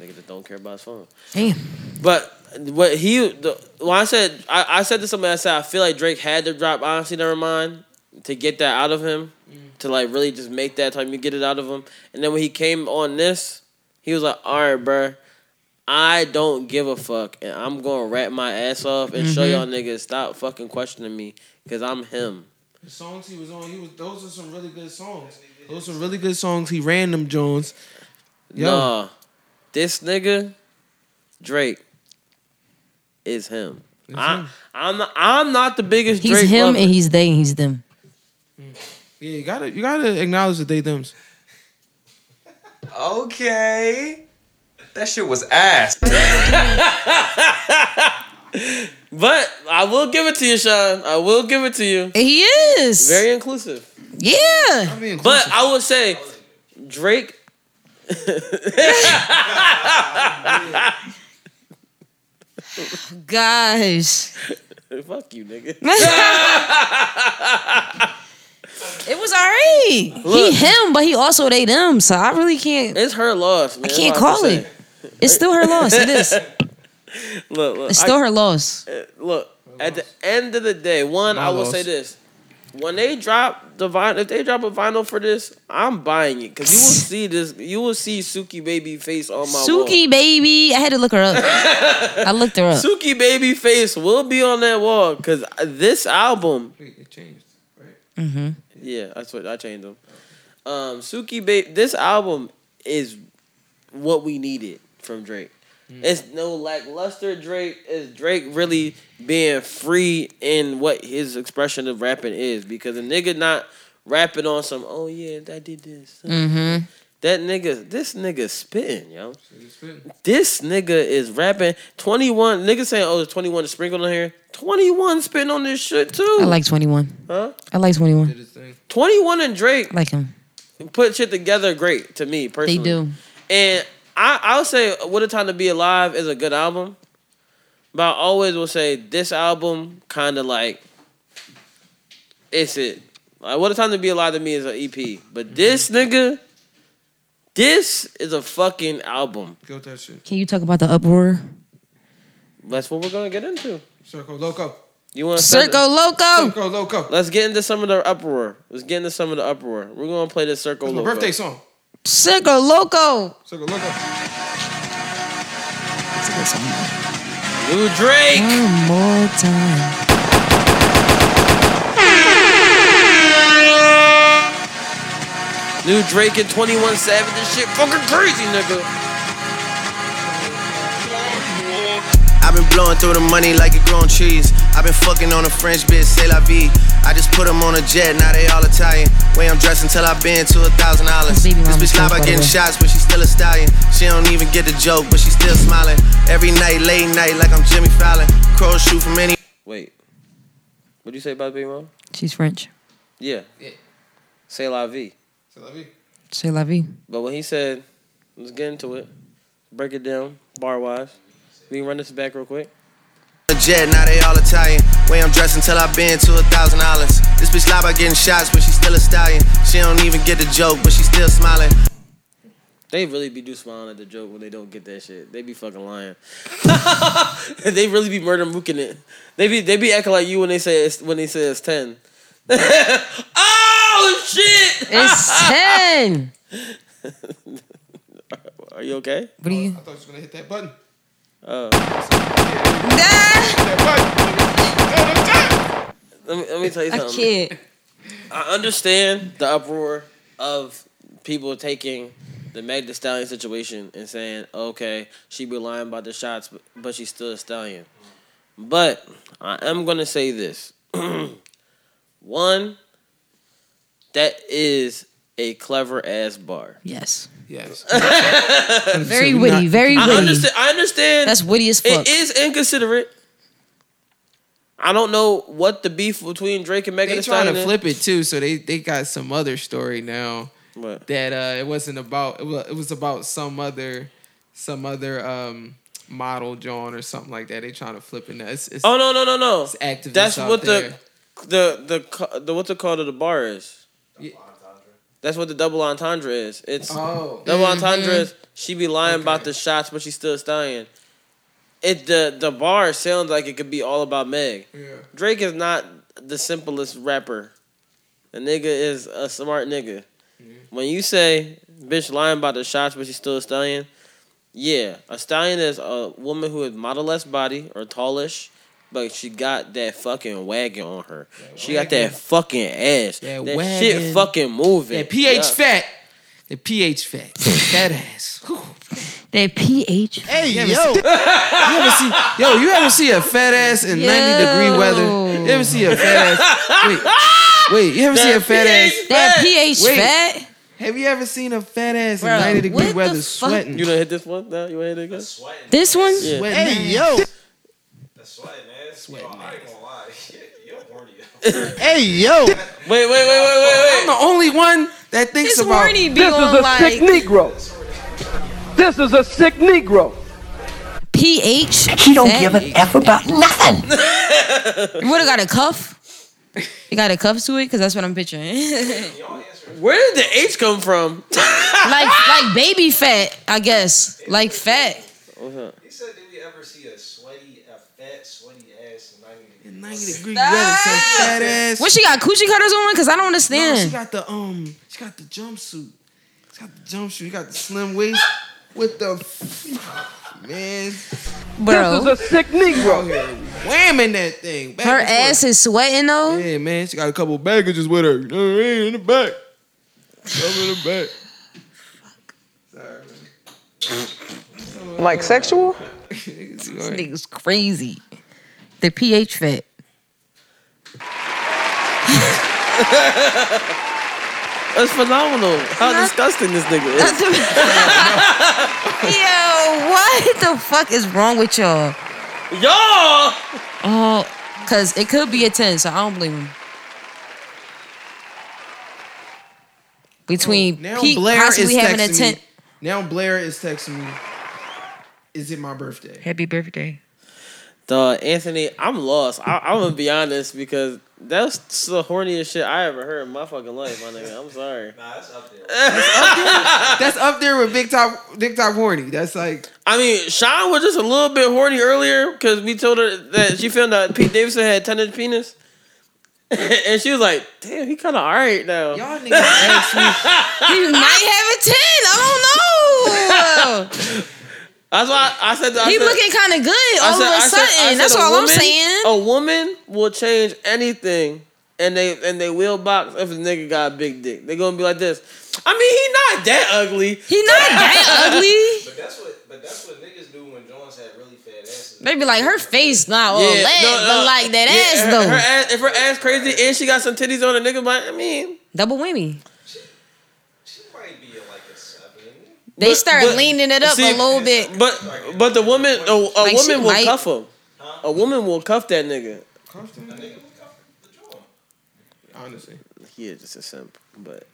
Speaker 3: nigga that don't care about his phone.
Speaker 2: Damn.
Speaker 3: But what he the, when I said I, I said to somebody I said I feel like Drake had to drop honestly never mind to get that out of him to like really just make that time you get it out of him and then when he came on this he was like all right bruh I don't give a fuck and I'm gonna rap my ass off and show
Speaker 5: Mhm.
Speaker 3: y'all niggas stop fucking questioning me because I'm him
Speaker 5: the songs he was on, he was. Those are some really good songs. Those are some really good songs. He ran them Jones. Yo.
Speaker 3: Nah, this nigga, Drake, is him. I, I'm not. I'm not the biggest.
Speaker 2: He's
Speaker 3: Drake
Speaker 2: him
Speaker 3: lover.
Speaker 2: and he's they and he's them.
Speaker 5: Yeah, you gotta you gotta acknowledge the they thems.
Speaker 11: Okay. That shit was ass.
Speaker 3: But I will give it to you, Sean. I will give it to you.
Speaker 2: He is
Speaker 3: very inclusive.
Speaker 2: Yeah.
Speaker 3: But I would say, Drake.
Speaker 2: Guys.
Speaker 3: Fuck you, nigga.
Speaker 2: It was alright. He
Speaker 3: Look.
Speaker 2: him, but he also they them. So I really can't
Speaker 3: It's her loss, man.
Speaker 2: I can't
Speaker 3: That's all
Speaker 2: call
Speaker 3: can
Speaker 2: it. It's still her loss. It is.
Speaker 3: say. Look, look.
Speaker 2: It's still
Speaker 3: I-
Speaker 2: her loss.
Speaker 3: Uh, look, at the end of the day, one,
Speaker 2: My
Speaker 3: I will
Speaker 2: loss.
Speaker 3: say this: when they drop the vinyl, if they drop a vinyl for this, I'm buying it because you will see this. You will see Suki baby face on my wall.
Speaker 2: Suki baby. I had to look her up. I looked her up.
Speaker 3: Suki baby face will be on that wall because this album.
Speaker 2: Mm-hmm.
Speaker 3: Yeah, that's what I changed them. Um, Suki baby, this album is what we needed from Drake. It's no lackluster Drake. Is Drake really being free in what his expression of rapping is? Because a nigga not rapping on some, oh yeah, I did this.
Speaker 2: Mm-hmm.
Speaker 3: That nigga, this nigga spitting, yo. This nigga is rapping. 21, nigga saying, oh, there's 21 to sprinkle on here. 21 spitting on this shit too.
Speaker 2: I like 21.
Speaker 3: Huh?
Speaker 2: I like 21.
Speaker 3: 21 and Drake
Speaker 2: I like him.
Speaker 3: put shit together great to me personally.
Speaker 2: They do.
Speaker 3: And I, I'll say What a Time to Be Alive is a good album. But I always will say this album kind of like it's it. Like What a Time to Be Alive to me is an EP.
Speaker 5: Mm-hmm.
Speaker 3: But this nigga, this is a fucking album.
Speaker 5: Go that shit.
Speaker 2: Can you talk about the uproar?
Speaker 3: That's what we're gonna get into.
Speaker 5: Circo Loco.
Speaker 3: You want
Speaker 2: Circo Loco.
Speaker 5: Circo Loco.
Speaker 3: Let's get into some of the uproar. Let's get into some of the uproar. We're gonna play this Circo
Speaker 5: That's
Speaker 3: Loco.
Speaker 5: my birthday song.
Speaker 2: Circo Loco.
Speaker 5: Circo Loco.
Speaker 3: That's a good song. New Drake.
Speaker 2: One more time.
Speaker 3: New Drake and 21 Savage and shit. Fucking crazy, nigga.
Speaker 21: I've been blowing through the money like it grown trees. I've been fucking on a French bitch, say la vie. I just put 'em on a jet, now they all Italian. Way I'm dressed until I've been to a thousand dollars. This
Speaker 22: Baby mama's
Speaker 21: bitch lie
Speaker 22: drunk,
Speaker 21: by
Speaker 22: by the
Speaker 21: getting
Speaker 22: way.
Speaker 21: shots, but she still a stallion. She don't even get the joke, but she still smiling. Every night, late night, like I'm Jimmy Fallon. Crows shoot from any.
Speaker 3: Wait. What'd you say about Big Mom?
Speaker 2: She's French.
Speaker 3: Yeah. Yeah. Say la vie. Say la vie.
Speaker 2: C'est la vie.
Speaker 3: But when he said, let's get into it, break it down, bar wise. We can run this back real quick.
Speaker 21: A jet, now they all Italian. Way I'm dressed until I've been to a thousand dollars. This bitch lie by getting shots, but she still a stallion. She don't even get the joke, but she still smiling.
Speaker 3: They really be do smiling at the joke when they don't get that shit. They be fucking lying. they really be murder mooking it. They be they be acting like you when they say it's, when they say it's ten. oh shit!
Speaker 2: It's ten.
Speaker 3: Are you okay?
Speaker 2: What do you?
Speaker 5: I thought you was gonna hit that button.
Speaker 3: Oh. Let me, let me tell you
Speaker 5: I
Speaker 2: Um,
Speaker 3: something.
Speaker 5: can't.
Speaker 3: I understand the uproar of people taking the Meg Thee Stallion situation and saying, okay, she be lying about the shots, but, but she's still a stallion. But I am going to say this. One, that is a clever ass bar.
Speaker 2: Yes.
Speaker 5: Yes.
Speaker 2: Very witty, very
Speaker 3: I
Speaker 2: witty.
Speaker 3: Understand, I understand.
Speaker 2: That's witty as fuck.
Speaker 3: It is inconsiderate. I don't know what the beef between Drake and Megan
Speaker 5: They
Speaker 3: Thee
Speaker 5: trying
Speaker 3: Stallion
Speaker 5: to
Speaker 3: is.
Speaker 5: flip it too, so they they got some other story now. That uh, it wasn't about it was, it was about some other some other um model John or something like that. They trying to flip it. Now. It's, it's,
Speaker 3: Oh no no no no!
Speaker 5: It's activists
Speaker 3: That's
Speaker 5: out
Speaker 3: what
Speaker 5: there.
Speaker 3: the the the co- the what's it called of the bar is. That's what the double entendre is. It's
Speaker 5: Oh.
Speaker 3: double
Speaker 5: Mhm.
Speaker 3: entendre is she be lying about the shots, but she's still stallion. It the the bar sounds like it could be all about Meg. Drake is not the simplest rapper. The nigga is a smart nigga. When you say bitch lying about the shots, but she's still a stallion, yeah, a stallion is a woman who is model-less body or tallish, but she got that fucking wagon on her. she got
Speaker 5: wagon.
Speaker 3: that fucking ass. That,
Speaker 5: That
Speaker 3: shit
Speaker 5: wagon.
Speaker 3: fucking moving.
Speaker 5: that pH
Speaker 3: Yeah.
Speaker 5: fat. The pH fat. that ass. Whew.
Speaker 2: That pH.
Speaker 5: Hey yo. you ever see yo, you ever see a fat ass in 90 degree weather? You ever see a fat ass? Wait, wait, you ever see a fat ass?
Speaker 2: That pH
Speaker 5: Wait.
Speaker 2: fat.
Speaker 5: Have you ever seen a fat ass
Speaker 2: Bruh,
Speaker 5: in 90
Speaker 2: what
Speaker 5: degree
Speaker 2: the
Speaker 5: weather
Speaker 2: fuck?
Speaker 5: sweating?
Speaker 3: You don't hit this one? No, you want to hit it again? Sweating.
Speaker 2: This one.
Speaker 3: Yeah.
Speaker 5: yo. Hey yo. Wait,
Speaker 3: wait, wait, wait, wait.
Speaker 5: I'm the only one that thinks
Speaker 16: This
Speaker 5: about
Speaker 16: horny be This is on, a sick like-
Speaker 5: Negro. This is a sick Negro.
Speaker 2: pH.
Speaker 7: He don't
Speaker 2: fat.
Speaker 7: give an F about nothing.
Speaker 2: You would have got a cuff. You got a cuff to it, cause that's what I'm picturing.
Speaker 3: Where did the H come from?
Speaker 2: like like baby fat, I guess. Like fat.
Speaker 3: What's up?
Speaker 23: He said, "Did we ever see a sweaty, a fat, sweaty ass in 90 degrees?"
Speaker 5: 90 degree weather, some fat ass.
Speaker 2: What she got coochie cutters on? Cause I don't
Speaker 5: No, she
Speaker 2: understand.
Speaker 5: got the um, she got the jumpsuit. She got the jumpsuit. You got the slim waist with the man.
Speaker 2: Bro.
Speaker 5: This is a sick Negro. Whamming that thing.
Speaker 2: Her ass is sweating though.
Speaker 5: Yeah, man. She got a couple baggages with her. You know what I mean? In the back. Over the back.
Speaker 11: Like sexual?
Speaker 2: This nigga's crazy. Their pH fit.
Speaker 3: That's phenomenal. How disgusting this nigga is.
Speaker 2: Yo, what the fuck is wrong with y'all?
Speaker 3: Y'all.
Speaker 2: Oh, cause it could be a ten, so I don't blame him. Between
Speaker 5: Oh, Now
Speaker 2: Pete
Speaker 5: Blair
Speaker 2: possibly
Speaker 5: is
Speaker 2: having a
Speaker 5: texting
Speaker 2: ten.
Speaker 5: Me. Now Blair is texting me. Is it my birthday?
Speaker 2: Happy birthday.
Speaker 3: Duh, Anthony, I'm lost. I, I'm gonna be honest because that's the horniest shit I ever heard in my fucking life, my nigga. I'm sorry. Nah, that's up there.
Speaker 5: That's up there with Big Top, Big Top Horny. That's like
Speaker 3: I mean, Sean was just a little bit horny earlier because we told her that she found out Pete Davidson had ten inch penis, and she was like, "Damn, he kind of alright now." Y'all niggas
Speaker 2: You might have a ten. I don't know.
Speaker 3: That's why I, I said. I
Speaker 2: He
Speaker 3: said-
Speaker 2: looking kinda good
Speaker 3: I
Speaker 2: all of a
Speaker 3: I I
Speaker 2: sudden.
Speaker 3: said
Speaker 2: That's
Speaker 3: a
Speaker 2: all I'm saying.
Speaker 3: A woman will change anything, and they and they will box if a nigga got a big dick. They gonna be like this. I mean, he not that ugly.
Speaker 2: He not that ugly.
Speaker 23: But that's what but that's what niggas do when Jones had really fat asses.
Speaker 2: They be like, her face not all
Speaker 3: Yeah,
Speaker 2: that,
Speaker 3: no, no.
Speaker 2: but like that
Speaker 3: Yeah,
Speaker 2: ass
Speaker 3: her-
Speaker 2: though.
Speaker 3: Her ass, if her ass crazy and she got some titties on, a nigga like, I mean,
Speaker 2: Double whammy.
Speaker 3: but-
Speaker 2: They start
Speaker 3: but-
Speaker 2: leaning it up
Speaker 3: see,
Speaker 2: a little bit.
Speaker 3: But but the woman, a, a
Speaker 2: Like, she
Speaker 3: woman will
Speaker 2: might-
Speaker 3: cuff him. A woman will cuff that nigga.
Speaker 5: honestly.
Speaker 3: He is just a simp, but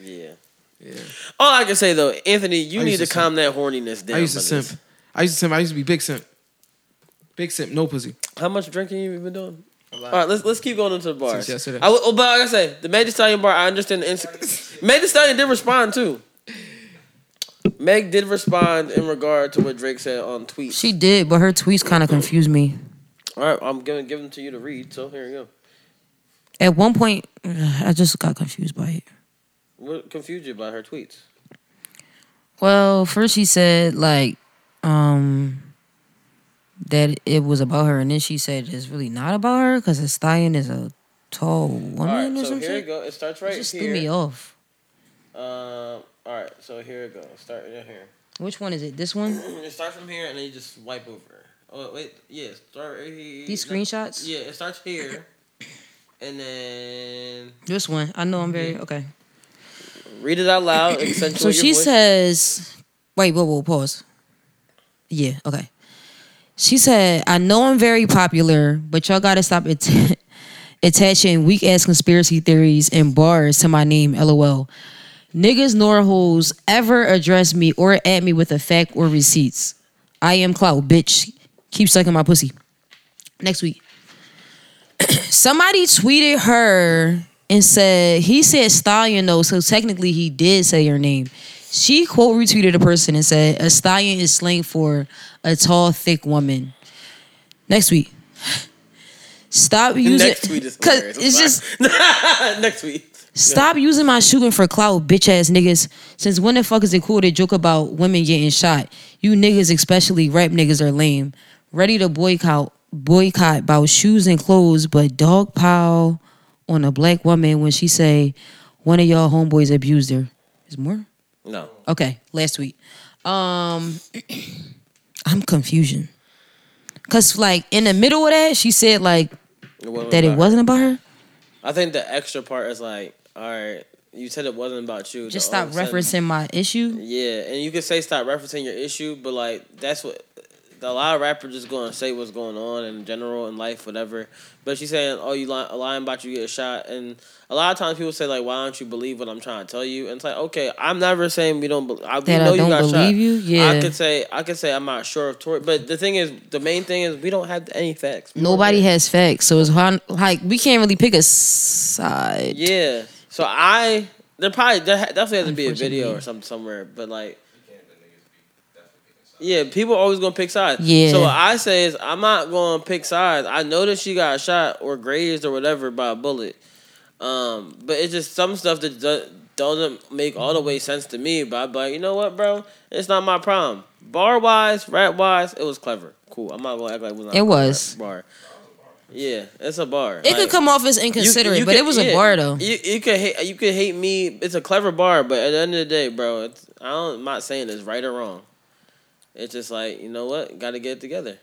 Speaker 3: yeah.
Speaker 5: Yeah.
Speaker 3: All I can say though, Anthony, you
Speaker 5: I used
Speaker 3: need to
Speaker 5: to
Speaker 3: calm that horniness down.
Speaker 5: I used to
Speaker 3: brothers.
Speaker 5: simp. I used to simp. I used to be big simp. Big simp, no pussy.
Speaker 3: How much drinking you been doing? All right, let's let's keep going into the bar.
Speaker 5: Since yesterday.
Speaker 3: I, will- oh, but like I say, the Meg Thee Stallion bar, I understand. The ins- Meg Thee Stallion did respond too. Meg did respond in regard to what Drake said on tweet.
Speaker 2: She did, but her tweets kind of confused me.
Speaker 3: All right, I'm gonna give them to you to read. So here you go.
Speaker 2: At one point, I just got confused by it.
Speaker 3: What confused you by her tweets?
Speaker 2: Well, first she said like um that it was about her, and then she said it's really not about her because a stallion is a tall
Speaker 3: all
Speaker 2: woman
Speaker 3: right,
Speaker 2: or
Speaker 3: so
Speaker 2: some
Speaker 3: here
Speaker 2: shit.
Speaker 3: you go. It starts right
Speaker 2: just
Speaker 3: here.
Speaker 2: threw me off.
Speaker 3: Um. All right, so here it goes. Start right here.
Speaker 2: Which one is it? This one?
Speaker 3: It starts from here and then you just wipe over. Oh wait, yeah, start right here.
Speaker 2: These
Speaker 3: No,
Speaker 2: screenshots?
Speaker 3: Yeah, it starts here, and then
Speaker 2: This one. I know I'm very okay.
Speaker 3: read it out loud. accentuate
Speaker 2: so
Speaker 3: your
Speaker 2: she
Speaker 3: voice.
Speaker 2: says, wait, whoa, whoa, pause. Yeah, okay. She said, I know I'm very popular, but y'all gotta stop att- attaching weak ass conspiracy theories and bars to my name, lol. Niggas nor hoes ever address me or at me with a fact or receipts. I am clout, bitch. Keep sucking my pussy. Next week. Somebody tweeted her and said he said stallion though, so technically he did say her name. She quote retweeted a person and said a stallion is slang for a tall, thick woman. Next week, stop using
Speaker 3: Next tweet is
Speaker 2: cause
Speaker 3: hilarious. I'm
Speaker 2: it's just
Speaker 3: sorry. next tweet.
Speaker 2: Stop using my shooting for clout, bitch ass niggas. Since when the fuck is it cool to joke about women getting shot? You niggas, especially rap niggas, are lame. Ready to boycott, boycott about shoes and clothes, but dog pile on a black woman when she say one of y'all homeboys abused her. Is more?
Speaker 3: No.
Speaker 2: Okay, last week. Um, I'm confusion. Cause like in the middle of that, she said like
Speaker 3: It wasn't
Speaker 2: that it
Speaker 3: about
Speaker 2: wasn't about her.
Speaker 3: I think the extra part is like, all right, you said it wasn't about you.
Speaker 2: Just
Speaker 3: then all
Speaker 2: stop
Speaker 3: of a sudden-
Speaker 2: referencing my issue.
Speaker 3: Yeah, and you could say stop referencing your issue, but like that's what a lot of rappers just gonna say what's going on in general in life, whatever. But she's saying, "Oh, you lying, lying about you get shot," and a lot of times people say like, "Why don't you believe what I'm trying to tell you?" And it's like, okay, I'm never saying we don't. Be- I, we
Speaker 2: That I
Speaker 3: know you
Speaker 2: don't
Speaker 3: got shot.
Speaker 2: believe you?
Speaker 3: I
Speaker 2: Yeah.
Speaker 3: could say I could say I'm not sure of Tori, but the thing is, the main thing is we don't have any facts.
Speaker 2: Nobody has facts, so it's hard, like we can't really pick a side.
Speaker 3: Yeah. So I there probably there ha- definitely has to be a video or something somewhere, but like. Yeah, people always gonna pick sides.
Speaker 2: Yeah.
Speaker 3: So what I say is I'm not gonna pick sides. I know that she got shot or grazed or whatever by a bullet, um, but it's just some stuff that do- doesn't make all the way sense to me. But I'm like, you know what, bro? It's not my problem. Bar wise, rap wise, it was clever, cool. I'm not gonna act like it was. Not
Speaker 2: It was.
Speaker 3: bar. Yeah, it's a bar.
Speaker 2: It could come off as inconsiderate, but it was a bar, though.
Speaker 3: You, you could hate, you could hate me. It's a clever bar, but at the end of the day, bro, it's, I don't, I'm not saying it's right or wrong. It's just like you know what, got to get it together.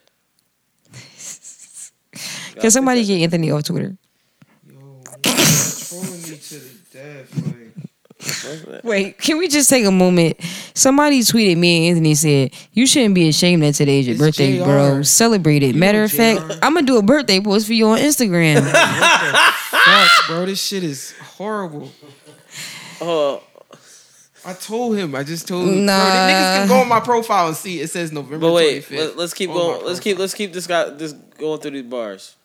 Speaker 2: Can somebody get Anthony off Twitter? Wait, can we just take a moment? Somebody tweeted me and Anthony said, You shouldn't be ashamed that today's your birthday, bro. Celebrate it. Matter of fact, I'm going to do a birthday post for you on Instagram.
Speaker 5: Fuck, bro, this shit is horrible.
Speaker 3: Oh.
Speaker 5: I told him. I just told him. Bro,
Speaker 2: Nah.
Speaker 5: the niggas can go on my profile and see. It says November
Speaker 3: But wait,
Speaker 5: 25th.
Speaker 3: let, us keep
Speaker 5: on
Speaker 3: going.
Speaker 5: Oh my
Speaker 3: Let's keep let's keep this guy this going through these bars.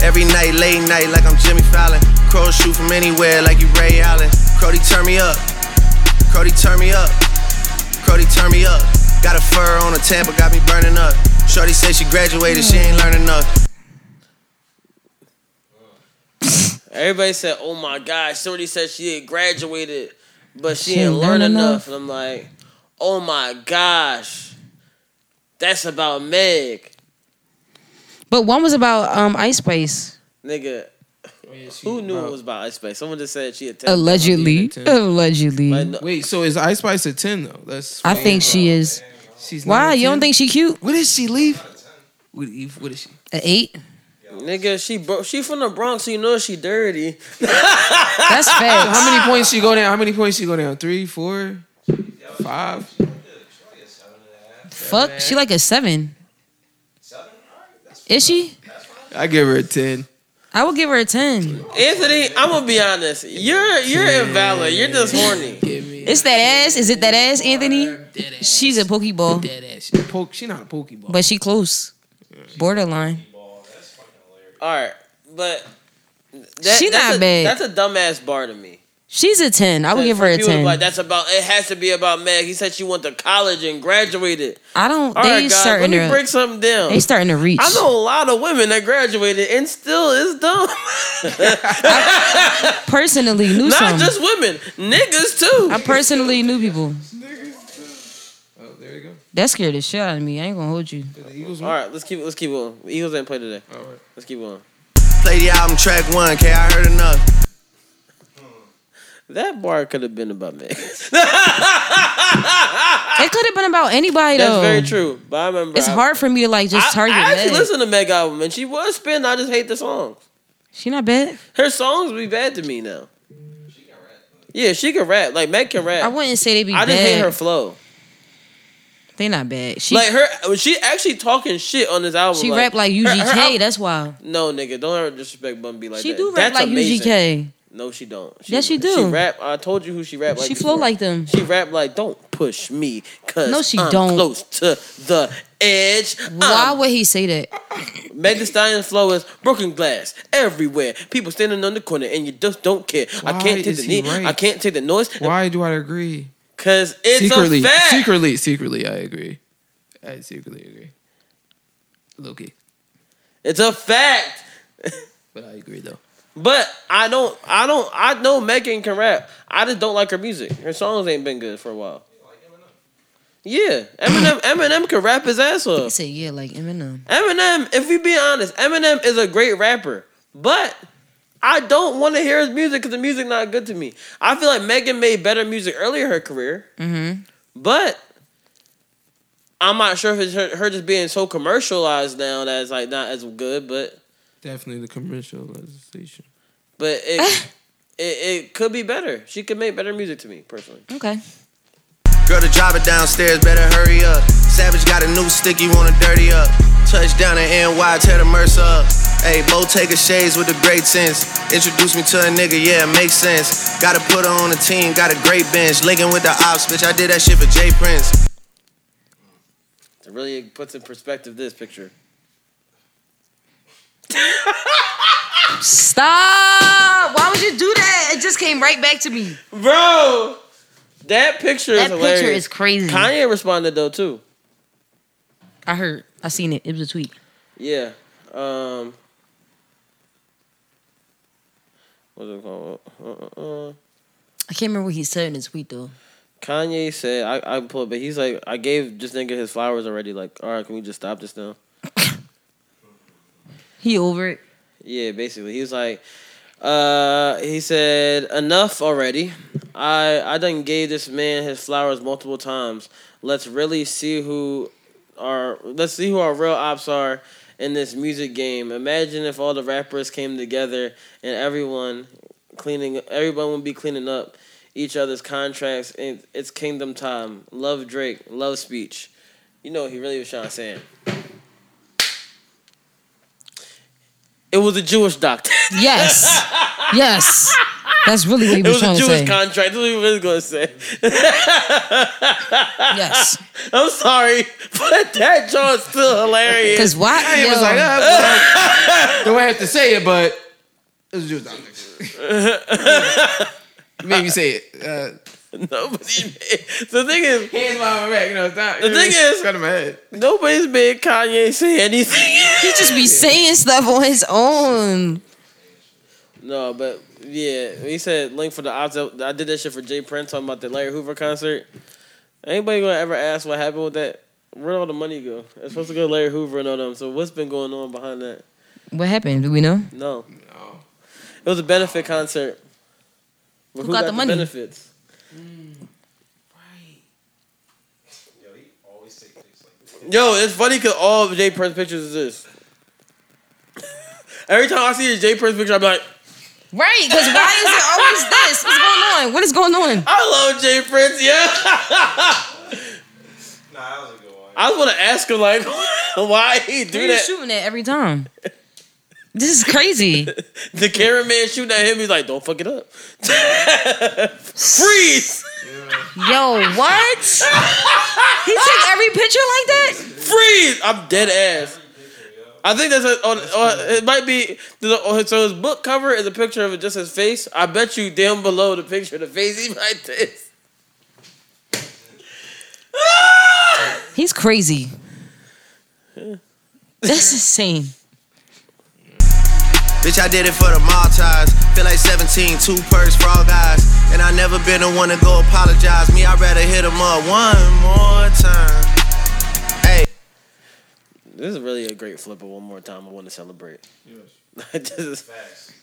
Speaker 21: Every night, late night, like I'm Jimmy Fallon. Crows shoot from anywhere, like you Ray Allen. Crody turn me up. Crody turn me up. Crody turn me up. Got a fur on a Tampa, got me burning up. Shorty say she graduated, she ain't learning enough.
Speaker 3: Everybody said, "Oh my gosh!" Somebody said she had graduated, but she,
Speaker 21: She
Speaker 3: didn't
Speaker 21: ain't
Speaker 3: learn
Speaker 21: learn
Speaker 3: enough.
Speaker 21: enough.
Speaker 3: And I'm like, "Oh my gosh, that's about Meg,
Speaker 2: but one was about um, Ice Spice,
Speaker 3: nigga." Who knew it was about Ice Spice? Someone just said she attended.
Speaker 2: allegedly. Allegedly.
Speaker 5: Wait, so is Ice Spice a 10 though? That's
Speaker 2: I think she is.
Speaker 5: She's
Speaker 2: Why?
Speaker 5: not a
Speaker 2: You don't
Speaker 5: 10?
Speaker 2: think she cute?
Speaker 5: What is she, Leaf? What, Eve, what is she?
Speaker 2: An eight?
Speaker 3: Nigga, she bro- she from the Bronx, so you know she dirty.
Speaker 2: That's
Speaker 5: So how
Speaker 3: Ah.
Speaker 5: many points she go down? How many points she go down? Three, four, five?
Speaker 2: Fuck. She like a seven. Is she?
Speaker 5: I give her a 10.
Speaker 2: I would give her a 10.
Speaker 3: Anthony, I'm gonna be honest. You're you're invalid. You're just horny.
Speaker 2: It's that ass. Is it that ass, Anthony? She's a Pokeball,
Speaker 5: Poke, she not a Pokeball.
Speaker 2: but she close. Borderline.
Speaker 3: All right, but that's
Speaker 2: She not
Speaker 3: a,
Speaker 2: bad.
Speaker 3: That's a dumbass bar to me.
Speaker 2: She's a 10. I would give her a
Speaker 3: People was
Speaker 2: 10.
Speaker 3: Like that's about. It has to be about Meg. He said she went to college and graduated.
Speaker 2: I don't.
Speaker 3: All
Speaker 2: they
Speaker 3: right, guys,
Speaker 2: starting
Speaker 3: let me
Speaker 2: to
Speaker 3: break something down.
Speaker 2: They starting to reach.
Speaker 3: I know a lot of women that graduated and still is dumb.
Speaker 2: personally knew
Speaker 3: Not
Speaker 2: some.
Speaker 3: just women, niggas too.
Speaker 2: I personally knew people.
Speaker 5: Oh, there you go.
Speaker 2: That scared the shit out of me. I ain't gonna hold you.
Speaker 3: All right, let's keep let's keep on. Eagles didn't play today. All right, let's keep on.
Speaker 21: Play the album track one, K, I heard enough.
Speaker 3: That bar could have been about Meg. That's
Speaker 2: It could have been about anybody though.
Speaker 3: very true. But I remember
Speaker 2: It's
Speaker 3: I-
Speaker 2: hard for me to like just target
Speaker 3: I actually
Speaker 2: Meg.
Speaker 3: listened to Meg album and she was spinning. I just hate the songs.
Speaker 2: She not bad.
Speaker 3: Her songs be bad to me now. Yeah, she can rap. Like Meg can rap.
Speaker 2: I wouldn't say they be
Speaker 3: I
Speaker 2: bad.
Speaker 3: just hate her flow.
Speaker 2: They not bad. She
Speaker 3: like her, she actually talking shit on this album.
Speaker 2: she rap like
Speaker 3: her- her
Speaker 2: UGK.
Speaker 3: al-
Speaker 2: That's why
Speaker 3: no, nigga, don't ever disrespect Bun B like
Speaker 2: she
Speaker 3: that.
Speaker 2: do rap
Speaker 3: That's
Speaker 2: like
Speaker 3: amazing.
Speaker 2: UGK.
Speaker 3: No, she don't.
Speaker 2: Yes, she
Speaker 3: She
Speaker 2: do.
Speaker 3: rap. I told you who she rap like. uh,
Speaker 2: She flow
Speaker 3: before.
Speaker 2: like them.
Speaker 3: She rap like, don't push me, cause
Speaker 2: No, she
Speaker 3: I'm
Speaker 2: don't.
Speaker 3: close to the edge.
Speaker 2: Why would he say that?
Speaker 3: Meg Thee Stallion's flow is broken glass everywhere. People standing on the corner and you just don't care. I
Speaker 5: Why
Speaker 3: can't take
Speaker 5: is
Speaker 3: the
Speaker 5: he
Speaker 3: knee.
Speaker 5: right?
Speaker 3: I can't take the noise.
Speaker 5: Why do I agree?
Speaker 3: Cause it's
Speaker 5: secretly,
Speaker 3: a fact.
Speaker 5: secretly, secretly, I agree. I secretly agree. Loki,
Speaker 3: It's a fact.
Speaker 5: but I agree though.
Speaker 3: But I don't. I don't. I know Megan can rap. I just don't like her music. Her songs ain't been good for a while. Yeah, Eminem. Eminem can rap his ass
Speaker 2: He
Speaker 3: off.
Speaker 2: said yeah, like Eminem.
Speaker 3: Eminem, if we be honest, Eminem is a great rapper, but I don't want to hear his music because the music not good to me. I feel like Megan made better music earlier in her career,
Speaker 2: Mm-hmm.
Speaker 3: but I'm not sure if it's her, her just being so commercialized now that it's like not as good. But
Speaker 5: Definitely the commercialization.
Speaker 3: but it it, it could be better. She could make better music to me personally.
Speaker 2: Okay.
Speaker 21: Girl, the driver downstairs better hurry up. Savage got a new stick, you wanna dirty up. Touchdown in NY, tear the Mercer up. Hey, Bo take a shades with a great sense. Introduce me to a nigga, yeah, it makes sense. Gotta put her on the team, got a great bench. Linking with the ops, bitch, I did that shit for Jay Prince.
Speaker 3: It really puts in perspective this picture.
Speaker 2: Stop! Why would you do that? It just came right back to me.
Speaker 3: Bro, that picture is
Speaker 2: That picture
Speaker 3: hilarious.
Speaker 2: is crazy.
Speaker 3: Kanye responded though too.
Speaker 2: I heard. I seen it. It was a tweet.
Speaker 3: Yeah. Um. What's it called? Uh, uh, uh.
Speaker 2: I can't remember what he said in his tweet though.
Speaker 3: Kanye said, "I I pull," but he's like, "I gave this nigga his flowers already. Like, all right, can we just stop this now?"
Speaker 2: He over it.
Speaker 3: Yeah, basically. He was like, uh, he said, enough already. I, I done gave this man his flowers multiple times. Let's really see who are, let's see who our real ops are in this music game. Imagine if all the rappers came together and everyone cleaning, everyone would be cleaning up each other's contracts. And it's kingdom time. Love Drake. Love speech. You know what he really was trying to say. It was a Jewish doctor.
Speaker 2: Yes. yes. That's really what he
Speaker 3: It
Speaker 2: was,
Speaker 3: was a
Speaker 2: trying to
Speaker 3: Jewish
Speaker 2: say.
Speaker 3: contract. That's what he was going to say.
Speaker 2: yes.
Speaker 3: I'm sorry, but that joint's still hilarious.
Speaker 5: 'Cause why- I ain't was yo. like, ah, Don't have to say it, but it was just you made me say it. Uh,
Speaker 3: Nobody. The thing is,
Speaker 5: hands behind my back. You know, it's not,
Speaker 3: The thing
Speaker 5: it's
Speaker 3: is-
Speaker 5: got in my head.
Speaker 3: Nobody's made Kanye say anything.
Speaker 2: He just be saying stuff on his own.
Speaker 3: No, but yeah, when he said link for the ops. I did that shit for Jay Prince talking about the Larry Hoover concert. Anybody gonna ever ask what happened with that? Where'd all the money go? It's supposed to go to Larry Hoover and all them. So what's been going on behind that?
Speaker 2: What happened? Do we know?
Speaker 3: No. No. It was a benefit concert. But
Speaker 2: Who got the money?
Speaker 3: Benefits. Mm, Yo, it's funny because all of Jay Prince pictures is this. Every time I see a Jay Prince picture, I'm like,
Speaker 2: Right, because why is it always this? What's going on? What is going on?
Speaker 3: I love Jay Prince, yeah. I was gonna ask him like, why he do
Speaker 2: Dude,
Speaker 3: that?
Speaker 2: shooting it every time. This is crazy.
Speaker 3: The cameraman shooting at him. He's like, don't fuck it up. Freeze.
Speaker 2: Yo, what? he took every picture like that?
Speaker 3: Freeze. I'm dead ass. I think that's a, on, on, it. Might be the- on- so. His book cover is a picture of just his face. I bet you down below the picture, the face he like this.
Speaker 2: He's crazy. That's insane.
Speaker 21: Bitch, I did it for the Maltese. Feel like 17, two perks for all guys. And I never been the one to go apologize. Me, I'd rather hit him up one more time. Hey.
Speaker 3: This is really a great flipper. One more time, I want to celebrate. Yes. this,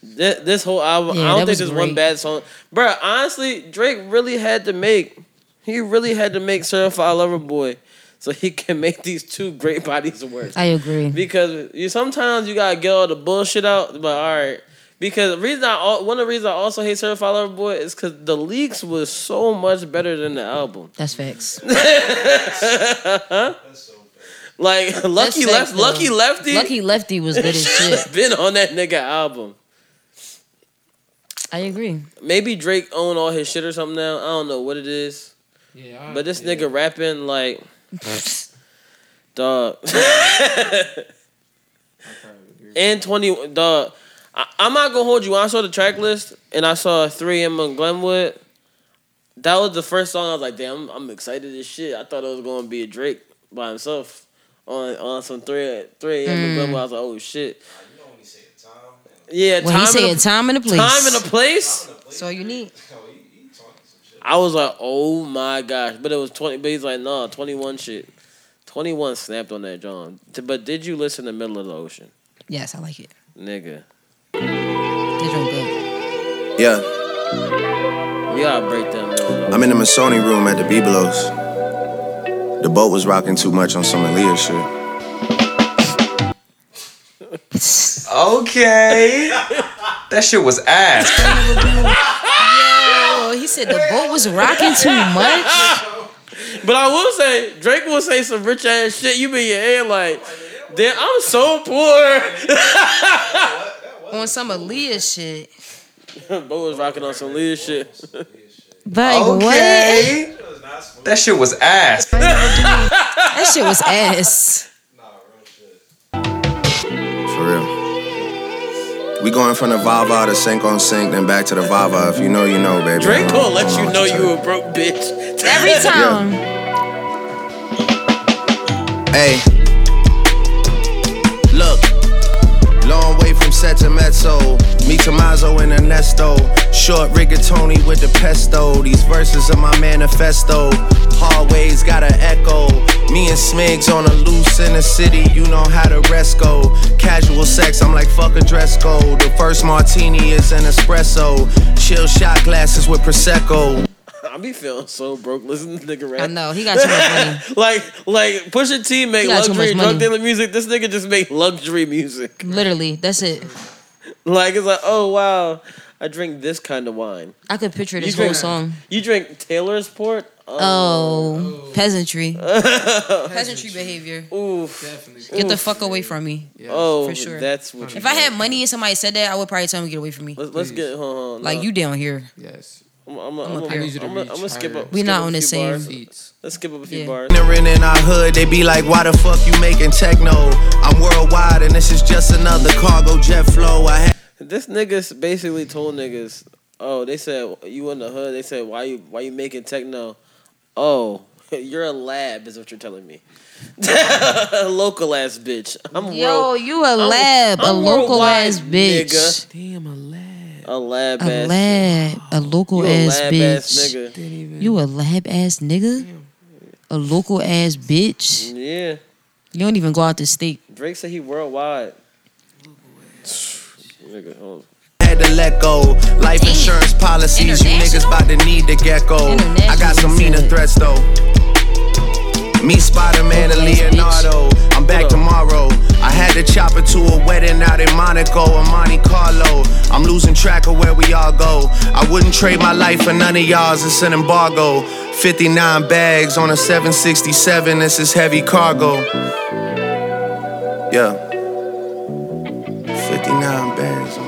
Speaker 3: this, this whole album,
Speaker 19: Yeah,
Speaker 3: I
Speaker 19: that
Speaker 3: don't think
Speaker 19: was
Speaker 3: there's
Speaker 19: great.
Speaker 3: one bad song, Bruh, Honestly, Drake really had to make. He really had to make "Certified Lover Boy," so he can make these two great bodies of work.
Speaker 2: I agree.
Speaker 3: Because you sometimes you gotta get all the bullshit out, but all right. Because the reason I al- one of the reasons I also hate Certified Lover Boy is because the leaks was so much better than the album.
Speaker 2: That's facts.
Speaker 3: like
Speaker 2: That's
Speaker 3: Lucky Left,
Speaker 2: facts, though.
Speaker 3: Lucky Lefty,
Speaker 2: Lucky Lefty was good as shit.
Speaker 3: been on that nigga album.
Speaker 2: I agree.
Speaker 3: Maybe Drake own all his shit or something now. I don't know what it is. Yeah, but this nigga rapping like, dog. and twenty, dog. I, I'm not gonna hold you. When I saw the track list and I saw three M and Glenwood, that was the first song I was like, damn, I'm, I'm excited as shit. I thought it was gonna be a Drake by himself on on some three three M
Speaker 2: Mm.
Speaker 3: and Glenwood. I was like, oh shit. Yeah,
Speaker 2: Well, he
Speaker 3: time
Speaker 2: said
Speaker 3: and a-
Speaker 2: time and a place.
Speaker 3: Time and a place.
Speaker 2: So you need.
Speaker 3: I was like, oh my gosh. But it was 20, but he's like, nah, 21 shit. 21 snapped on that, John. T- But did you listen to Middle of the Ocean?
Speaker 2: Yes, I like it.
Speaker 3: Nigga.
Speaker 2: This one good.
Speaker 21: Yeah.
Speaker 3: You gotta break down Middle of the Ocean.
Speaker 21: I'm in the Masoni room at the Bibelos. The boat was rocking too much on some Aaliyah shit.
Speaker 11: Okay. that shit was ass.
Speaker 2: Yo, Oh, he said the boat was rocking too much.
Speaker 3: But I will say, Drake will say some rich ass shit. You be in your head like, damn, I'm so poor.
Speaker 2: On some Aaliyah shit.
Speaker 3: Bo was rocking on some Leah shit.
Speaker 2: Like,
Speaker 11: Okay.
Speaker 2: what?
Speaker 11: That shit was ass.
Speaker 2: That shit was ass.
Speaker 21: For real. We going from the Vava to sink on sink, then back to the Vava. If you know, you know, baby.
Speaker 3: Drake
Speaker 21: I don't-
Speaker 3: gonna
Speaker 21: I
Speaker 3: let
Speaker 21: don't
Speaker 3: you
Speaker 21: what
Speaker 3: know
Speaker 21: tell
Speaker 3: you a broke bitch.
Speaker 2: Every time.
Speaker 21: Hey, look, long way from set to mezzo. Me Tomazo and Ernesto. Short rigatoni with the pesto. These verses are my manifesto. Hallways got an echo. Me and Smigs on a loose in the city. You know how the rest go. Casual sex, I'm like fuck a dress code. The first martini is an espresso. Chill shot glasses with prosecco.
Speaker 3: I be feeling so broke listening to nigga rap.
Speaker 2: I know he got too much money.
Speaker 3: like like Pusha T make
Speaker 2: He got too
Speaker 3: luxury
Speaker 2: much
Speaker 3: drug
Speaker 2: money.
Speaker 3: dealer music. This nigga just make luxury music.
Speaker 2: Literally, that's it.
Speaker 3: Like it's like oh wow, I drink this kind of wine.
Speaker 2: I could picture
Speaker 3: You
Speaker 2: this
Speaker 3: drink-
Speaker 2: whole song.
Speaker 3: You drink Taylor's port.
Speaker 2: Oh, peasantry.
Speaker 3: Peasantry
Speaker 2: behavior.
Speaker 3: Oh, Oof.
Speaker 2: Get the fuck away from me.
Speaker 3: Oh,
Speaker 2: for sure.
Speaker 3: that's what you
Speaker 2: If I had money and somebody said that, I would probably tell them to get away from me.
Speaker 3: Let's, let's get hold on, hold on.
Speaker 2: like
Speaker 3: no.
Speaker 2: you down here.
Speaker 5: Yes.
Speaker 3: I'm I'm
Speaker 2: I'm
Speaker 3: I'm
Speaker 2: up here. I need you to
Speaker 3: I'm gonna
Speaker 2: reach
Speaker 3: skip
Speaker 2: higher.
Speaker 3: up.
Speaker 2: We
Speaker 3: skip
Speaker 2: not
Speaker 3: up a
Speaker 2: on the
Speaker 3: few
Speaker 2: same-
Speaker 3: bars. Let's skip up a few bars.
Speaker 21: Ignorant in our hood, they be like, why the fuck you making techno? I'm worldwide and this is just another cargo jet flow. I had
Speaker 3: This niggas basically told niggas, oh, they said you in the hood. They said why you why you making techno? Oh, you're a lab is what you're telling me. local ass bitch. I'm
Speaker 2: Yo,
Speaker 3: world-
Speaker 2: you a
Speaker 3: I'm-
Speaker 2: lab, a
Speaker 3: I'm
Speaker 2: local
Speaker 3: worldwide,
Speaker 2: ass bitch.
Speaker 3: nigga. Damn, a lab. A lab
Speaker 2: A
Speaker 3: ass.
Speaker 2: lab, a local
Speaker 3: You a
Speaker 2: ass
Speaker 3: lab
Speaker 2: bitch.
Speaker 3: ass nigga. Didn't even-
Speaker 2: You a lab ass nigga. A local ass bitch.
Speaker 3: Yeah,
Speaker 2: You don't even go out to state.
Speaker 3: Drake said he worldwide. Nigga, hold on.
Speaker 21: had to let go. Life insurance policies, you niggas about to need to get go. I got some meaner threats though. Me, Spider Man, and Leonardo. I'm back tomorrow. I had to chop it to a wedding out in Monaco or Monte Carlo. I'm losing track of where we all go. I wouldn't trade my life for none of y'all's. It's an embargo. 59 bags on a 767. This is heavy cargo. Yeah. 59 bags on.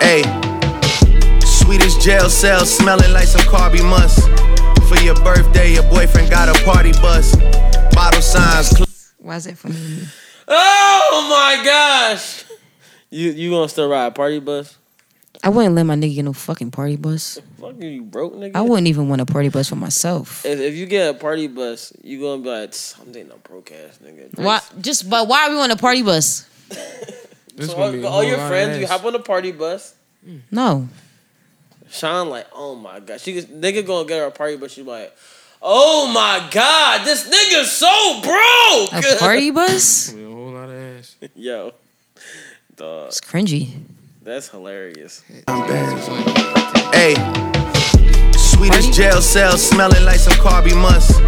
Speaker 21: Hey. Sweetest jail cell smelling like some carby must. For your birthday, your boyfriend got a party bus. Bottle signs. Cl-
Speaker 2: Why is that funny?
Speaker 3: Oh my gosh. You you gonna still ride party bus?
Speaker 2: I wouldn't let my nigga get no fucking party bus.
Speaker 3: Fuck you, you broke nigga.
Speaker 2: I wouldn't even want a party bus for myself.
Speaker 3: If, if you get a party bus, you gonna be like, "Tsk, I'm dating a broke ass nigga.
Speaker 2: Why? Just but why are we on a party bus?
Speaker 3: so
Speaker 2: gonna
Speaker 3: all,
Speaker 2: be a
Speaker 3: all your
Speaker 2: whole lot of
Speaker 3: friends, you
Speaker 2: ass.
Speaker 3: hop on a party bus.
Speaker 2: No.
Speaker 3: Sean like, oh my god, she just- nigga gonna get her a party bus. She like, oh my god, this nigga's so broke.
Speaker 2: A party bus?
Speaker 5: A whole lot of ass.
Speaker 3: Yo, dog,
Speaker 2: It's cringy.
Speaker 3: that's hilarious.
Speaker 21: Hey, sweetest jail cell smelling like some carby must.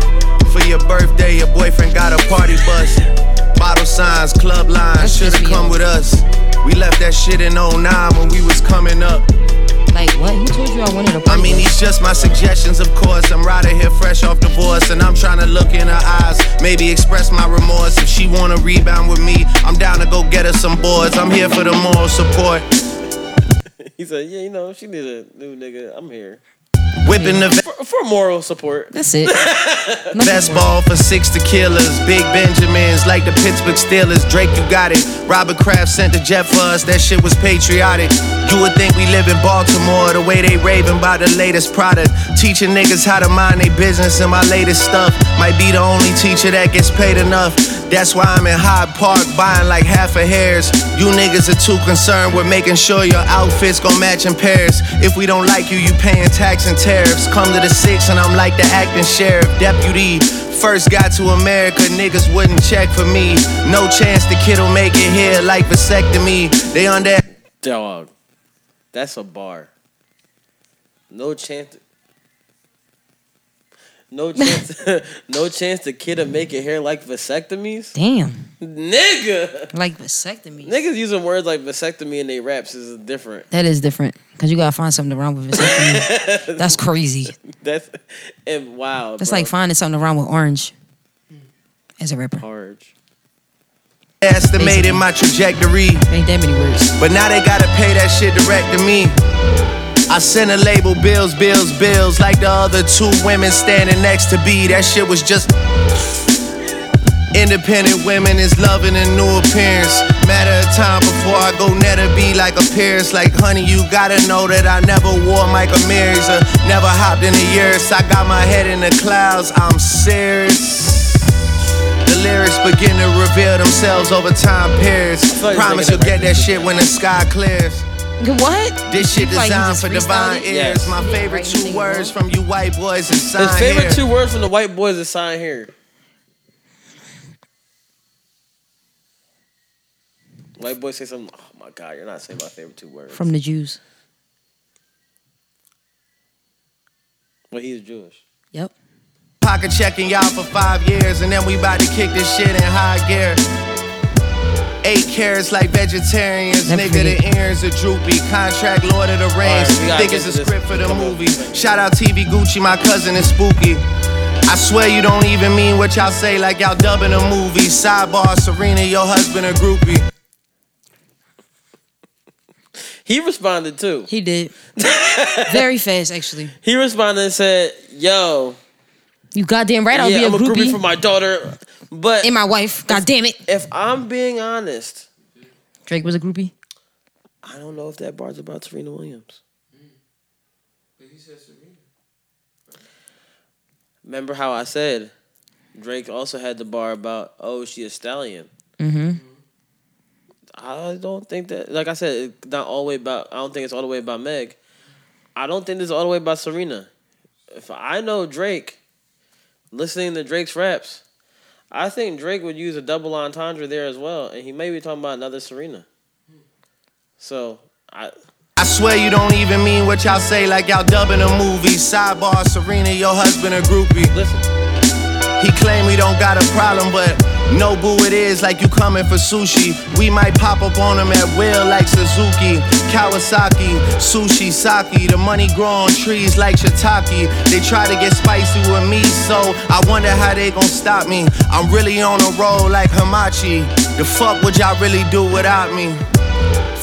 Speaker 21: For your birthday, your boyfriend got a party bus. Bottle signs, club lines, should've come with us. We left that shit in 09 when we was coming up.
Speaker 2: Like what? Who told you I wanted a
Speaker 21: I mean, these just my suggestions, of course. I'm right here fresh off divorce, and I'm trying to look in her eyes. Maybe express my remorse. If she wanna rebound with me, I'm down to go get her some boards. I'm here for the moral support.
Speaker 3: He said, yeah, you know, she need a new nigga. I'm here.
Speaker 21: Whipping the
Speaker 3: for, for moral support.
Speaker 2: That's it.
Speaker 21: Best ball for six tequilas. Big Benjamins like the Pittsburgh Steelers. Drake, you got it. Robert Kraft sent the jet for us. That shit was patriotic. You would think we live in Baltimore the way they raving about the latest product. Teaching niggas how to mind their business and my latest stuff. Might be the only teacher that gets paid enough. That's why I'm in Hyde Park buying like half a hairs. You niggas are too concerned with making sure your outfits gon' match in pairs. If we don't like you, you paying tax and tariffs. Come to the six and I'm like the acting sheriff, deputy. First got to America, niggas wouldn't check for me. No chance the kid'll make it here like vasectomy. They under.
Speaker 3: Dog, that's a bar. No chance. No chance. no chance the kid to make it hair like vasectomies.
Speaker 2: Damn.
Speaker 3: Nigga.
Speaker 2: Like vasectomy.
Speaker 3: Niggas using words like vasectomy in their raps is different.
Speaker 2: That is different because you gotta find something wrong with vasectomy. That's crazy.
Speaker 3: That's and wow.
Speaker 2: That's
Speaker 3: bro.
Speaker 2: like finding something wrong with orange as a rapper.
Speaker 3: Orange.
Speaker 21: Estimated my trajectory.
Speaker 2: Ain't that many words.
Speaker 21: But now they gotta pay that shit direct to me. I sent a label bills, bills, bills, like the other two women standing next to B. That shit was just. Independent women is loving a new appearance. Matter of time before I go netter be like a Pierce. Like, honey, you gotta know that I never wore Michael Myers or never hopped in the years. I got my head in the clouds, I'm serious. The lyrics begin to reveal themselves over time periods.
Speaker 3: like you're
Speaker 21: Promise
Speaker 3: taking
Speaker 21: you'll
Speaker 3: it
Speaker 21: get that shit when the sky clears.
Speaker 2: What?
Speaker 21: This shit
Speaker 3: It's like you just
Speaker 21: designed for
Speaker 3: freestyled
Speaker 21: divine
Speaker 3: it?
Speaker 21: ears.
Speaker 3: Yes.
Speaker 21: My favorite two words from you white boys is sign
Speaker 2: Ah,
Speaker 3: His favorite
Speaker 21: here.
Speaker 3: two words from the white boys is sign here. White boy say something. Oh my god, you're not saying my favorite two words.
Speaker 2: From the Jews.
Speaker 3: Well, he's Jewish.
Speaker 21: Pocket checking y'all for five years, and then we about to kick this shit in high gear. Eight carrots like vegetarians,
Speaker 10: Never
Speaker 21: nigga.
Speaker 10: forget.
Speaker 21: The earrings are droopy. Contract Lord of the Rings.
Speaker 10: Alright, we gotta
Speaker 21: Think
Speaker 10: get
Speaker 21: it's a
Speaker 10: to this.
Speaker 21: script for the movie. Shout out TV Gucci, my cousin is spooky. I swear you don't even mean what y'all say, like y'all dubbing a movie. Sidebar, Serena, your husband a groupie.
Speaker 3: He responded too.
Speaker 2: He did. Very fast, actually.
Speaker 3: He responded and said, "Yo,
Speaker 2: You goddamn right, I'll
Speaker 3: yeah,
Speaker 2: be
Speaker 3: I'm
Speaker 2: a groupie.
Speaker 3: for my daughter, but
Speaker 2: and my wife. God damn it.
Speaker 3: If I'm being honest,
Speaker 2: Drake was a groupie.
Speaker 3: I don't know if that bar's about Serena Williams. Remember how I said Drake also had the bar about, oh, she a stallion.
Speaker 2: Mm-hmm.
Speaker 3: I don't think that. Like I said, it's not all the way about. I don't think it's all the way about Meg. I don't think this is all the way about Serena. If I know Drake, listening to Drake's raps, I think Drake would use a double entendre there as well, and he may be talking about another Serena. So I
Speaker 21: I swear you don't even mean what y'all say, like y'all dubbing a movie. Sidebar, Serena, your husband a groupie.
Speaker 3: Listen.
Speaker 21: He claim we don't got a problem, but no boo it is like you coming for sushi. We might pop up on him at will like Suzuki, Kawasaki, sushi, sake. The money grow on trees like shiitake. They try to get spicy with me, so I wonder how they gon' stop me. I'm really on a roll like Hamachi. The fuck would y'all really do without me?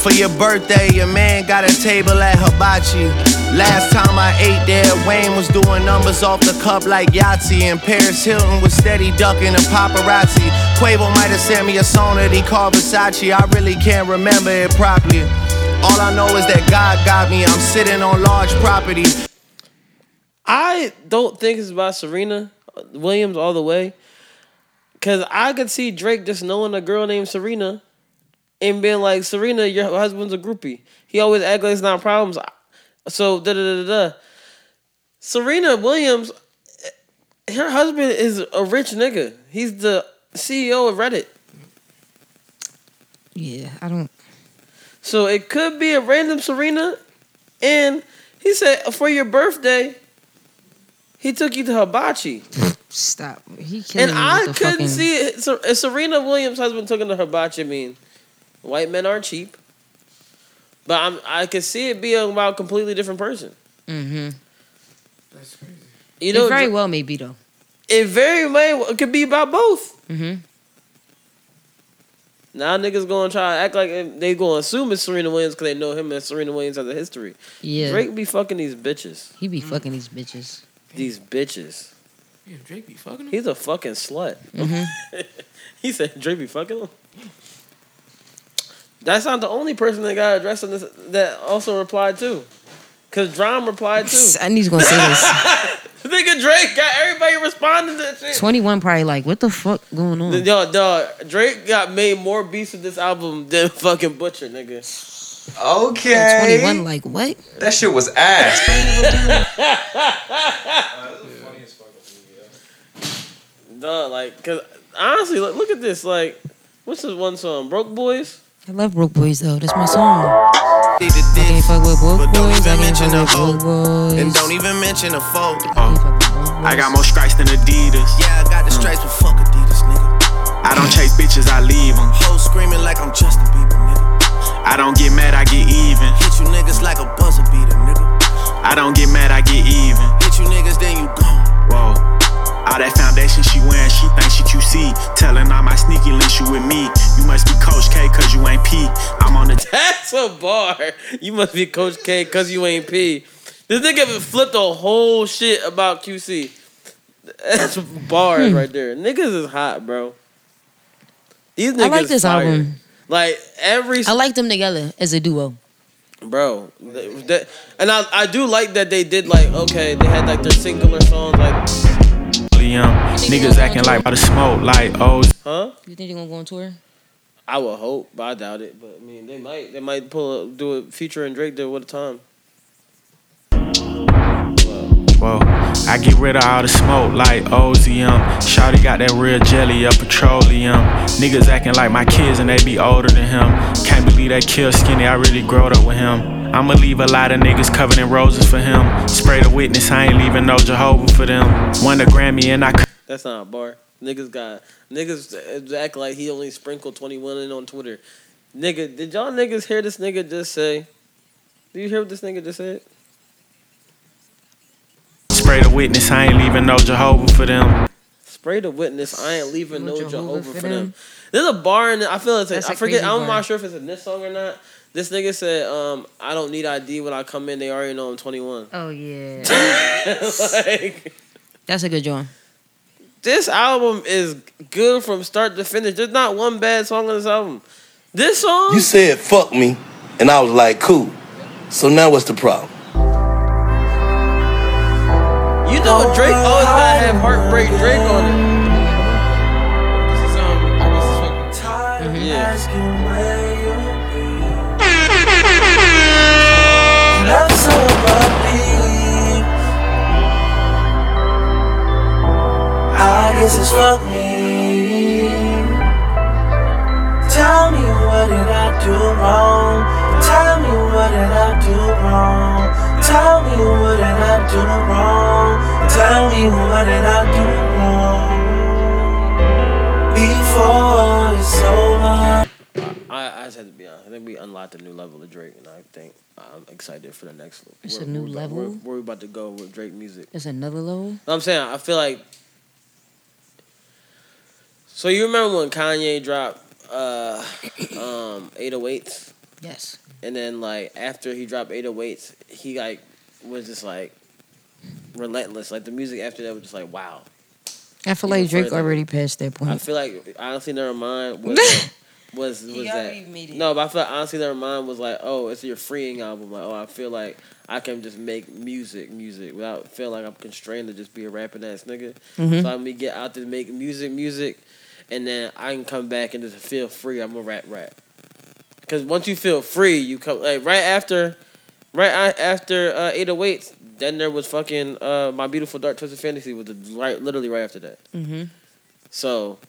Speaker 21: For your birthday, your man got a table at Hibachi. Last time I ate there, Wayne was doing numbers off the cup like Yahtzee, and Paris Hilton was steady ducking the paparazzi. Quavo might have sent me a song that he called Versace. I really can't remember it properly. All I know is that God got me. I'm sitting on large property.
Speaker 3: I don't think it's about Serena Williams all the way. Cause I could see Drake just knowing a girl named Serena and being like, Serena, your husband's a groupie. He always acts like it's not problems. So da da da da da. Serena Williams, her husband is a rich nigga. He's the CEO of Reddit.
Speaker 2: Yeah, I don't.
Speaker 3: So it could be a random Serena. And he said, for your birthday, he took you to hibachi.
Speaker 2: Stop. He killing
Speaker 3: And
Speaker 2: me
Speaker 3: I
Speaker 2: with Mm, the
Speaker 3: couldn't
Speaker 2: fucking-
Speaker 3: see it. Ser- if Serena Williams' husband took into hibachi. I mean, white men are cheap, but I'm I could see it being about a completely different person.
Speaker 2: Mm-hmm.
Speaker 3: You know,
Speaker 2: it very
Speaker 3: Dra-
Speaker 2: well may be though.
Speaker 3: it very may it could be about both.
Speaker 2: Mm-hmm.
Speaker 3: Now niggas gonna try to act like they gonna assume it's Serena Williams because they know him and Serena Williams has a history.
Speaker 2: Yeah.
Speaker 3: Drake be fucking these bitches.
Speaker 2: He be fucking these bitches.
Speaker 3: These bitches.
Speaker 5: Drake be fucking
Speaker 3: He's a fucking slut.
Speaker 2: Mhm.
Speaker 3: he said Drake be fucking him. That's not the only person that got addressed in this that also replied too. Cause Drum replied too.
Speaker 2: I knew he was gonna say this.
Speaker 3: Nigga Drake got everybody responding to that shit.
Speaker 2: Twenty one probably like, what the fuck going on?
Speaker 3: Yo, dog, Drake got made more beats with this album than fucking Butcher, nigga.
Speaker 11: Okay.
Speaker 2: Twenty one like what?
Speaker 11: That shit was ass.
Speaker 3: Dog, like, cause honestly, look, look at this. Like, what's this one song? Broke Boys?
Speaker 2: I love Broke Boys though. That's my song. I can't fuck with Broke Boys. I can't fuck with Broke Boys.
Speaker 21: And don't even mention a fold.
Speaker 2: Uh.
Speaker 4: I got more stripes than Adidas.
Speaker 21: Yeah, I got the stripes, but fuck Adidas, nigga.
Speaker 4: I don't chase bitches, I leave them.
Speaker 21: Hoes screaming like I'm Justin Bieber, nigga.
Speaker 4: I don't get mad, I get even.
Speaker 21: Hit you niggas like a buzzer beater, nigga.
Speaker 4: I don't get mad, I get even.
Speaker 21: Hit you niggas, then you
Speaker 4: Whoa. All that foundation she wearing, she thinks she QC. Telling all my sneaky links you with me. You must be Coach K, cause you ain't P. I'm on the.
Speaker 3: That's a bar. You must be Coach K because you ain't P. This nigga flipped a whole shit about QC. That's
Speaker 2: Hmm.
Speaker 3: bars right there. Niggas is hot, bro. These niggas
Speaker 2: I like this
Speaker 3: fire.
Speaker 2: album.
Speaker 3: Like every
Speaker 2: I like them together as a duo.
Speaker 3: bro, th- that- and I I do like that they did like okay they had like their singular songs like
Speaker 19: helium. Niggas acting like by the smoke, like oh.
Speaker 3: Huh?
Speaker 2: You think they're gonna go on tour?
Speaker 3: I would hope, but I doubt it. But I mean, they might. They might pull up, do a feature and Drake did what a time.
Speaker 19: Whoa. I get rid of all the smoke like OZM. Shawty got that real jelly of petroleum. Niggas acting like my kids and they be older than him. Can't believe that kill skinny, I really growed up with him. I'ma leave a lot of niggas covered in roses for him. Spray the witness, I ain't leaving no Jehovah for them. Won a Grammy and I. c-
Speaker 3: That's not a bar. Niggas got niggas act like he only sprinkled twenty one in on Twitter. Nigga, did y'all niggas hear this nigga just say? Do you hear what this nigga just said?
Speaker 19: Spray the witness, I ain't leaving no Jehovah for them.
Speaker 3: Spray the witness. I ain't leaving no Jehovah, for them. There's a bar in. it- I feel it's. a-
Speaker 2: That's
Speaker 3: I
Speaker 2: a
Speaker 3: forget.
Speaker 2: crazy
Speaker 3: I'm
Speaker 2: bar.
Speaker 3: not sure if it's in this song or not. This nigga said, um, "I don't need ID when I come in. They already know I'm 21."
Speaker 2: Oh yeah.
Speaker 3: like,
Speaker 2: That's a good joint.
Speaker 3: this album is good from start to finish. There's not one bad song on this album. This song.
Speaker 1: You said fuck me, and I was like, cool. So now what's the problem?
Speaker 3: You know Drake always gotta have heartbreak Drake on it. This is um I was fucking
Speaker 9: I guess it's fuck me. Tell me what did I do wrong? Tell me what did I do wrong? Tell me what did I do wrong? Tell me what did I do wrong? Before it's over.
Speaker 3: I, I just had to be honest. I think we unlocked a new level of Drake, and I think I'm excited for the next.
Speaker 2: It's
Speaker 3: where-
Speaker 2: a new
Speaker 3: where we about-
Speaker 2: level?
Speaker 3: Where, where we about to go with Drake music?
Speaker 2: There's another level.
Speaker 3: Know what I'm saying I feel like. So you remember when Kanye dropped uh, um, 808s?
Speaker 2: Yes.
Speaker 3: And then like after he dropped 808s, he like was just like relentless. Like the music after that was just like wow.
Speaker 2: I feel
Speaker 3: Even
Speaker 2: like Drake
Speaker 3: further.
Speaker 2: already passed that
Speaker 3: I
Speaker 2: point.
Speaker 3: feel like honestly, never mind. Was was, was
Speaker 2: already
Speaker 3: that? No, but I feel like honestly, never mind. Was like, oh, it's your freeing album. Like, oh, I feel like I can just make music, music without feeling like I'm constrained to just be a rapping ass nigga.
Speaker 22: Mhm.
Speaker 3: So I'm gonna get out to make music, music, and then I can come back and just feel free. I'm gonna rap, rap. Because once you feel free, you come like right after, right a- after uh, 808s. Then there was fucking uh, my beautiful dark twisted fantasy was the, right literally right after that.
Speaker 2: Mm-hmm.
Speaker 3: So,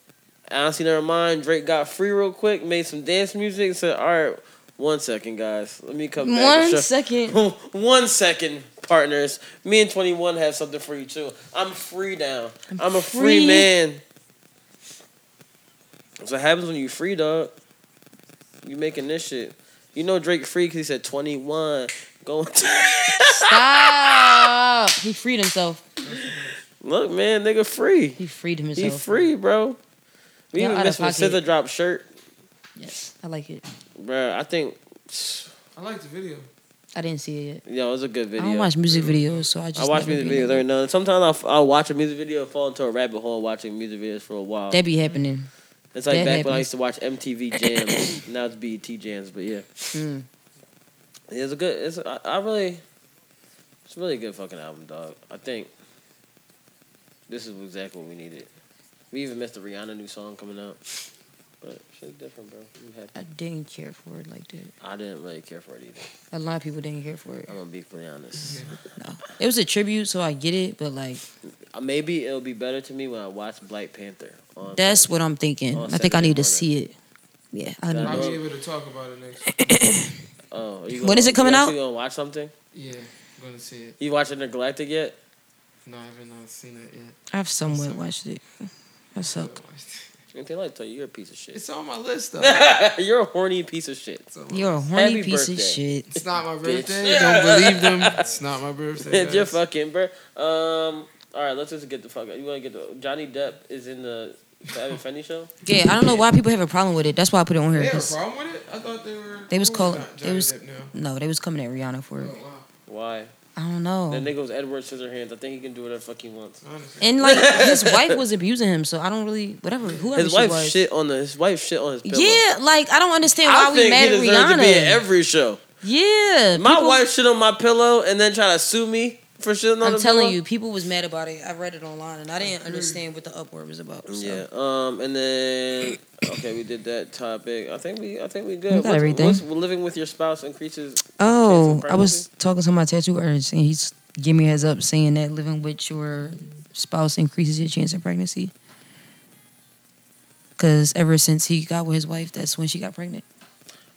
Speaker 3: honestly, never mind. Drake got free real quick, made some dance music, and said, "All right, one second, guys, let me come back."
Speaker 2: One
Speaker 3: and show-
Speaker 2: second.
Speaker 3: one second, partners. Me and Twenty One have something for you too. I'm free now. I'm, a free,
Speaker 2: free.
Speaker 3: man. That's what happens when you free, dog. You making this shit. You know Drake free because he said twenty one. Going.
Speaker 2: Stop. he freed himself.
Speaker 3: Look, man, nigga free. He
Speaker 2: freed
Speaker 3: He
Speaker 2: himself.
Speaker 3: free, bro. We
Speaker 2: Yeah,
Speaker 3: even
Speaker 2: out
Speaker 3: missed
Speaker 2: of
Speaker 3: with
Speaker 2: pocket.
Speaker 3: scissor drop shirt,
Speaker 2: Yes, I like it.
Speaker 3: bro. I think
Speaker 5: I like the video.
Speaker 2: I didn't see it yet.
Speaker 3: yo, it was a good video.
Speaker 2: I don't watch music videos, so I
Speaker 3: I
Speaker 2: just
Speaker 3: watch
Speaker 2: never
Speaker 3: music
Speaker 2: be-
Speaker 3: videos every now and then. Sometimes I'll, f- I'll watch a music video and fall into a rabbit hole watching music videos for a while.
Speaker 2: That be happening.
Speaker 3: It's like
Speaker 2: that
Speaker 3: back when I
Speaker 2: happens.
Speaker 3: used to watch MTV jams. now it's BET jams, but yeah,
Speaker 2: Mm.
Speaker 3: it's a good. It's I, I really, it's a really good fucking album, dog. I think this is exactly what we needed. We even missed the Rihanna new song coming out, but shit's different, bro. I'm happy.
Speaker 2: I didn't care for it like that.
Speaker 3: I didn't really care for it either.
Speaker 2: A lot of people didn't care for it.
Speaker 3: I'm gonna be completely honest.
Speaker 2: It was a tribute, so I get it, but like
Speaker 3: Uh, Maybe it'll be better to me when I watch Black Panther. On
Speaker 2: that's what I'm thinking.
Speaker 3: on
Speaker 2: I think I
Speaker 3: Saturday
Speaker 2: need to
Speaker 3: morning.
Speaker 2: see it. Yeah, I
Speaker 3: Gotta
Speaker 5: I'll
Speaker 2: need
Speaker 5: be
Speaker 2: it.
Speaker 5: able to talk about it next.
Speaker 3: Oh, you
Speaker 2: When is it coming
Speaker 3: you
Speaker 2: out?
Speaker 3: actually gonna watch something?
Speaker 5: yeah, I'm gonna see it.
Speaker 3: You watching Galactic yet?
Speaker 5: No, I haven't uh, seen it yet.
Speaker 2: I've somewhat watched it. I suck.
Speaker 3: Anything like that? You're a piece of shit.
Speaker 5: It's on my list though.
Speaker 3: You're a horny piece of shit.
Speaker 2: You're a horny
Speaker 3: Happy
Speaker 2: piece of
Speaker 3: birthday.
Speaker 2: shit.
Speaker 5: It's not my
Speaker 3: Bitch.
Speaker 5: birthday. Don't believe them. It's not my birthday.
Speaker 3: it's your
Speaker 5: guys.
Speaker 3: fucking birth. Um. All right, let's just get the fuck out. You want to get the Johnny Depp is in the the Evan Fendi show.
Speaker 2: Yeah, I don't know why people have a problem with it. That's why I put it on here.
Speaker 5: They have a
Speaker 2: 'cause
Speaker 5: problem with it? I thought they were.
Speaker 2: They was
Speaker 5: Who's
Speaker 2: calling.
Speaker 5: not
Speaker 2: They
Speaker 5: Johnny
Speaker 2: was
Speaker 5: Depp now?
Speaker 2: no. They was coming at Rihanna for it.
Speaker 3: Why?
Speaker 2: I don't know.
Speaker 3: That nigga was Edward Scissorhands. I think he can do whatever the fuck he wants.
Speaker 2: And like his wife was abusing him, so I don't really whatever whoever
Speaker 3: his
Speaker 2: she
Speaker 3: wife
Speaker 2: was.
Speaker 3: shit on the his wife shit on his pillow.
Speaker 2: yeah, like I don't understand why
Speaker 3: I
Speaker 2: we
Speaker 3: think
Speaker 2: mad
Speaker 3: he
Speaker 2: at
Speaker 3: deserves to be in
Speaker 2: Rihanna.
Speaker 3: every show.
Speaker 2: yeah,
Speaker 3: My
Speaker 2: people-
Speaker 3: wife shit on my pillow and then try to sue me. for sure.
Speaker 2: I'm telling you, people was mad about it. I read it online and I didn't understand what the uproar was about. So.
Speaker 3: Yeah. Um. And then okay, we did that topic. I think we. I think we good.
Speaker 2: We got
Speaker 3: What's-
Speaker 2: everything.
Speaker 3: what's- living with your spouse increases.
Speaker 2: Oh,
Speaker 3: chance of
Speaker 2: I was talking to my tattoo artist and he's giving me a heads up saying that living with your spouse increases your chance of pregnancy. Because ever since he got with his wife, that's when she got pregnant.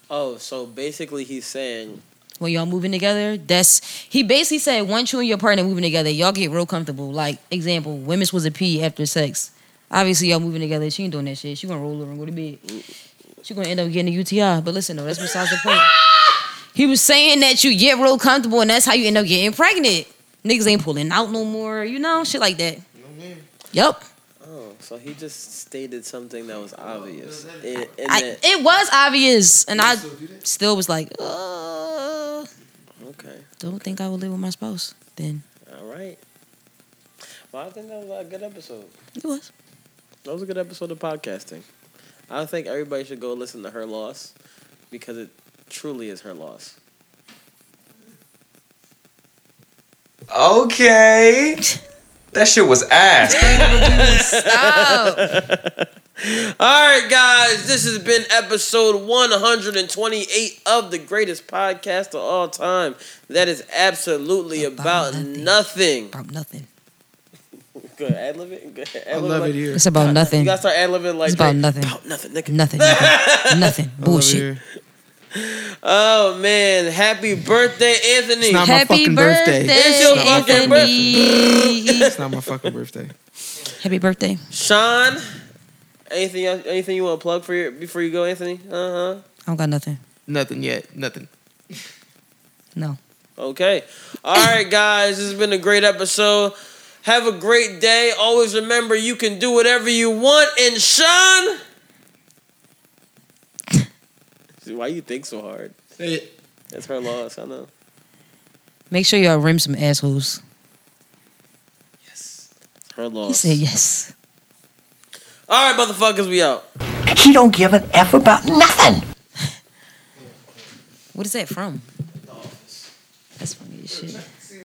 Speaker 3: Oh, so basically he's saying
Speaker 2: When y'all moving together, that's he basically said once you and your partner moving together, y'all get real comfortable. Like example, women's was a pee after sex. Obviously, y'all moving together. She ain't doing that shit. She gonna roll over and go to bed. She gonna end up getting a UTI. But listen, though, that's besides the point. He was saying that you get real comfortable and that's how you end up getting pregnant. Niggas ain't pulling out no more, you know, shit like that. Yep.
Speaker 3: Oh, so he just stated something that was obvious. In, in
Speaker 2: I,
Speaker 3: that-
Speaker 2: it was obvious, and I still was like, uh,
Speaker 3: okay,
Speaker 2: don't think I will live with my spouse. Then
Speaker 3: all right. Well, I think that was a good episode.
Speaker 2: it was.
Speaker 3: That was a good episode of podcasting. I think everybody should go listen to her loss because it truly is her loss.
Speaker 11: Okay. That shit was ass.
Speaker 3: Stop. All right, guys, this has been episode 128 of the greatest podcast of all time. That is absolutely about, nothing.
Speaker 2: About nothing.
Speaker 3: Good, ad lib it. Good. Ad-lib
Speaker 2: love
Speaker 3: like-
Speaker 2: it here. It's about nothing.
Speaker 3: You gotta start ad libbing like
Speaker 2: It's about
Speaker 3: Drake.
Speaker 2: nothing.
Speaker 3: About nothing, nigga.
Speaker 2: Nothing. Nothing. nothing. Bullshit.
Speaker 3: Oh man, happy birthday, Anthony!
Speaker 5: It's not my Happy fucking birthday. birthday,
Speaker 3: It's your fucking birthday.
Speaker 5: it's not my fucking birthday.
Speaker 2: Happy birthday.
Speaker 3: Sean, anything else, anything you want to plug for your, before you go, Anthony? Uh huh.
Speaker 2: I don't got nothing.
Speaker 5: Nothing yet. Nothing.
Speaker 2: No.
Speaker 3: Okay. All right, guys, this has been a great episode. Have a great day. Always remember you can do whatever you want. And Sean, See, why you think so hard? Say it. That's her loss. I know.
Speaker 2: Make sure y'all rim some assholes.
Speaker 3: Her
Speaker 2: He
Speaker 3: loss.
Speaker 2: said yes.
Speaker 3: All right, motherfuckers, we out.
Speaker 7: He don't give an F about nothing.
Speaker 2: What is that from? That's funny as shit.